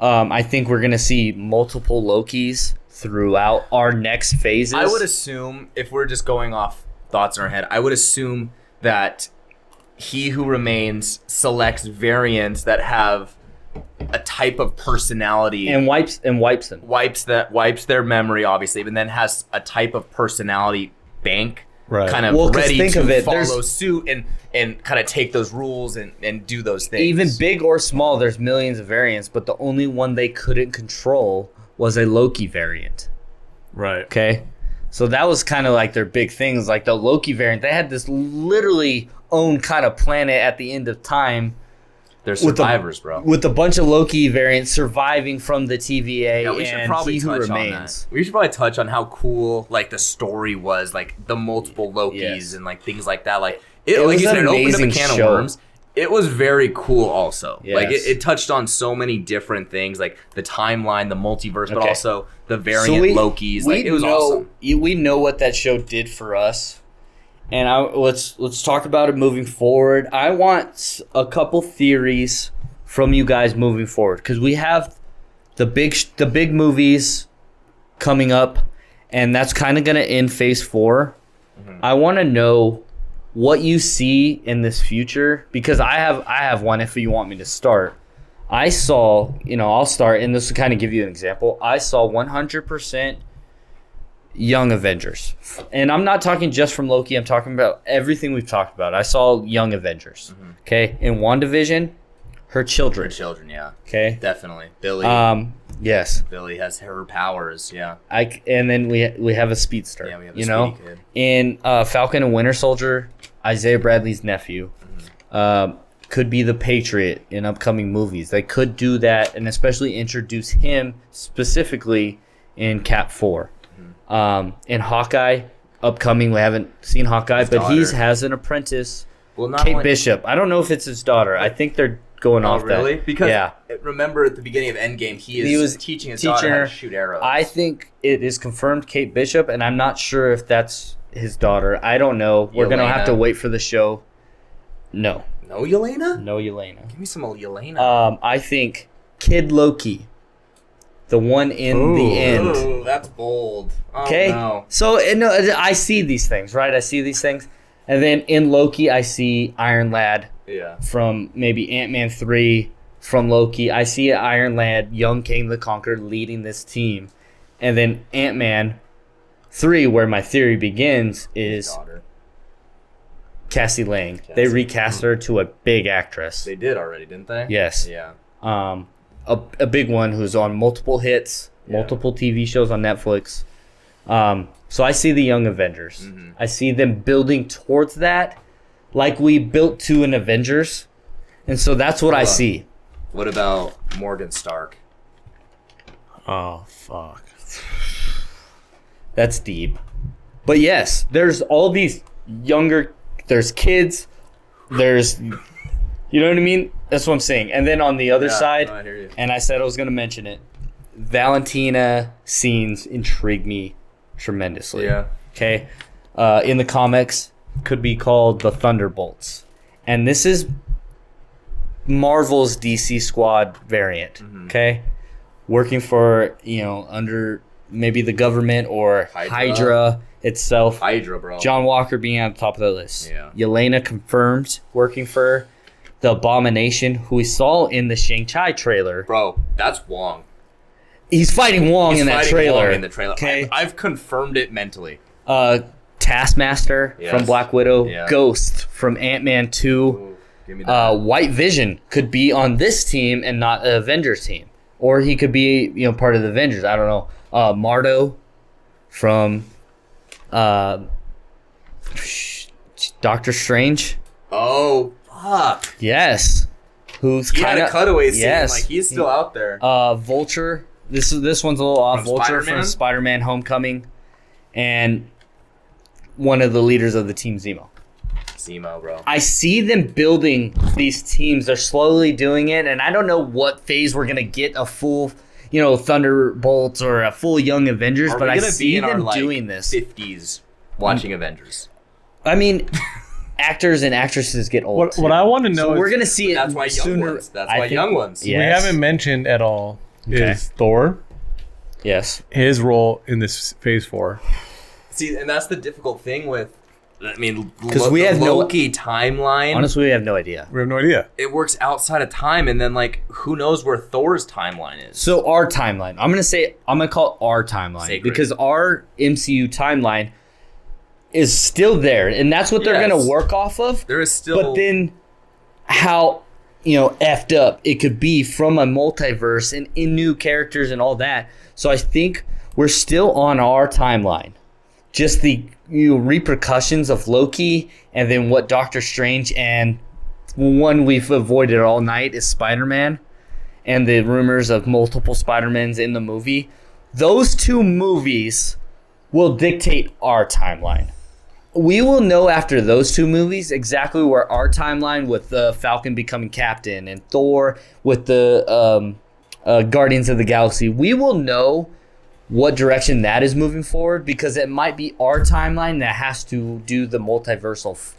[SPEAKER 2] Um, I think we're gonna see multiple Lokis throughout our next phases.
[SPEAKER 5] I would assume if we're just going off thoughts in our head, I would assume that he who remains selects variants that have a type of personality
[SPEAKER 2] and wipes and wipes them.
[SPEAKER 5] wipes that wipes their memory, obviously, but then has a type of personality bank.
[SPEAKER 1] Right.
[SPEAKER 5] Kind of
[SPEAKER 2] Well, 'cause
[SPEAKER 5] ready
[SPEAKER 2] think
[SPEAKER 5] to
[SPEAKER 2] of it,
[SPEAKER 5] follow
[SPEAKER 2] there's-
[SPEAKER 5] suit and and kind of take those rules and, and do those things.
[SPEAKER 2] Even big or small, there's millions of variants, but the only one they couldn't control was a Loki variant.
[SPEAKER 1] Right.
[SPEAKER 2] Okay. So that was kind of like their big things, like the Loki variant. They had this literally own kind of planet at the end of time
[SPEAKER 5] they're
[SPEAKER 2] with the-
[SPEAKER 5] survivors, bro.
[SPEAKER 2] with a bunch of Loki variants surviving from the TVA
[SPEAKER 5] Yeah, we should
[SPEAKER 2] and
[SPEAKER 5] probably
[SPEAKER 2] He Who
[SPEAKER 5] touch
[SPEAKER 2] Remains.
[SPEAKER 5] on that. We should probably touch on how cool like the story was, like the multiple Lokis
[SPEAKER 2] Yes.
[SPEAKER 5] and like things like that. Like it,
[SPEAKER 2] was
[SPEAKER 5] like you
[SPEAKER 2] an
[SPEAKER 5] said, it opened up a
[SPEAKER 2] amazing
[SPEAKER 5] can
[SPEAKER 2] show.
[SPEAKER 5] of worms. It was very cool, also. Like
[SPEAKER 2] Yes.
[SPEAKER 5] it, it touched on so many different things, like the timeline, the multiverse, but
[SPEAKER 2] Okay.
[SPEAKER 5] also the variant Lokis. Like it was
[SPEAKER 2] know,
[SPEAKER 5] awesome.
[SPEAKER 2] you- We know what that show did for us, and I, let's let's talk about it moving forward. I want s- a couple theories from you guys moving forward because we have the big sh- the big movies coming up, and that's kind of going to end Phase 4 I want to know what you see in this future because I have I have one. If you want me to start. I saw, you know, I'll start, and this will kind of give you an example. I saw 100% Young Avengers. And I'm not talking just from Loki, I'm talking about everything we've talked about. I saw Young Avengers. Okay. In WandaVision, Mm-hmm. her
[SPEAKER 5] For
[SPEAKER 2] children.
[SPEAKER 5] children, yeah,
[SPEAKER 2] Okay.
[SPEAKER 5] definitely. Billy,
[SPEAKER 2] Um, yes.
[SPEAKER 5] Billy has her powers. Yeah,
[SPEAKER 2] I, c- and then we we have a speedster.
[SPEAKER 5] Yeah, we have a
[SPEAKER 2] you know?
[SPEAKER 5] speedy kid.
[SPEAKER 2] In uh, Falcon and Winter Soldier, Isaiah Bradley's nephew.
[SPEAKER 5] Mm-hmm.
[SPEAKER 2] Um, could be the Patriot in upcoming movies. They could do that and especially introduce him specifically in Cap 4.
[SPEAKER 5] Mm-hmm.
[SPEAKER 2] Um, in Hawkeye, upcoming, we haven't seen Hawkeye, but he's
[SPEAKER 5] daughter.
[SPEAKER 2] has an apprentice,
[SPEAKER 5] well, not
[SPEAKER 2] Kate
[SPEAKER 5] only-
[SPEAKER 2] Bishop. I don't know if it's his daughter. I think they're going
[SPEAKER 5] Oh,
[SPEAKER 2] off that.
[SPEAKER 5] really? Because
[SPEAKER 2] yeah.
[SPEAKER 5] remember at the beginning of Endgame, he is
[SPEAKER 2] He was
[SPEAKER 5] teaching his
[SPEAKER 2] teaching
[SPEAKER 5] daughter how
[SPEAKER 2] her-
[SPEAKER 5] to shoot arrows.
[SPEAKER 2] I think it is confirmed Kate Bishop, and I'm not sure if that's his daughter. I don't know. We're gonna have to
[SPEAKER 5] Yelena.
[SPEAKER 2] wait for the show. No,
[SPEAKER 5] no, Yelena.
[SPEAKER 2] no, Yelena.
[SPEAKER 5] Give me some old Yelena.
[SPEAKER 2] Um, I think Kid Loki, the one in the end.
[SPEAKER 5] Ooh, that's bold. Oh,
[SPEAKER 2] Okay,
[SPEAKER 5] no.
[SPEAKER 2] so and no, I see these things, right? I see these things, and then in Loki, I see Iron Lad
[SPEAKER 5] Yeah.
[SPEAKER 2] from maybe Ant Man three from Loki. I see Iron Lad, young King the Conqueror, leading this team, and then Ant Man Three, where my theory begins, is
[SPEAKER 5] Daughter.
[SPEAKER 2] Cassie Lang. They recast her to a big actress.
[SPEAKER 5] They did already, didn't they?
[SPEAKER 2] Yes.
[SPEAKER 5] Yeah.
[SPEAKER 2] um, a, a big one who's on multiple hits, multiple TV shows on Netflix. Um, so I see the Young Avengers.
[SPEAKER 5] Mm-hmm.
[SPEAKER 2] I see them building towards that, like we built to an Avengers, and so that's what I
[SPEAKER 5] Hold on.
[SPEAKER 2] see.
[SPEAKER 5] What about Morgan Stark?
[SPEAKER 1] Oh fuck.
[SPEAKER 2] That's deep. But yes, there's all these younger. There's kids. There's, you know what I mean. That's what I'm saying. And then on the other
[SPEAKER 5] Yeah,
[SPEAKER 2] side,
[SPEAKER 5] Ah, no, I hear you.
[SPEAKER 2] and I said I was going to mention it. Valentina scenes intrigue me tremendously.
[SPEAKER 5] Yeah.
[SPEAKER 2] Okay. Uh, in the comics, could be called the Thunderbolts, and this is Marvel's DC Squad variant.
[SPEAKER 5] Mm-hmm.
[SPEAKER 2] Okay, working for you know under maybe the government or
[SPEAKER 5] Hydra.
[SPEAKER 2] Hydra, itself.
[SPEAKER 5] Hydra, bro.
[SPEAKER 2] John Walker being on the top of that list.
[SPEAKER 5] Yeah.
[SPEAKER 2] Yelena confirmed working for the Abomination, who we saw in the Shang-Chi trailer.
[SPEAKER 5] Bro, that's Wong.
[SPEAKER 2] He's fighting Wong
[SPEAKER 5] He's
[SPEAKER 2] in that
[SPEAKER 5] fighting
[SPEAKER 2] trailer.
[SPEAKER 5] Wong in the trailer.
[SPEAKER 2] Okay.
[SPEAKER 5] I've, I've confirmed it mentally.
[SPEAKER 2] Uh, Taskmaster
[SPEAKER 5] Yes.
[SPEAKER 2] from Black Widow.
[SPEAKER 5] Yeah.
[SPEAKER 2] Ghost from Ant-Man 2.
[SPEAKER 5] Give me
[SPEAKER 2] Uh, White Vision could be on this team and not an Avengers team. Or he could be, you know, part of the Avengers. I don't know. Uh, Mardo from uh, Doctor Strange.
[SPEAKER 5] oh, fuck.
[SPEAKER 2] Yes. Who's
[SPEAKER 5] He
[SPEAKER 2] kind
[SPEAKER 5] had
[SPEAKER 2] of
[SPEAKER 5] a cutaway scene.
[SPEAKER 2] Yes.
[SPEAKER 5] Like, he's still out there.
[SPEAKER 2] uh, Vulture. This is this one's a little off.
[SPEAKER 5] From
[SPEAKER 2] Vulture
[SPEAKER 5] Spider-Man?
[SPEAKER 2] from Spider-Man: Homecoming, and one of the leaders of the team Zemo.
[SPEAKER 5] Zemo, bro.
[SPEAKER 2] I see them building these teams. They're slowly doing it, and I don't know what phase we're gonna get a full, you know, Thunderbolts or a full Young Avengers.
[SPEAKER 5] Are
[SPEAKER 2] but
[SPEAKER 5] we
[SPEAKER 2] I
[SPEAKER 5] gonna
[SPEAKER 2] see
[SPEAKER 5] be in
[SPEAKER 2] them
[SPEAKER 5] our, like,
[SPEAKER 2] doing this.
[SPEAKER 5] 50s watching Avengers.
[SPEAKER 2] I
[SPEAKER 5] *laughs*
[SPEAKER 2] mean, actors and actresses get old.
[SPEAKER 1] What,
[SPEAKER 2] too.
[SPEAKER 1] what I want to know
[SPEAKER 2] so
[SPEAKER 1] is
[SPEAKER 2] we're gonna see it.
[SPEAKER 5] That's why young
[SPEAKER 2] sooner.
[SPEAKER 5] ones. That's
[SPEAKER 2] I
[SPEAKER 5] why
[SPEAKER 2] think-
[SPEAKER 5] young ones.
[SPEAKER 1] we
[SPEAKER 2] Yes.
[SPEAKER 1] haven't mentioned at all
[SPEAKER 2] Okay.
[SPEAKER 1] is Thor,
[SPEAKER 2] Yes.
[SPEAKER 1] his role in this Phase Four.
[SPEAKER 5] See, and that's the difficult thing with. I mean,
[SPEAKER 2] 'Cause
[SPEAKER 5] lo-
[SPEAKER 2] we
[SPEAKER 5] the
[SPEAKER 2] have no-
[SPEAKER 5] Loki timeline.
[SPEAKER 2] Honestly, we have no idea.
[SPEAKER 1] We have no idea.
[SPEAKER 5] it works outside of time, and then like who knows where Thor's timeline is?
[SPEAKER 2] So our timeline. I'm gonna say I'm gonna call it our timeline
[SPEAKER 5] Sacred.
[SPEAKER 2] because our MCU timeline is still there, and that's what they're
[SPEAKER 5] Yes.
[SPEAKER 2] gonna work off of.
[SPEAKER 5] There is still.
[SPEAKER 2] But then, how you know effed up it could be from a multiverse and in new characters and all that. So I think we're still on our timeline. Just the you know, repercussions of Loki, and then what Doctor Strange and one we've avoided all night is Spider Man and the rumors of multiple Spider-Mans in the movie, those two movies will dictate our timeline. We will know after those two movies exactly where our timeline with the Falcon becoming captain and Thor with the um, uh, Guardians of the Galaxy. We will know what direction that is moving forward because it might be our timeline that has to do the multiversal. F-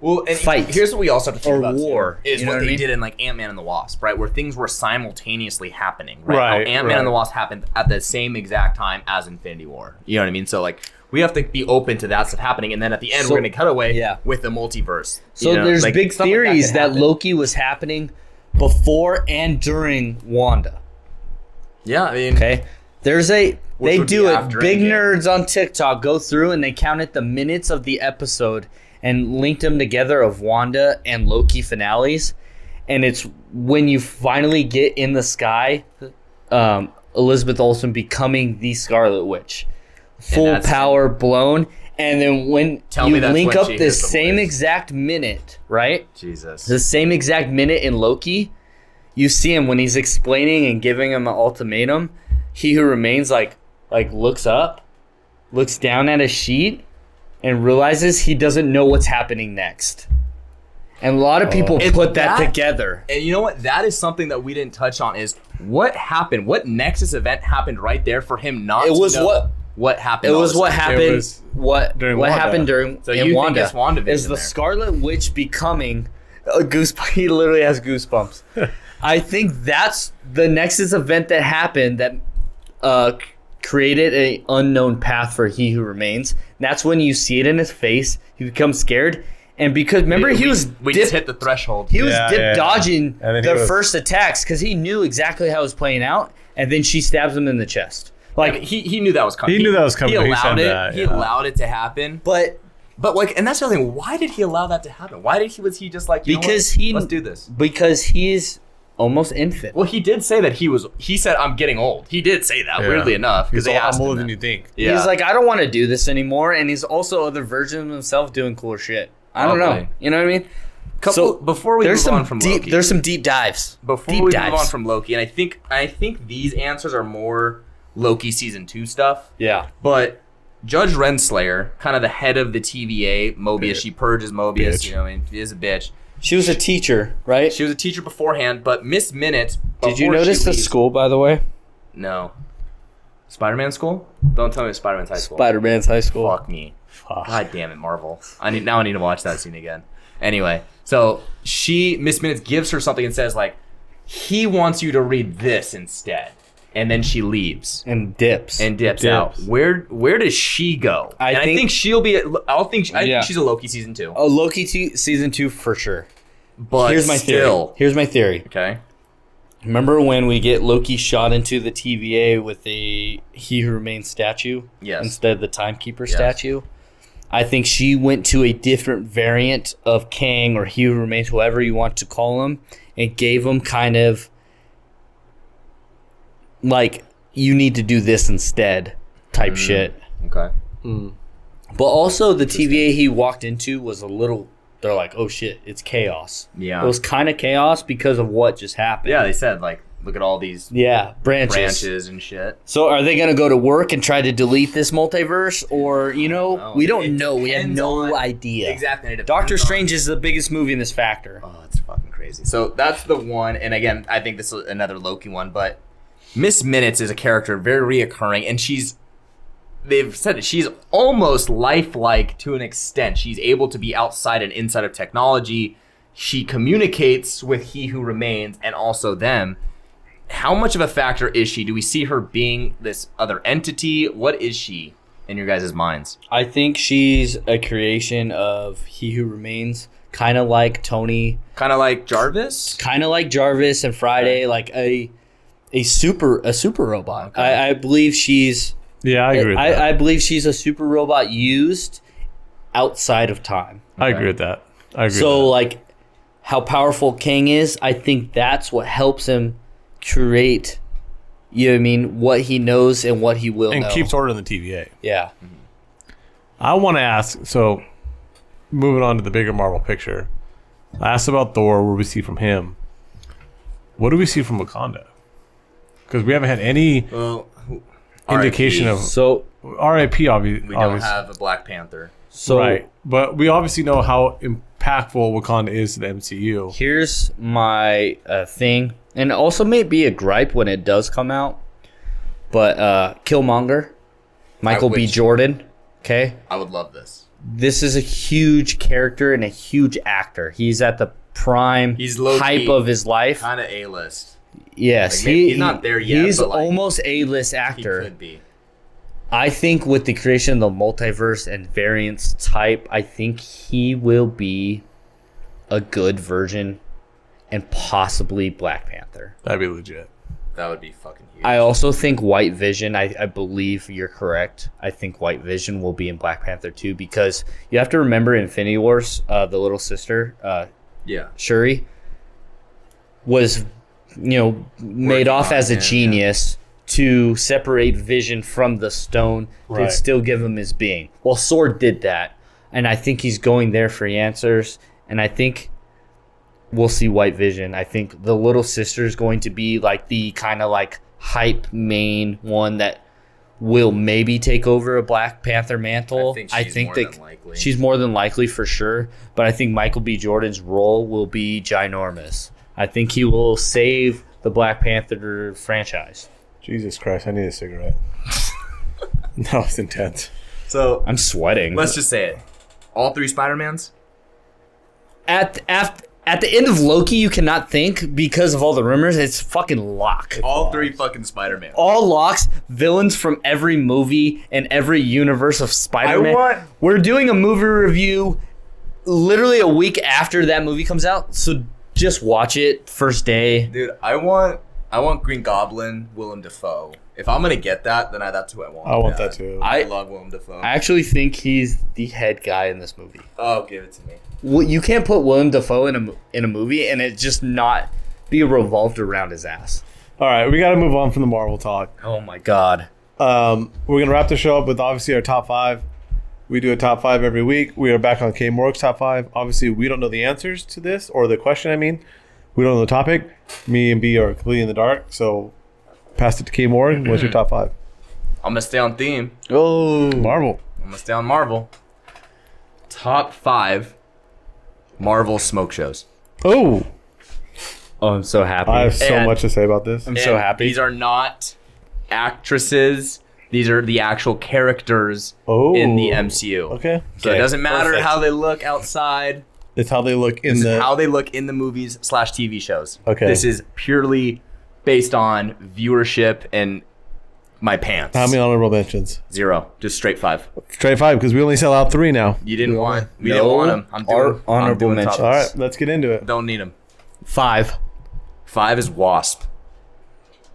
[SPEAKER 5] well, and
[SPEAKER 2] fight
[SPEAKER 5] Here's what we also have to think
[SPEAKER 2] or
[SPEAKER 5] about too,
[SPEAKER 2] war,
[SPEAKER 5] is
[SPEAKER 2] you know
[SPEAKER 5] what
[SPEAKER 2] what I
[SPEAKER 5] they
[SPEAKER 2] mean?
[SPEAKER 5] did in like Ant Man and the Wasp, right? Where things were simultaneously happening. Right.
[SPEAKER 1] Right,
[SPEAKER 5] Ant Man
[SPEAKER 1] right.
[SPEAKER 5] and the Wasp happened at the same exact time as Infinity War. You know what I mean? So like. We have to be open to that stuff happening, and then at the end
[SPEAKER 2] So-
[SPEAKER 5] we're gonna cut away
[SPEAKER 2] yeah.
[SPEAKER 5] with the multiverse.
[SPEAKER 2] So
[SPEAKER 5] you know,
[SPEAKER 2] there's
[SPEAKER 5] like,
[SPEAKER 2] big
[SPEAKER 5] stuff like that
[SPEAKER 2] theories
[SPEAKER 5] could
[SPEAKER 2] that,
[SPEAKER 5] happen.
[SPEAKER 2] Loki was happening before and during Wanda.
[SPEAKER 5] Yeah, I mean,
[SPEAKER 2] Okay, there's a
[SPEAKER 5] Which
[SPEAKER 2] they
[SPEAKER 5] would
[SPEAKER 2] do
[SPEAKER 5] be
[SPEAKER 2] it.
[SPEAKER 5] after
[SPEAKER 2] Big
[SPEAKER 5] Endgame.
[SPEAKER 2] nerds on TikTok go through and they counted the minutes of the episode and linked them together of Wanda and Loki finales, and it's when you finally get in the sky, um, Elizabeth Olsen becoming the Scarlet Witch, full
[SPEAKER 5] that's-
[SPEAKER 2] power blown. And then when
[SPEAKER 5] Tell
[SPEAKER 2] you
[SPEAKER 5] me that's
[SPEAKER 2] link
[SPEAKER 5] when
[SPEAKER 2] up
[SPEAKER 5] she
[SPEAKER 2] the
[SPEAKER 5] hears the
[SPEAKER 2] same
[SPEAKER 5] voice.
[SPEAKER 2] exact minute, right?
[SPEAKER 5] Jesus.
[SPEAKER 2] the same exact minute in Loki, you see him when he's explaining and giving him an ultimatum. He who remains like like looks up, looks down at a sheet, and realizes he doesn't know what's happening next. And a lot of people
[SPEAKER 5] It's
[SPEAKER 2] put that,
[SPEAKER 5] that-
[SPEAKER 2] together.
[SPEAKER 5] And you know what? That is something that we didn't touch on is what happened? What Nexus event happened right there for him not
[SPEAKER 2] It
[SPEAKER 5] to
[SPEAKER 2] was
[SPEAKER 5] know
[SPEAKER 2] what-
[SPEAKER 5] what happened.
[SPEAKER 2] It
[SPEAKER 5] all
[SPEAKER 2] was
[SPEAKER 5] this
[SPEAKER 2] what
[SPEAKER 5] time?
[SPEAKER 2] happened.
[SPEAKER 1] was
[SPEAKER 2] what
[SPEAKER 1] during
[SPEAKER 2] what
[SPEAKER 1] Wanda.
[SPEAKER 2] happened during
[SPEAKER 5] So
[SPEAKER 2] in
[SPEAKER 5] you think
[SPEAKER 2] Wanda
[SPEAKER 5] it's WandaVision
[SPEAKER 2] is the
[SPEAKER 5] there.
[SPEAKER 2] Scarlet Witch becoming a goose? *laughs* He literally has
[SPEAKER 5] *laughs*
[SPEAKER 2] goosebumps. I think that's the Nexus event that happened that uh, c- created a unknown path for He Who Remains. And that's when you see it in his face. He becomes scared, and because remember
[SPEAKER 5] We-
[SPEAKER 2] he was
[SPEAKER 5] we
[SPEAKER 2] dip-
[SPEAKER 5] just hit the threshold.
[SPEAKER 2] he was
[SPEAKER 1] Yeah,
[SPEAKER 2] dip
[SPEAKER 1] yeah, yeah.
[SPEAKER 2] dodging
[SPEAKER 1] And then he
[SPEAKER 2] the
[SPEAKER 1] was-
[SPEAKER 2] first attacks because he knew exactly how it was playing out, and then she stabs him in the chest.
[SPEAKER 5] Like he, he knew that was coming.
[SPEAKER 1] He knew that was coming,
[SPEAKER 5] He
[SPEAKER 1] but he
[SPEAKER 5] allowed
[SPEAKER 1] said
[SPEAKER 5] it.
[SPEAKER 1] that,
[SPEAKER 5] he
[SPEAKER 1] yeah.
[SPEAKER 5] allowed it to happen.
[SPEAKER 2] But
[SPEAKER 5] But like, and that's the other thing. Why did he allow that to happen? Why did he was he just like you know what?
[SPEAKER 2] Because he-
[SPEAKER 5] let's do this?
[SPEAKER 2] because he's almost infant.
[SPEAKER 5] Well, he did say that he was. He said, "I'm getting old." He did say that. Weirdly enough, because
[SPEAKER 1] He's
[SPEAKER 5] they
[SPEAKER 1] all,
[SPEAKER 5] asked
[SPEAKER 1] I'm older
[SPEAKER 5] him
[SPEAKER 1] than you
[SPEAKER 5] that.
[SPEAKER 1] think.
[SPEAKER 5] Yeah.
[SPEAKER 2] He's like, I don't want to do this anymore, and he's also other version of himself doing cooler shit. I don't
[SPEAKER 5] Probably.
[SPEAKER 2] know. You know what I mean?
[SPEAKER 5] Couple- before we
[SPEAKER 2] there's
[SPEAKER 5] move
[SPEAKER 2] some
[SPEAKER 5] on from
[SPEAKER 2] deep,
[SPEAKER 5] Loki,
[SPEAKER 2] there's some deep dives.
[SPEAKER 5] before
[SPEAKER 2] deep
[SPEAKER 5] we move
[SPEAKER 2] dives.
[SPEAKER 5] on from Loki, and I think I think these answers are more Loki season two stuff.
[SPEAKER 2] yeah,
[SPEAKER 5] But Judge Renslayer, kind of the head of the TVA, Mobius, she purges Mobius, you know, and is a bitch.
[SPEAKER 2] she was a teacher, right?
[SPEAKER 5] She was a teacher beforehand, but Miss Minute.
[SPEAKER 2] Did you
[SPEAKER 5] before she
[SPEAKER 2] notice the
[SPEAKER 5] leaves-
[SPEAKER 2] school, by the way?
[SPEAKER 5] No. Spider Man school? Don't tell me it's Spider Man's high school.
[SPEAKER 2] Spider Man's high school.
[SPEAKER 5] Fuck me. God damn it, Marvel. I need now I need to watch that scene again. Anyway, so she Miss Minutes gives her something and says, like, he wants you to read this instead. And then she leaves
[SPEAKER 2] And dips.
[SPEAKER 5] and dips, out. Where where does she go?
[SPEAKER 2] I
[SPEAKER 5] and I
[SPEAKER 2] think-
[SPEAKER 5] think she'll be. a- I'll think. I
[SPEAKER 2] Yeah.
[SPEAKER 5] think she's a Loki season two.
[SPEAKER 2] oh, Loki t- season two for sure.
[SPEAKER 5] but
[SPEAKER 2] Here's my
[SPEAKER 5] still,
[SPEAKER 2] theory. Here's my theory.
[SPEAKER 5] okay.
[SPEAKER 2] Remember when we get Loki shot into the TVA with the He Who Remains statue
[SPEAKER 5] Yes.
[SPEAKER 2] instead of the Timekeeper statue? I think she went to a different variant of Kang or He Who Remains, whoever you want to call him, and gave him kind of like you need to do this instead type
[SPEAKER 5] Mm-hmm.
[SPEAKER 2] shit.
[SPEAKER 5] Okay.
[SPEAKER 2] But also the TVA he walked into was a little. They're like, oh shit, it's chaos.
[SPEAKER 5] Yeah.
[SPEAKER 2] it was kind of chaos because of what just happened.
[SPEAKER 5] Yeah, they said like, look at all these
[SPEAKER 2] yeah, branches.
[SPEAKER 5] branches and shit.
[SPEAKER 2] So are they gonna go to work and try to delete this multiverse, or you know,
[SPEAKER 5] know.
[SPEAKER 2] we don't
[SPEAKER 5] It
[SPEAKER 2] know. We have
[SPEAKER 5] depends
[SPEAKER 2] no
[SPEAKER 5] on-
[SPEAKER 2] idea.
[SPEAKER 5] Exactly. and it
[SPEAKER 2] Doctor
[SPEAKER 5] depends on-
[SPEAKER 2] Strange is the biggest movie in this factor.
[SPEAKER 5] Oh, it's fucking crazy. So that's the one, and again, I think this is another Loki one, but Miss Minutes is a character very reoccurring, and she's they've said that she's almost lifelike to an extent. She's able to be outside and inside of technology. She communicates with he who remains and also them. How much of a factor is she? Do we see her being this other entity? What is she in your guys' minds?
[SPEAKER 2] I think she's a creation of He Who Remains, kind of like Tony,
[SPEAKER 5] Kind of like Jarvis?
[SPEAKER 2] kind of like Jarvis and Friday, like a a super a super robot.
[SPEAKER 5] Okay.
[SPEAKER 2] I, I believe she's
[SPEAKER 1] Yeah, I agree with that.
[SPEAKER 2] I, I believe she's a super robot used outside of time.
[SPEAKER 1] I agree with that. I agree.
[SPEAKER 2] So
[SPEAKER 1] with
[SPEAKER 2] like how powerful Kang is, I think that's what helps him create you know what I mean, what he knows and what he will
[SPEAKER 1] that. and
[SPEAKER 2] know.
[SPEAKER 1] keeps order on the TVA.
[SPEAKER 2] yeah.
[SPEAKER 1] I want to ask. So, moving on to the bigger Marvel picture, I asked about Thor. What do we see from him? What do we see from Wakanda? Because we haven't had any
[SPEAKER 5] Well,
[SPEAKER 1] indication of
[SPEAKER 2] So
[SPEAKER 1] RIP. Obvi-
[SPEAKER 5] we don't
[SPEAKER 1] obviously,
[SPEAKER 5] have a Black Panther.
[SPEAKER 2] so
[SPEAKER 1] right? But Uh, we obviously know how impactful Wakanda is to the MCU.
[SPEAKER 2] here's my uh, thing and it also may be a gripe when it does come out. But uh Killmonger, Michael B.
[SPEAKER 5] wish-
[SPEAKER 2] Jordan, okay?
[SPEAKER 5] I would love this.
[SPEAKER 2] this is a huge character and a huge actor. He's at the prime
[SPEAKER 5] He's low-key.
[SPEAKER 2] hype of his life.
[SPEAKER 5] Kind of A list.
[SPEAKER 2] yes,
[SPEAKER 5] like, maybe
[SPEAKER 2] he-
[SPEAKER 5] he's not there yet,
[SPEAKER 2] He's
[SPEAKER 5] but, like,
[SPEAKER 2] almost A-list
[SPEAKER 5] He
[SPEAKER 2] actor.
[SPEAKER 5] could be.
[SPEAKER 2] I think with the creation of the multiverse and variance type, I think he will be a good version and possibly Black Panther.
[SPEAKER 1] That'd be legit.
[SPEAKER 5] That would be fucking huge.
[SPEAKER 2] I also think White Vision, I, I believe you're correct. I think White Vision will be in Black Panther too because you have to remember Infinity Wars, uh, the little sister, uh,
[SPEAKER 5] yeah.
[SPEAKER 2] Shuri was, you know, made
[SPEAKER 5] Working
[SPEAKER 2] off
[SPEAKER 5] on
[SPEAKER 2] as a
[SPEAKER 5] him, yeah.
[SPEAKER 2] genius to separate Vision from the stone
[SPEAKER 1] Right.
[SPEAKER 2] to still give him his being. Well, Sword did that, and I think he's going there for answers. And I think we'll see White Vision. I think the little sister is going to be like the kind of like hype main one that will maybe take over a Black Panther mantle.
[SPEAKER 5] I think
[SPEAKER 2] I
[SPEAKER 5] she's
[SPEAKER 2] think
[SPEAKER 5] more
[SPEAKER 2] they-
[SPEAKER 5] than likely.
[SPEAKER 2] she's more than likely for sure. But I think Michael B. Jordan's role will be ginormous. I think he will save the Black Panther franchise.
[SPEAKER 1] Jesus Christ! I need a cigarette. *laughs* that was intense.
[SPEAKER 5] So
[SPEAKER 2] I'm sweating.
[SPEAKER 5] let's just say it. All three Spider Mans.
[SPEAKER 2] At at at the end of Loki, you cannot think because of all the rumors. It's fucking lock.
[SPEAKER 5] All three fucking Spider Man.
[SPEAKER 2] All locks, villains from every movie and every universe of Spider-Man.
[SPEAKER 5] want-
[SPEAKER 2] We're doing a movie review literally a week after that movie comes out, so just watch it first day.
[SPEAKER 5] Dude, I want. I want Green Goblin, Willem Dafoe. If I'm gonna get that, then I, that's who I want.
[SPEAKER 3] I want that too.
[SPEAKER 5] I,
[SPEAKER 2] I
[SPEAKER 5] love Willem Dafoe.
[SPEAKER 2] I actually think he's the head guy in this movie.
[SPEAKER 5] oh, give it to me.
[SPEAKER 2] Well, you can't put William Defoe in a mo- in a movie and it just not be revolved around his ass.
[SPEAKER 3] All right, we got to move on from the Marvel talk.
[SPEAKER 2] Oh my god.
[SPEAKER 3] Um, we're gonna wrap the show up with obviously our top five. We do a top five every week. We are back on K Morg's top five. Obviously, we don't know the answers to this or the question. I mean, we don't know the topic. Me and B are completely in the dark. So, pass it to K Morg. What's your top five?
[SPEAKER 5] I'm gonna stay on theme.
[SPEAKER 2] Oh.
[SPEAKER 3] Marvel.
[SPEAKER 5] I'm gonna stay on Marvel. Top five Marvel smoke shows.
[SPEAKER 3] Oh,
[SPEAKER 2] Oh, I'm so happy.
[SPEAKER 3] I have
[SPEAKER 2] I'm
[SPEAKER 3] so
[SPEAKER 5] And-
[SPEAKER 3] much to say about this.
[SPEAKER 2] so
[SPEAKER 5] And
[SPEAKER 2] happy.
[SPEAKER 5] These are not actresses. These are the actual characters
[SPEAKER 3] Oh,
[SPEAKER 5] in the MCU.
[SPEAKER 3] Okay,
[SPEAKER 5] So it
[SPEAKER 2] Okay,
[SPEAKER 5] doesn't matter
[SPEAKER 2] perfect.
[SPEAKER 5] how they look outside.
[SPEAKER 3] it's how they look in
[SPEAKER 5] This is
[SPEAKER 3] the.
[SPEAKER 5] how they look in the movies slash TV shows.
[SPEAKER 3] Okay.
[SPEAKER 5] This is purely based on viewership and my pants.
[SPEAKER 3] How many honorable mentions?
[SPEAKER 5] Zero. Just straight five.
[SPEAKER 3] Trade five because we only sell out three now.
[SPEAKER 5] You didn't want. We
[SPEAKER 2] No
[SPEAKER 5] didn't want them. I'm doing
[SPEAKER 2] hon-
[SPEAKER 5] I'm
[SPEAKER 2] honorable
[SPEAKER 5] doing
[SPEAKER 2] mentions.
[SPEAKER 5] top-
[SPEAKER 3] All right, let's get into it.
[SPEAKER 5] Don't need them.
[SPEAKER 2] five.
[SPEAKER 5] Five is Wasp,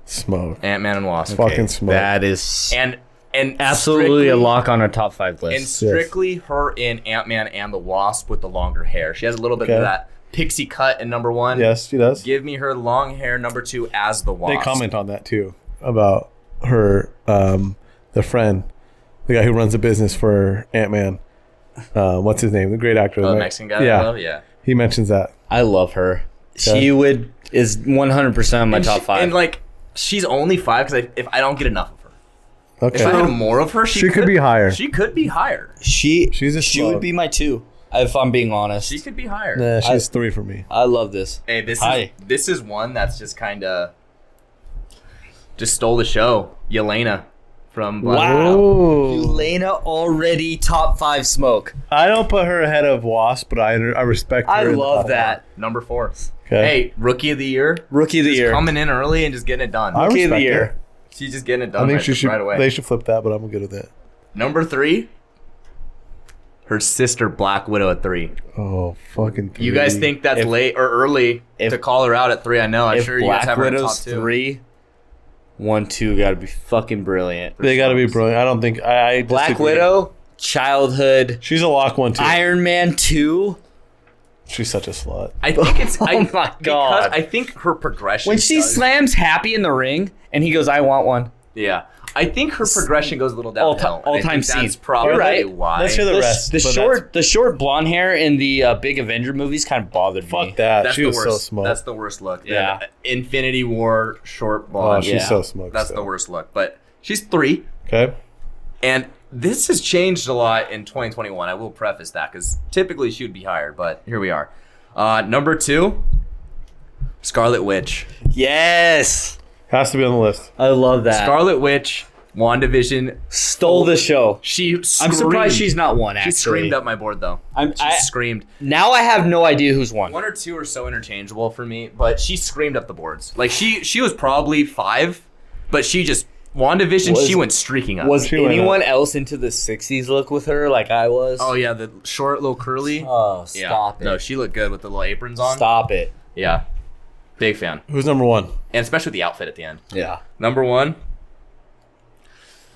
[SPEAKER 3] Smoke,
[SPEAKER 5] Ant Man and Wasp,
[SPEAKER 3] fucking smoke.
[SPEAKER 2] That is
[SPEAKER 5] and and
[SPEAKER 2] absolutely a
[SPEAKER 5] strictly-
[SPEAKER 2] lock on our top five
[SPEAKER 5] And
[SPEAKER 2] list.
[SPEAKER 5] strictly her in Ant Man and the Wasp with the longer hair. She has a little bit
[SPEAKER 3] Okay.
[SPEAKER 5] of that pixie cut in number one.
[SPEAKER 3] Yes, she does.
[SPEAKER 5] Give me her long hair number two as the Wasp.
[SPEAKER 3] they comment on that too about her um the friend the guy who runs the business for ant-man uh, what's his name the great actor
[SPEAKER 5] Oh, the
[SPEAKER 3] right?
[SPEAKER 5] Mexican guy.
[SPEAKER 3] yeah
[SPEAKER 5] Oh, yeah.
[SPEAKER 3] he mentions that
[SPEAKER 2] I love her.
[SPEAKER 3] Okay.
[SPEAKER 2] She would is 100 percent on my
[SPEAKER 5] And
[SPEAKER 2] top
[SPEAKER 5] she-
[SPEAKER 2] five.
[SPEAKER 5] And like, she's only five because if I don't get enough of her, if
[SPEAKER 3] okay
[SPEAKER 5] I had more of her, she,
[SPEAKER 3] She could be higher.
[SPEAKER 5] She could be higher.
[SPEAKER 2] she
[SPEAKER 3] She's a
[SPEAKER 2] she
[SPEAKER 3] slug.
[SPEAKER 2] would be my two if I'm being honest.
[SPEAKER 5] She could be higher.
[SPEAKER 3] Nah, Uh, she's three for me
[SPEAKER 2] I love this.
[SPEAKER 5] Hey, this
[SPEAKER 2] Hi.
[SPEAKER 5] is this is one that's just kind of just stole the show. Yelena from Black Widow.
[SPEAKER 2] Elena already top five smoke.
[SPEAKER 3] i don't put her ahead of wasp but i, I respect her
[SPEAKER 2] I
[SPEAKER 3] in the
[SPEAKER 2] love
[SPEAKER 3] top
[SPEAKER 2] that.
[SPEAKER 5] number four.
[SPEAKER 3] Okay.
[SPEAKER 5] Hey, rookie of the year.
[SPEAKER 2] Rookie of the year.
[SPEAKER 5] Coming in early and just getting it done.
[SPEAKER 3] I
[SPEAKER 2] Rookie of the
[SPEAKER 3] respect
[SPEAKER 2] year.
[SPEAKER 3] her.
[SPEAKER 5] She's just getting it done
[SPEAKER 3] I think
[SPEAKER 5] right,
[SPEAKER 3] she should.
[SPEAKER 5] right away.
[SPEAKER 3] They should flip that, but I'm good at that.
[SPEAKER 5] Number three, her sister Black Widow at three.
[SPEAKER 3] Oh, fucking! Three.
[SPEAKER 5] You guys think that's late or early
[SPEAKER 2] if-
[SPEAKER 5] to call her out at three? I know. I'm
[SPEAKER 2] if
[SPEAKER 5] sure you
[SPEAKER 2] Black
[SPEAKER 5] guys have her in top
[SPEAKER 2] Widow's
[SPEAKER 5] two.
[SPEAKER 2] three, one, two got to be fucking brilliant.
[SPEAKER 3] they got to be brilliant? I don't think I. I
[SPEAKER 2] Black
[SPEAKER 3] disagree.
[SPEAKER 2] Widow, childhood,
[SPEAKER 3] She's a lock one too.
[SPEAKER 2] Iron Man two.
[SPEAKER 3] she's such a slut.
[SPEAKER 5] I think it's. I,
[SPEAKER 2] Oh my
[SPEAKER 5] because
[SPEAKER 2] God.
[SPEAKER 5] I think her progression.
[SPEAKER 2] When she
[SPEAKER 5] does-
[SPEAKER 2] slams Happy in the ring, and he goes, "I want one."
[SPEAKER 5] yeah, I think her progression goes a little downhill.
[SPEAKER 2] All ti-
[SPEAKER 5] and I think
[SPEAKER 2] all-time
[SPEAKER 5] That's
[SPEAKER 2] scene.
[SPEAKER 5] probably
[SPEAKER 2] You're right.
[SPEAKER 5] why.
[SPEAKER 3] Let's hear the,
[SPEAKER 2] The,
[SPEAKER 3] rest.
[SPEAKER 2] the
[SPEAKER 3] but
[SPEAKER 2] short, the short blonde hair in the uh, big Avenger movies kind of bothered me.
[SPEAKER 3] Fuck that.
[SPEAKER 5] that's
[SPEAKER 3] she
[SPEAKER 5] the
[SPEAKER 3] was
[SPEAKER 5] worst.
[SPEAKER 3] so smoked.
[SPEAKER 5] That's the worst look.
[SPEAKER 2] Yeah.
[SPEAKER 5] Yeah. Infinity War short
[SPEAKER 3] oh,
[SPEAKER 5] blonde.
[SPEAKER 3] she's
[SPEAKER 2] yeah.
[SPEAKER 3] so smoked.
[SPEAKER 5] That's the
[SPEAKER 3] still.
[SPEAKER 5] worst look. But she's three.
[SPEAKER 3] Okay.
[SPEAKER 5] And this has changed a lot in 2021. I will preface that because typically she would be higher, but here we are. Uh, number two, Scarlet Witch.
[SPEAKER 2] Yes,
[SPEAKER 3] Has to be on the list.
[SPEAKER 2] I love that.
[SPEAKER 5] Scarlet Witch, WandaVision.
[SPEAKER 2] Stole the show.
[SPEAKER 5] She screamed.
[SPEAKER 2] I'm surprised she's not one.
[SPEAKER 5] She
[SPEAKER 2] Actually,
[SPEAKER 5] screamed up my board though.
[SPEAKER 2] I'm-
[SPEAKER 5] she
[SPEAKER 2] I-
[SPEAKER 5] screamed.
[SPEAKER 2] Now I have no idea who's one.
[SPEAKER 5] One or two are so interchangeable for me, but she screamed up the boards. Like she she was probably five, but she just WandaVision.
[SPEAKER 2] Was-
[SPEAKER 5] she went streaking up.
[SPEAKER 2] Was
[SPEAKER 3] She went
[SPEAKER 2] anyone else into the '60s look with her like I was?
[SPEAKER 5] oh yeah, the short little curly.
[SPEAKER 2] Oh,
[SPEAKER 5] yeah.
[SPEAKER 2] stop
[SPEAKER 5] No,
[SPEAKER 2] it!
[SPEAKER 5] she looked good with the little aprons on.
[SPEAKER 2] Stop it!
[SPEAKER 5] Yeah, big fan.
[SPEAKER 3] Who's number one?
[SPEAKER 5] and especially the outfit at the end.
[SPEAKER 2] Yeah.
[SPEAKER 5] Number one,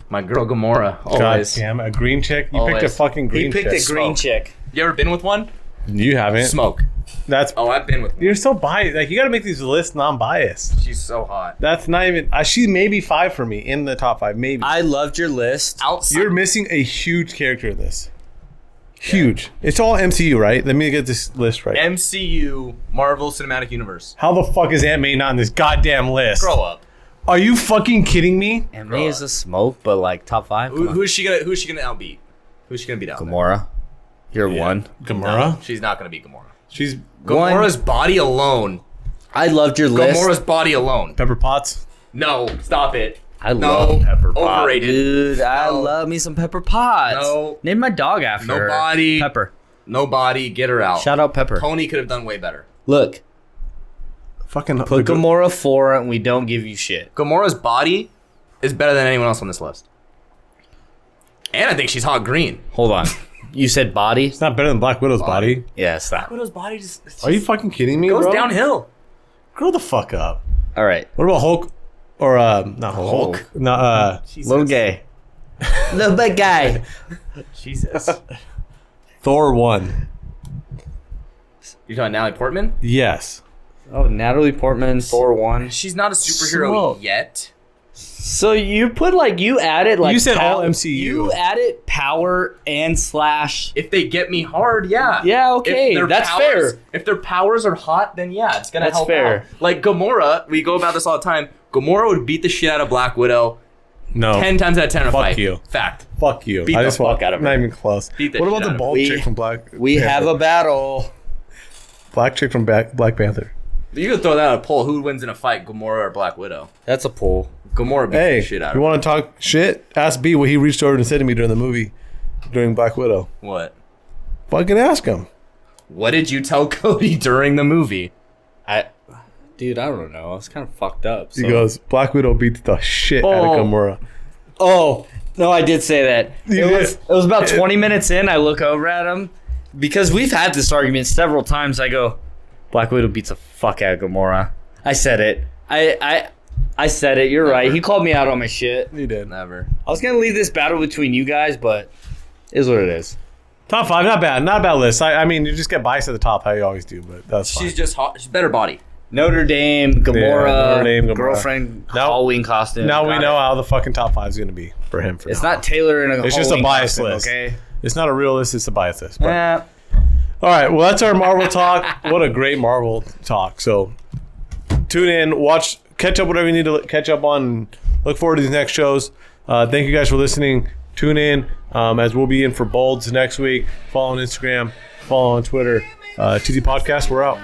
[SPEAKER 5] my girl Gamora. Always.
[SPEAKER 3] damn, a green chick. You picked a
[SPEAKER 5] Always.
[SPEAKER 3] fucking
[SPEAKER 2] He
[SPEAKER 3] green
[SPEAKER 2] picked
[SPEAKER 3] chick.
[SPEAKER 2] a green
[SPEAKER 5] Smoke.
[SPEAKER 2] chick.
[SPEAKER 5] You ever been with one?
[SPEAKER 3] you haven't.
[SPEAKER 5] Smoke.
[SPEAKER 3] That's
[SPEAKER 5] Oh, I've been with one.
[SPEAKER 3] you're so biased. Like you got to make these lists non-biased.
[SPEAKER 5] She's so hot.
[SPEAKER 3] That's not even. Uh, she may be five for me in the top five. Maybe
[SPEAKER 2] I loved your list.
[SPEAKER 5] Outside.
[SPEAKER 3] you're missing a huge character in this. Huge. It's all MCU, right? Let me get this list right.
[SPEAKER 5] MCU, Marvel Cinematic Universe.
[SPEAKER 3] How the fuck is Aunt May not in this goddamn list?
[SPEAKER 5] Grow up.
[SPEAKER 3] Are you fucking kidding me?
[SPEAKER 2] And me is a smoke, but like top five.
[SPEAKER 5] Who,
[SPEAKER 2] Come on.
[SPEAKER 5] who's she gonna Who's she gonna outbeat? Who's she gonna beat out? there?
[SPEAKER 2] Gamora, you're one.
[SPEAKER 3] Gamora.
[SPEAKER 5] She's not gonna beat Gamora.
[SPEAKER 3] She's
[SPEAKER 2] One.
[SPEAKER 5] Gamora's body alone.
[SPEAKER 2] I loved your list.
[SPEAKER 5] Gamora's body alone.
[SPEAKER 3] Pepper Potts.
[SPEAKER 5] No, stop it.
[SPEAKER 2] I
[SPEAKER 5] No,
[SPEAKER 2] love Pepper Pot.
[SPEAKER 5] overrated.
[SPEAKER 2] Dude, I
[SPEAKER 5] No.
[SPEAKER 2] love me some Pepper Pot.
[SPEAKER 5] No.
[SPEAKER 2] Name my dog after her.
[SPEAKER 5] Nobody.
[SPEAKER 2] Pepper.
[SPEAKER 5] No body. Get her out.
[SPEAKER 2] Shout out Pepper.
[SPEAKER 5] Tony could have done way better.
[SPEAKER 2] Look,
[SPEAKER 3] Fucking
[SPEAKER 2] put Gamora four and we don't give you shit.
[SPEAKER 5] Gamora's body is better than anyone else on this list. And I think she's hot green.
[SPEAKER 2] Hold
[SPEAKER 5] *laughs*
[SPEAKER 2] on. you said body?
[SPEAKER 3] It's not better than Black Widow's body.
[SPEAKER 2] Yeah, stop.
[SPEAKER 5] Widows' body just,
[SPEAKER 3] Are you fucking kidding me,
[SPEAKER 5] goes
[SPEAKER 3] bro?
[SPEAKER 5] downhill.
[SPEAKER 3] Grow the fuck up.
[SPEAKER 2] All right.
[SPEAKER 3] What about Hulk? Or um, not Hulk?
[SPEAKER 2] Hulk.
[SPEAKER 3] No, uh,
[SPEAKER 2] Little
[SPEAKER 5] *laughs*
[SPEAKER 2] gay. Little big guy.
[SPEAKER 5] Jesus.
[SPEAKER 3] Thor one.
[SPEAKER 5] You're talking Natalie Portman?
[SPEAKER 3] Yes.
[SPEAKER 2] *laughs* Oh, Natalie Portman, Thor one.
[SPEAKER 5] She's not a superhero
[SPEAKER 3] Smoke.
[SPEAKER 5] yet.
[SPEAKER 2] So you put like you added like
[SPEAKER 3] You said all MCU.
[SPEAKER 2] You added power and slash.
[SPEAKER 5] If they get me hard, yeah.
[SPEAKER 2] Yeah, okay,
[SPEAKER 5] If their
[SPEAKER 2] that's
[SPEAKER 5] powers-
[SPEAKER 2] fair.
[SPEAKER 5] If their powers are hot, then yeah, it's gonna
[SPEAKER 2] That's
[SPEAKER 5] help
[SPEAKER 2] fair.
[SPEAKER 5] out. Like Gamora, we go about this all the time. Gamora would beat the shit out of Black
[SPEAKER 2] Oh.
[SPEAKER 5] Widow
[SPEAKER 3] No.
[SPEAKER 5] ten times out of ten in a
[SPEAKER 3] Fuck
[SPEAKER 5] fight.
[SPEAKER 3] you.
[SPEAKER 5] Fact.
[SPEAKER 3] Fuck you.
[SPEAKER 5] Beat
[SPEAKER 3] I
[SPEAKER 5] the
[SPEAKER 3] just
[SPEAKER 5] fuck
[SPEAKER 3] want-
[SPEAKER 2] out of her.
[SPEAKER 3] Not even close.
[SPEAKER 5] Beat the
[SPEAKER 8] What
[SPEAKER 5] shit
[SPEAKER 8] about the
[SPEAKER 5] out of her.
[SPEAKER 8] bald
[SPEAKER 2] We-
[SPEAKER 8] chick from Black?
[SPEAKER 2] We
[SPEAKER 8] Panther?
[SPEAKER 2] have a battle.
[SPEAKER 8] black chick from Black, Black Panther.
[SPEAKER 5] You could throw that on a poll. Who wins in a fight, Gamora or Black Widow?
[SPEAKER 2] That's a pull.
[SPEAKER 5] Gamora beats
[SPEAKER 8] Hey,
[SPEAKER 5] the shit out
[SPEAKER 8] you
[SPEAKER 5] of her.
[SPEAKER 8] want to talk shit? Ask B what he reached over and said to me during the movie, during Black Widow.
[SPEAKER 5] What?
[SPEAKER 8] Fucking ask him.
[SPEAKER 5] What did you tell *laughs* Cody during the movie?
[SPEAKER 2] I, dude, I don't know. I was kind of fucked up.
[SPEAKER 5] Oh.
[SPEAKER 8] He
[SPEAKER 2] so-
[SPEAKER 8] goes, Black Widow beat the shit out
[SPEAKER 2] Oh.
[SPEAKER 8] of Gamora.
[SPEAKER 2] Oh no, I did say that.
[SPEAKER 8] You
[SPEAKER 2] it
[SPEAKER 8] did.
[SPEAKER 2] was it was about twenty minutes in. I look over at him because we've had this argument several times. I go, Black Widow beats the fuck out of Gamora. I said it. I I I said it. You're right. He called me out on my shit.
[SPEAKER 8] He did.
[SPEAKER 5] Never.
[SPEAKER 2] I was gonna leave this battle between you guys, but it is what it is.
[SPEAKER 3] Top five, not bad, not a bad list. I, I mean, you just get biased at the top, how you always do, but that's fine.
[SPEAKER 5] She's just hot. She's better body.
[SPEAKER 2] Notre Dame, Gamora,
[SPEAKER 3] Notre Dame, Gamora.
[SPEAKER 2] girlfriend Halloween costume.
[SPEAKER 3] Now we
[SPEAKER 2] Got
[SPEAKER 3] know
[SPEAKER 2] it.
[SPEAKER 3] how the fucking top five is going to be for him. For
[SPEAKER 2] It's
[SPEAKER 3] now.
[SPEAKER 2] not Taylor in a.
[SPEAKER 3] It's just a
[SPEAKER 2] Halloween
[SPEAKER 3] bias
[SPEAKER 2] costume,
[SPEAKER 3] list.
[SPEAKER 2] Okay.
[SPEAKER 3] It's not a real list. It's a bias list. But-
[SPEAKER 2] Eh,
[SPEAKER 3] All right. Well, that's our Marvel talk. What a great Marvel talk. So tune in, watch, catch up whatever you need to l- catch up on. and Look forward to these next shows. Uh, thank you guys for listening. Tune in um, as we'll be in for Bolds next week. Follow on Instagram, follow on Twitter. Uh, TD Podcast, we're out.